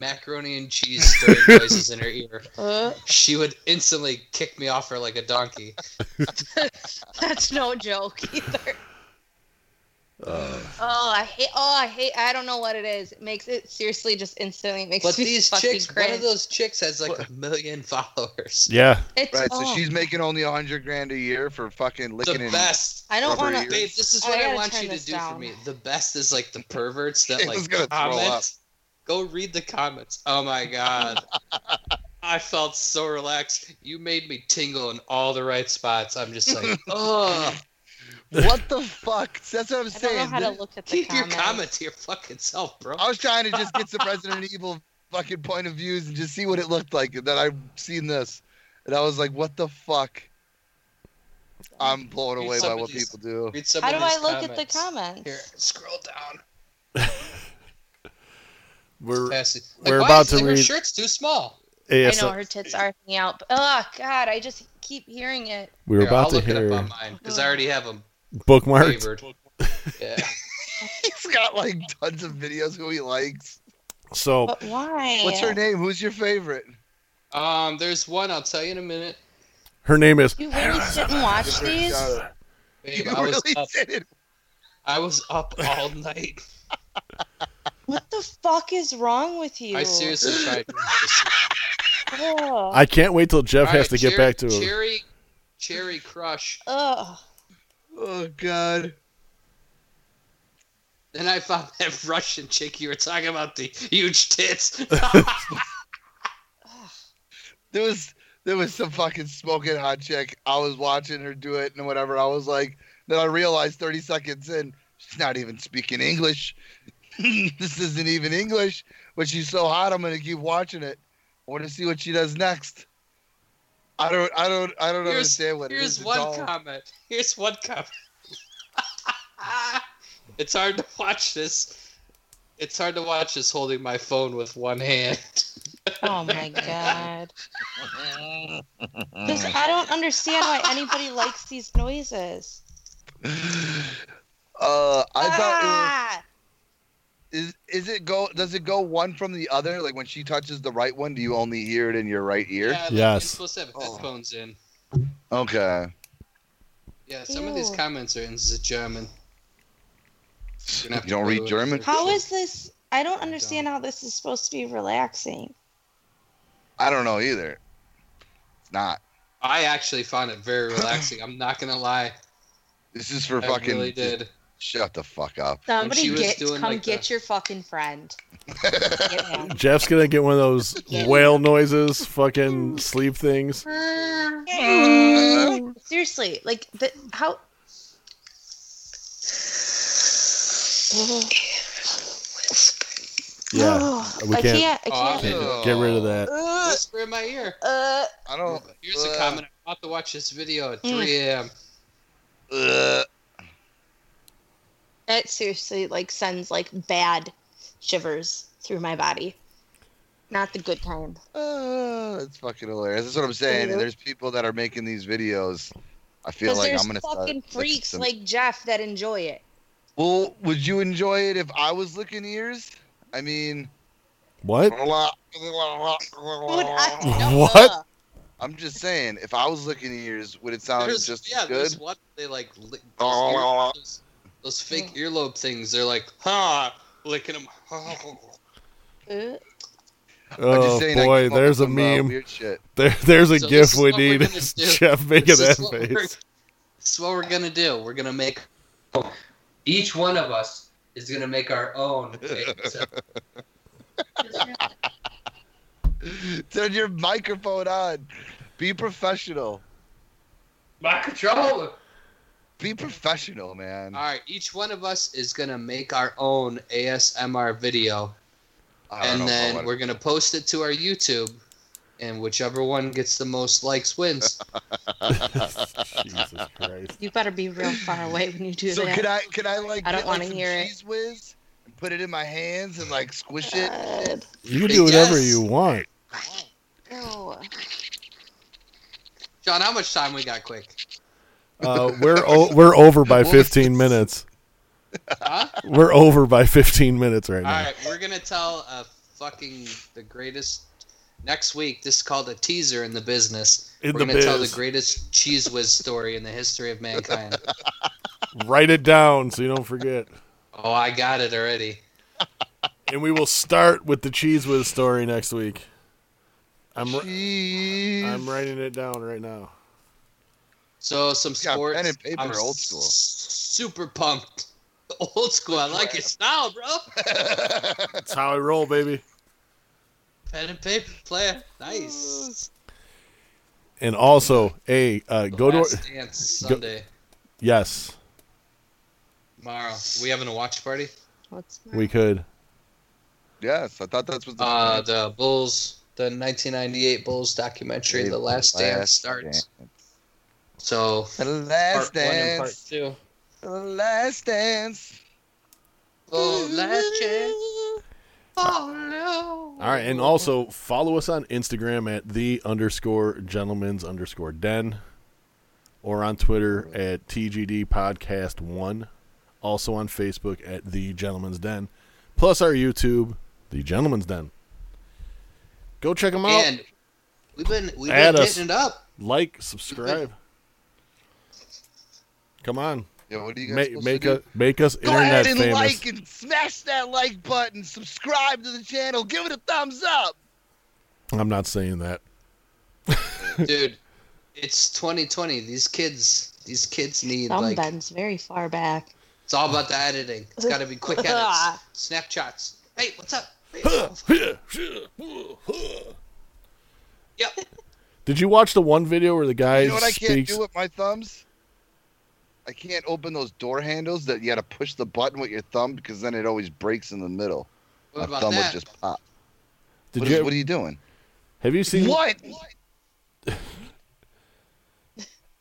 [SPEAKER 4] macaroni and cheese stirring noises in her ear,
[SPEAKER 3] Uh,
[SPEAKER 4] she would instantly kick me off her like a donkey.
[SPEAKER 3] that's no joke either.
[SPEAKER 4] uh,
[SPEAKER 3] Oh, I hate. Oh, I hate. I don't know what it is. It makes it seriously just instantly makes
[SPEAKER 4] But
[SPEAKER 3] me
[SPEAKER 4] these
[SPEAKER 3] fucking
[SPEAKER 4] chicks,
[SPEAKER 3] cringe.
[SPEAKER 4] one of those chicks has like a million followers.
[SPEAKER 1] Yeah,
[SPEAKER 3] It's,
[SPEAKER 2] Right,
[SPEAKER 3] oh,
[SPEAKER 2] so she's making only a hundred grand a year for fucking
[SPEAKER 4] The
[SPEAKER 2] licking and
[SPEAKER 4] best.
[SPEAKER 3] I don't
[SPEAKER 2] rubber
[SPEAKER 3] want
[SPEAKER 2] ears.
[SPEAKER 3] to.
[SPEAKER 4] Babe, this is
[SPEAKER 3] I
[SPEAKER 4] what I,
[SPEAKER 3] gotta
[SPEAKER 4] want
[SPEAKER 3] turn
[SPEAKER 4] you to
[SPEAKER 3] this
[SPEAKER 4] do for
[SPEAKER 3] down.
[SPEAKER 4] me. The best is like the perverts that
[SPEAKER 2] It was
[SPEAKER 4] like
[SPEAKER 2] gonna throw
[SPEAKER 4] comment. Go read the comments. Oh my god. I felt so relaxed. You made me tingle in all the right spots. I'm just like, oh,
[SPEAKER 2] What the fuck? That's what I'm
[SPEAKER 3] I don't know
[SPEAKER 2] saying.
[SPEAKER 3] how to look at the
[SPEAKER 4] keep
[SPEAKER 3] comments.
[SPEAKER 4] your comments to your fucking self, bro.
[SPEAKER 2] I was trying to just get some Resident Evil fucking point of views and just see what it looked like. And then I've seen this, and I was like, "What the fuck?" I'm blown
[SPEAKER 4] Read
[SPEAKER 2] away
[SPEAKER 4] some
[SPEAKER 2] by
[SPEAKER 4] of
[SPEAKER 2] what
[SPEAKER 4] these.
[SPEAKER 2] people do.
[SPEAKER 4] Read some
[SPEAKER 3] How
[SPEAKER 4] of
[SPEAKER 3] do
[SPEAKER 4] these
[SPEAKER 3] I look at the comments?
[SPEAKER 4] Here, scroll down.
[SPEAKER 1] we're
[SPEAKER 4] Pass it.
[SPEAKER 1] we're
[SPEAKER 4] why
[SPEAKER 1] about
[SPEAKER 4] is,
[SPEAKER 1] to
[SPEAKER 4] like, Her
[SPEAKER 1] read-
[SPEAKER 4] shirt's too small.
[SPEAKER 3] I
[SPEAKER 1] AS-
[SPEAKER 3] know her tits are hanging out. But, oh God, I just keep hearing it.
[SPEAKER 1] we were
[SPEAKER 4] Here,
[SPEAKER 1] about
[SPEAKER 4] I'll
[SPEAKER 1] to
[SPEAKER 4] look it up
[SPEAKER 1] hear
[SPEAKER 4] on mine because I already have them
[SPEAKER 1] bookmarked.
[SPEAKER 4] favored. Yeah.
[SPEAKER 2] He's got like tons of videos who he likes.
[SPEAKER 1] So
[SPEAKER 3] But why?
[SPEAKER 2] What's her name? Who's your favorite?
[SPEAKER 4] Um, there's one. I'll tell you in a minute.
[SPEAKER 1] her name is
[SPEAKER 3] You really sit and watch these?
[SPEAKER 4] Babe,
[SPEAKER 2] You
[SPEAKER 4] I was
[SPEAKER 2] really
[SPEAKER 4] up.
[SPEAKER 2] did it.
[SPEAKER 4] I was up all night.
[SPEAKER 3] What the fuck is wrong with you?
[SPEAKER 4] I seriously tried.
[SPEAKER 3] Ugh.
[SPEAKER 1] I can't wait till Jeff has to get back to him.
[SPEAKER 4] Cherry, Cherry Crush.
[SPEAKER 3] Ugh.
[SPEAKER 2] Oh God.
[SPEAKER 4] Then I found that Russian chick you were talking about the huge tits.
[SPEAKER 2] There was there was some fucking smoking hot chick. I was watching her do it and whatever. I was like, then I realized 30 seconds in, she's not even speaking English. this isn't even English, but she's so hot. I'm gonna keep watching it. I want to see what she does next. I don't, I don't, I don't
[SPEAKER 4] Here's-
[SPEAKER 2] understand what it
[SPEAKER 4] Here's
[SPEAKER 2] is at
[SPEAKER 4] one
[SPEAKER 2] all.
[SPEAKER 4] comment. Here's one comment. it's hard to watch this. It's hard to watch this holding my phone with one hand.
[SPEAKER 3] Oh my god. This, I don't understand why anybody likes these noises.
[SPEAKER 2] Uh, I thought
[SPEAKER 3] ah!
[SPEAKER 2] it was, is is it go? Does it go one from the other? Like when she touches the right one, do you only hear it in your right ear?
[SPEAKER 4] Yeah, like,
[SPEAKER 1] Yes.
[SPEAKER 4] You're supposed to have
[SPEAKER 2] Oh.
[SPEAKER 4] headphones in.
[SPEAKER 2] Okay.
[SPEAKER 4] Yeah, some of these
[SPEAKER 3] Ew.
[SPEAKER 4] comments are in the German. You're gonna have
[SPEAKER 2] You
[SPEAKER 4] to
[SPEAKER 2] don't
[SPEAKER 4] go
[SPEAKER 2] read
[SPEAKER 4] to it.
[SPEAKER 2] German?
[SPEAKER 3] Ah! How is this? I don't understand how this is supposed to be relaxing.
[SPEAKER 2] I don't know either. It's not.
[SPEAKER 4] I actually found it very relaxing. I'm not gonna lie.
[SPEAKER 2] This is for
[SPEAKER 4] I
[SPEAKER 2] fucking.
[SPEAKER 4] really did.
[SPEAKER 2] Shut the fuck up.
[SPEAKER 4] she
[SPEAKER 3] Somebody
[SPEAKER 4] was
[SPEAKER 3] get
[SPEAKER 4] doing,
[SPEAKER 3] come
[SPEAKER 4] like,
[SPEAKER 3] get
[SPEAKER 4] the-
[SPEAKER 3] your fucking friend. Get him.
[SPEAKER 1] Jeff's gonna get one of those
[SPEAKER 3] Yeah.
[SPEAKER 1] whale noises, fucking sleep things.
[SPEAKER 3] Seriously, like the how
[SPEAKER 1] Yeah,
[SPEAKER 3] Ugh,
[SPEAKER 1] we
[SPEAKER 3] I
[SPEAKER 1] can't-
[SPEAKER 3] can't I
[SPEAKER 4] Oh,
[SPEAKER 3] can't
[SPEAKER 1] can't do- get rid of that.
[SPEAKER 3] Ugh,
[SPEAKER 4] Whisper in my ear.
[SPEAKER 3] uh,
[SPEAKER 2] I don't.
[SPEAKER 4] Here's a comment. I'm about to watch this video at 3 a.m.
[SPEAKER 2] Uh,
[SPEAKER 3] it seriously like sends like bad shivers through my body. Not the good kind.
[SPEAKER 2] uh, that's fucking hilarious. That's what I'm saying. And there's people that are making these videos. I feel
[SPEAKER 3] Because
[SPEAKER 2] like
[SPEAKER 3] there's
[SPEAKER 2] I'm gonna start
[SPEAKER 3] fucking
[SPEAKER 2] licking
[SPEAKER 3] freaks
[SPEAKER 2] some-
[SPEAKER 3] like Jeff that enjoy it.
[SPEAKER 2] Well, would you enjoy it if I was licking ears? I mean.
[SPEAKER 1] What?
[SPEAKER 2] What?
[SPEAKER 3] Dude, I-
[SPEAKER 1] What?
[SPEAKER 3] Ugh.
[SPEAKER 2] I'm just saying, if I was looking at yours, would it sound
[SPEAKER 4] There's-
[SPEAKER 2] Oh, just
[SPEAKER 4] yeah,
[SPEAKER 2] as good?
[SPEAKER 4] there's one they like lick,
[SPEAKER 2] Oh,
[SPEAKER 4] those,
[SPEAKER 2] oh, oh.
[SPEAKER 4] ear- those, those fake earlobe things. They're like, ha, licking them.
[SPEAKER 3] Ooh,
[SPEAKER 2] I'm
[SPEAKER 1] Oh
[SPEAKER 2] just saying I
[SPEAKER 1] boy,
[SPEAKER 2] came up with
[SPEAKER 1] there's a
[SPEAKER 2] some, uh,
[SPEAKER 1] meme.
[SPEAKER 2] weird shit.
[SPEAKER 1] There, there's a
[SPEAKER 4] So this
[SPEAKER 1] gif
[SPEAKER 4] is
[SPEAKER 1] we
[SPEAKER 4] what we're
[SPEAKER 1] need.
[SPEAKER 4] gonna do.
[SPEAKER 1] Jeff making
[SPEAKER 4] This
[SPEAKER 1] that
[SPEAKER 4] is what we're-
[SPEAKER 1] face.
[SPEAKER 4] This is what we're gonna do. We're gonna make each one of us is gonna make our own. face.
[SPEAKER 3] Uh,
[SPEAKER 2] Turn your microphone on. Be professional.
[SPEAKER 4] My controller.
[SPEAKER 2] Mm. Be professional, man.
[SPEAKER 4] All right, each one of us is gonna make our own ASMR video,
[SPEAKER 2] I don't
[SPEAKER 4] and
[SPEAKER 2] know if I
[SPEAKER 4] then
[SPEAKER 2] wanna-
[SPEAKER 4] we're gonna post it to our YouTube, and whichever one gets the most likes wins.
[SPEAKER 1] Jesus Christ.
[SPEAKER 3] you better be real far away when you do
[SPEAKER 2] So
[SPEAKER 3] that.
[SPEAKER 2] can I can I like
[SPEAKER 3] I don't
[SPEAKER 2] get, like,
[SPEAKER 3] wanna
[SPEAKER 2] some
[SPEAKER 3] hear it.
[SPEAKER 2] cheese whiz and put it in my hands and like squish it?
[SPEAKER 3] God,
[SPEAKER 1] You can do whatever
[SPEAKER 4] Yes.
[SPEAKER 1] you want.
[SPEAKER 3] no.
[SPEAKER 4] John, how much time we got? Quick.
[SPEAKER 1] Uh, we're o- we're over by
[SPEAKER 2] What was
[SPEAKER 1] 15
[SPEAKER 2] this?
[SPEAKER 1] minutes.
[SPEAKER 4] Huh?
[SPEAKER 1] We're over by 15 minutes right
[SPEAKER 4] All
[SPEAKER 1] now.
[SPEAKER 4] right, we're gonna tell a fucking the greatest next week. This is called a teaser in the business.
[SPEAKER 1] In
[SPEAKER 4] we're
[SPEAKER 1] the
[SPEAKER 4] gonna tell the
[SPEAKER 1] biz.
[SPEAKER 4] greatest cheese whiz story in the history of mankind.
[SPEAKER 1] Write it down so you don't forget.
[SPEAKER 4] oh, I got it already.
[SPEAKER 1] And we will start with the cheese whiz story next week. I'm ri-
[SPEAKER 2] Cheese.
[SPEAKER 1] I'm writing it down right now.
[SPEAKER 4] So some
[SPEAKER 2] Yeah,
[SPEAKER 4] sports.
[SPEAKER 2] pen and paper,
[SPEAKER 4] I'm
[SPEAKER 2] old school.
[SPEAKER 4] s- Super pumped. Old school. I like your style, bro.
[SPEAKER 1] That's how I roll, baby.
[SPEAKER 4] Pen and paper player. Nice.
[SPEAKER 1] And also, a uh, go to
[SPEAKER 4] Last
[SPEAKER 1] our-
[SPEAKER 4] dance Sunday.
[SPEAKER 1] yes,
[SPEAKER 4] Tomorrow. We having a watch party?
[SPEAKER 3] What's my...
[SPEAKER 1] we could.
[SPEAKER 2] Yes, I thought that's what the
[SPEAKER 4] Uh, the Bulls, the 1998 Bulls documentary, The Last Dance starts. So
[SPEAKER 2] The last
[SPEAKER 4] part one and part
[SPEAKER 2] dance.
[SPEAKER 4] two.
[SPEAKER 2] The last dance.
[SPEAKER 4] Oh, last chance. Oh,
[SPEAKER 1] All right, and also follow us on Instagram at the underscore gentleman's underscore den, or on Twitter at TGD Podcast One. Also on Facebook at the Gentleman's Den, plus our YouTube, the Gentleman's Den. Go check them out.
[SPEAKER 4] And we've been we've
[SPEAKER 1] Add
[SPEAKER 4] been
[SPEAKER 1] us.
[SPEAKER 4] hitting it up.
[SPEAKER 1] like, subscribe. Come on,
[SPEAKER 2] Yo, what are you guys
[SPEAKER 1] make
[SPEAKER 2] supposed
[SPEAKER 1] make
[SPEAKER 2] to do?
[SPEAKER 1] us make us
[SPEAKER 2] Go
[SPEAKER 1] internet
[SPEAKER 2] ahead and
[SPEAKER 1] famous.
[SPEAKER 2] like and smash that like button. Subscribe to the channel. Give it a thumbs up.
[SPEAKER 1] I'm not saying that.
[SPEAKER 4] Dude, it's 2020. These kids, these kids need
[SPEAKER 3] Thumb
[SPEAKER 4] like
[SPEAKER 3] bends very far back.
[SPEAKER 4] it's all about the editing. It's got to be quick edits, snapshots. Hey, what's up? Hey, yep.
[SPEAKER 1] Did you watch the one video where the guy
[SPEAKER 2] You know what I can't
[SPEAKER 1] speaks?
[SPEAKER 2] do with my thumbs? I can't open those door handles that you got to push the button with your thumb because then it always breaks in the middle.
[SPEAKER 4] What
[SPEAKER 2] my
[SPEAKER 4] about
[SPEAKER 2] thumb
[SPEAKER 4] that?
[SPEAKER 2] would just pop.
[SPEAKER 1] Did
[SPEAKER 2] What,
[SPEAKER 1] you
[SPEAKER 2] is- what are you doing?
[SPEAKER 1] have you seen
[SPEAKER 2] What?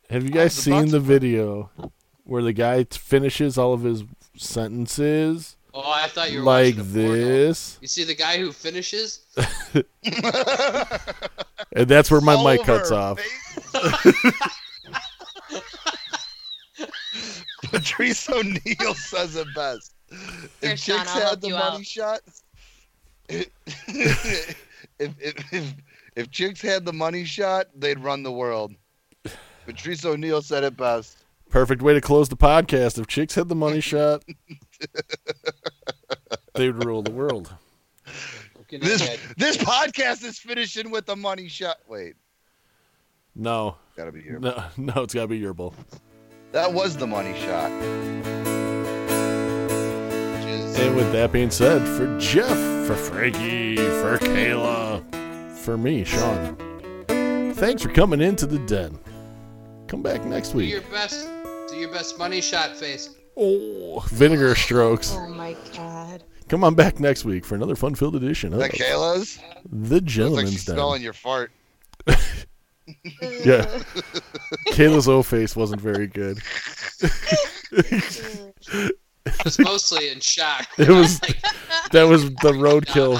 [SPEAKER 1] Have you
[SPEAKER 2] I
[SPEAKER 1] guys
[SPEAKER 2] was about
[SPEAKER 1] seen
[SPEAKER 2] to-
[SPEAKER 1] the video where the guy t- finishes all of his sentences
[SPEAKER 4] Oh, I thought you were
[SPEAKER 1] like
[SPEAKER 4] watching a porno.
[SPEAKER 1] this?
[SPEAKER 4] You see the guy who finishes?
[SPEAKER 1] And that's where my mic cuts
[SPEAKER 2] Over,
[SPEAKER 1] off.
[SPEAKER 2] babe. Patrice O'Neill says it best.
[SPEAKER 3] Here,
[SPEAKER 2] if
[SPEAKER 3] Sean,
[SPEAKER 2] chicks
[SPEAKER 3] I'll
[SPEAKER 2] had
[SPEAKER 3] help
[SPEAKER 2] the
[SPEAKER 3] you
[SPEAKER 2] money
[SPEAKER 3] out.
[SPEAKER 2] shot, if, if, if, if, if chicks had the money shot, they'd run the world. Patrice O'Neill said it best.
[SPEAKER 1] Perfect way to close the podcast. If chicks had the money shot, they'd rule the world.
[SPEAKER 4] Looking
[SPEAKER 2] This
[SPEAKER 4] ahead.
[SPEAKER 2] this podcast is finishing with the money shot. Wait,
[SPEAKER 1] No,
[SPEAKER 2] gotta be here.
[SPEAKER 1] no, no, it's got to be your bull.
[SPEAKER 2] That was the money shot. Which is-
[SPEAKER 1] And with that being said, for Jeff, for Frankie, for Kayla, for me, Sean, thanks for coming into the den. Come back next
[SPEAKER 4] Do
[SPEAKER 1] week.
[SPEAKER 4] your best. Do your best money shot face.
[SPEAKER 1] Oh, vinegar strokes.
[SPEAKER 3] Oh my god.
[SPEAKER 1] Come on back next week for another fun-filled edition of
[SPEAKER 2] Is that Kayla's?
[SPEAKER 1] The
[SPEAKER 2] It's like
[SPEAKER 1] Gentleman's
[SPEAKER 2] she's
[SPEAKER 1] Den.
[SPEAKER 2] smelling your fart.
[SPEAKER 1] Yeah. Kayla's O face wasn't very good.
[SPEAKER 4] It's mostly in shock.
[SPEAKER 1] It was that was the roadkill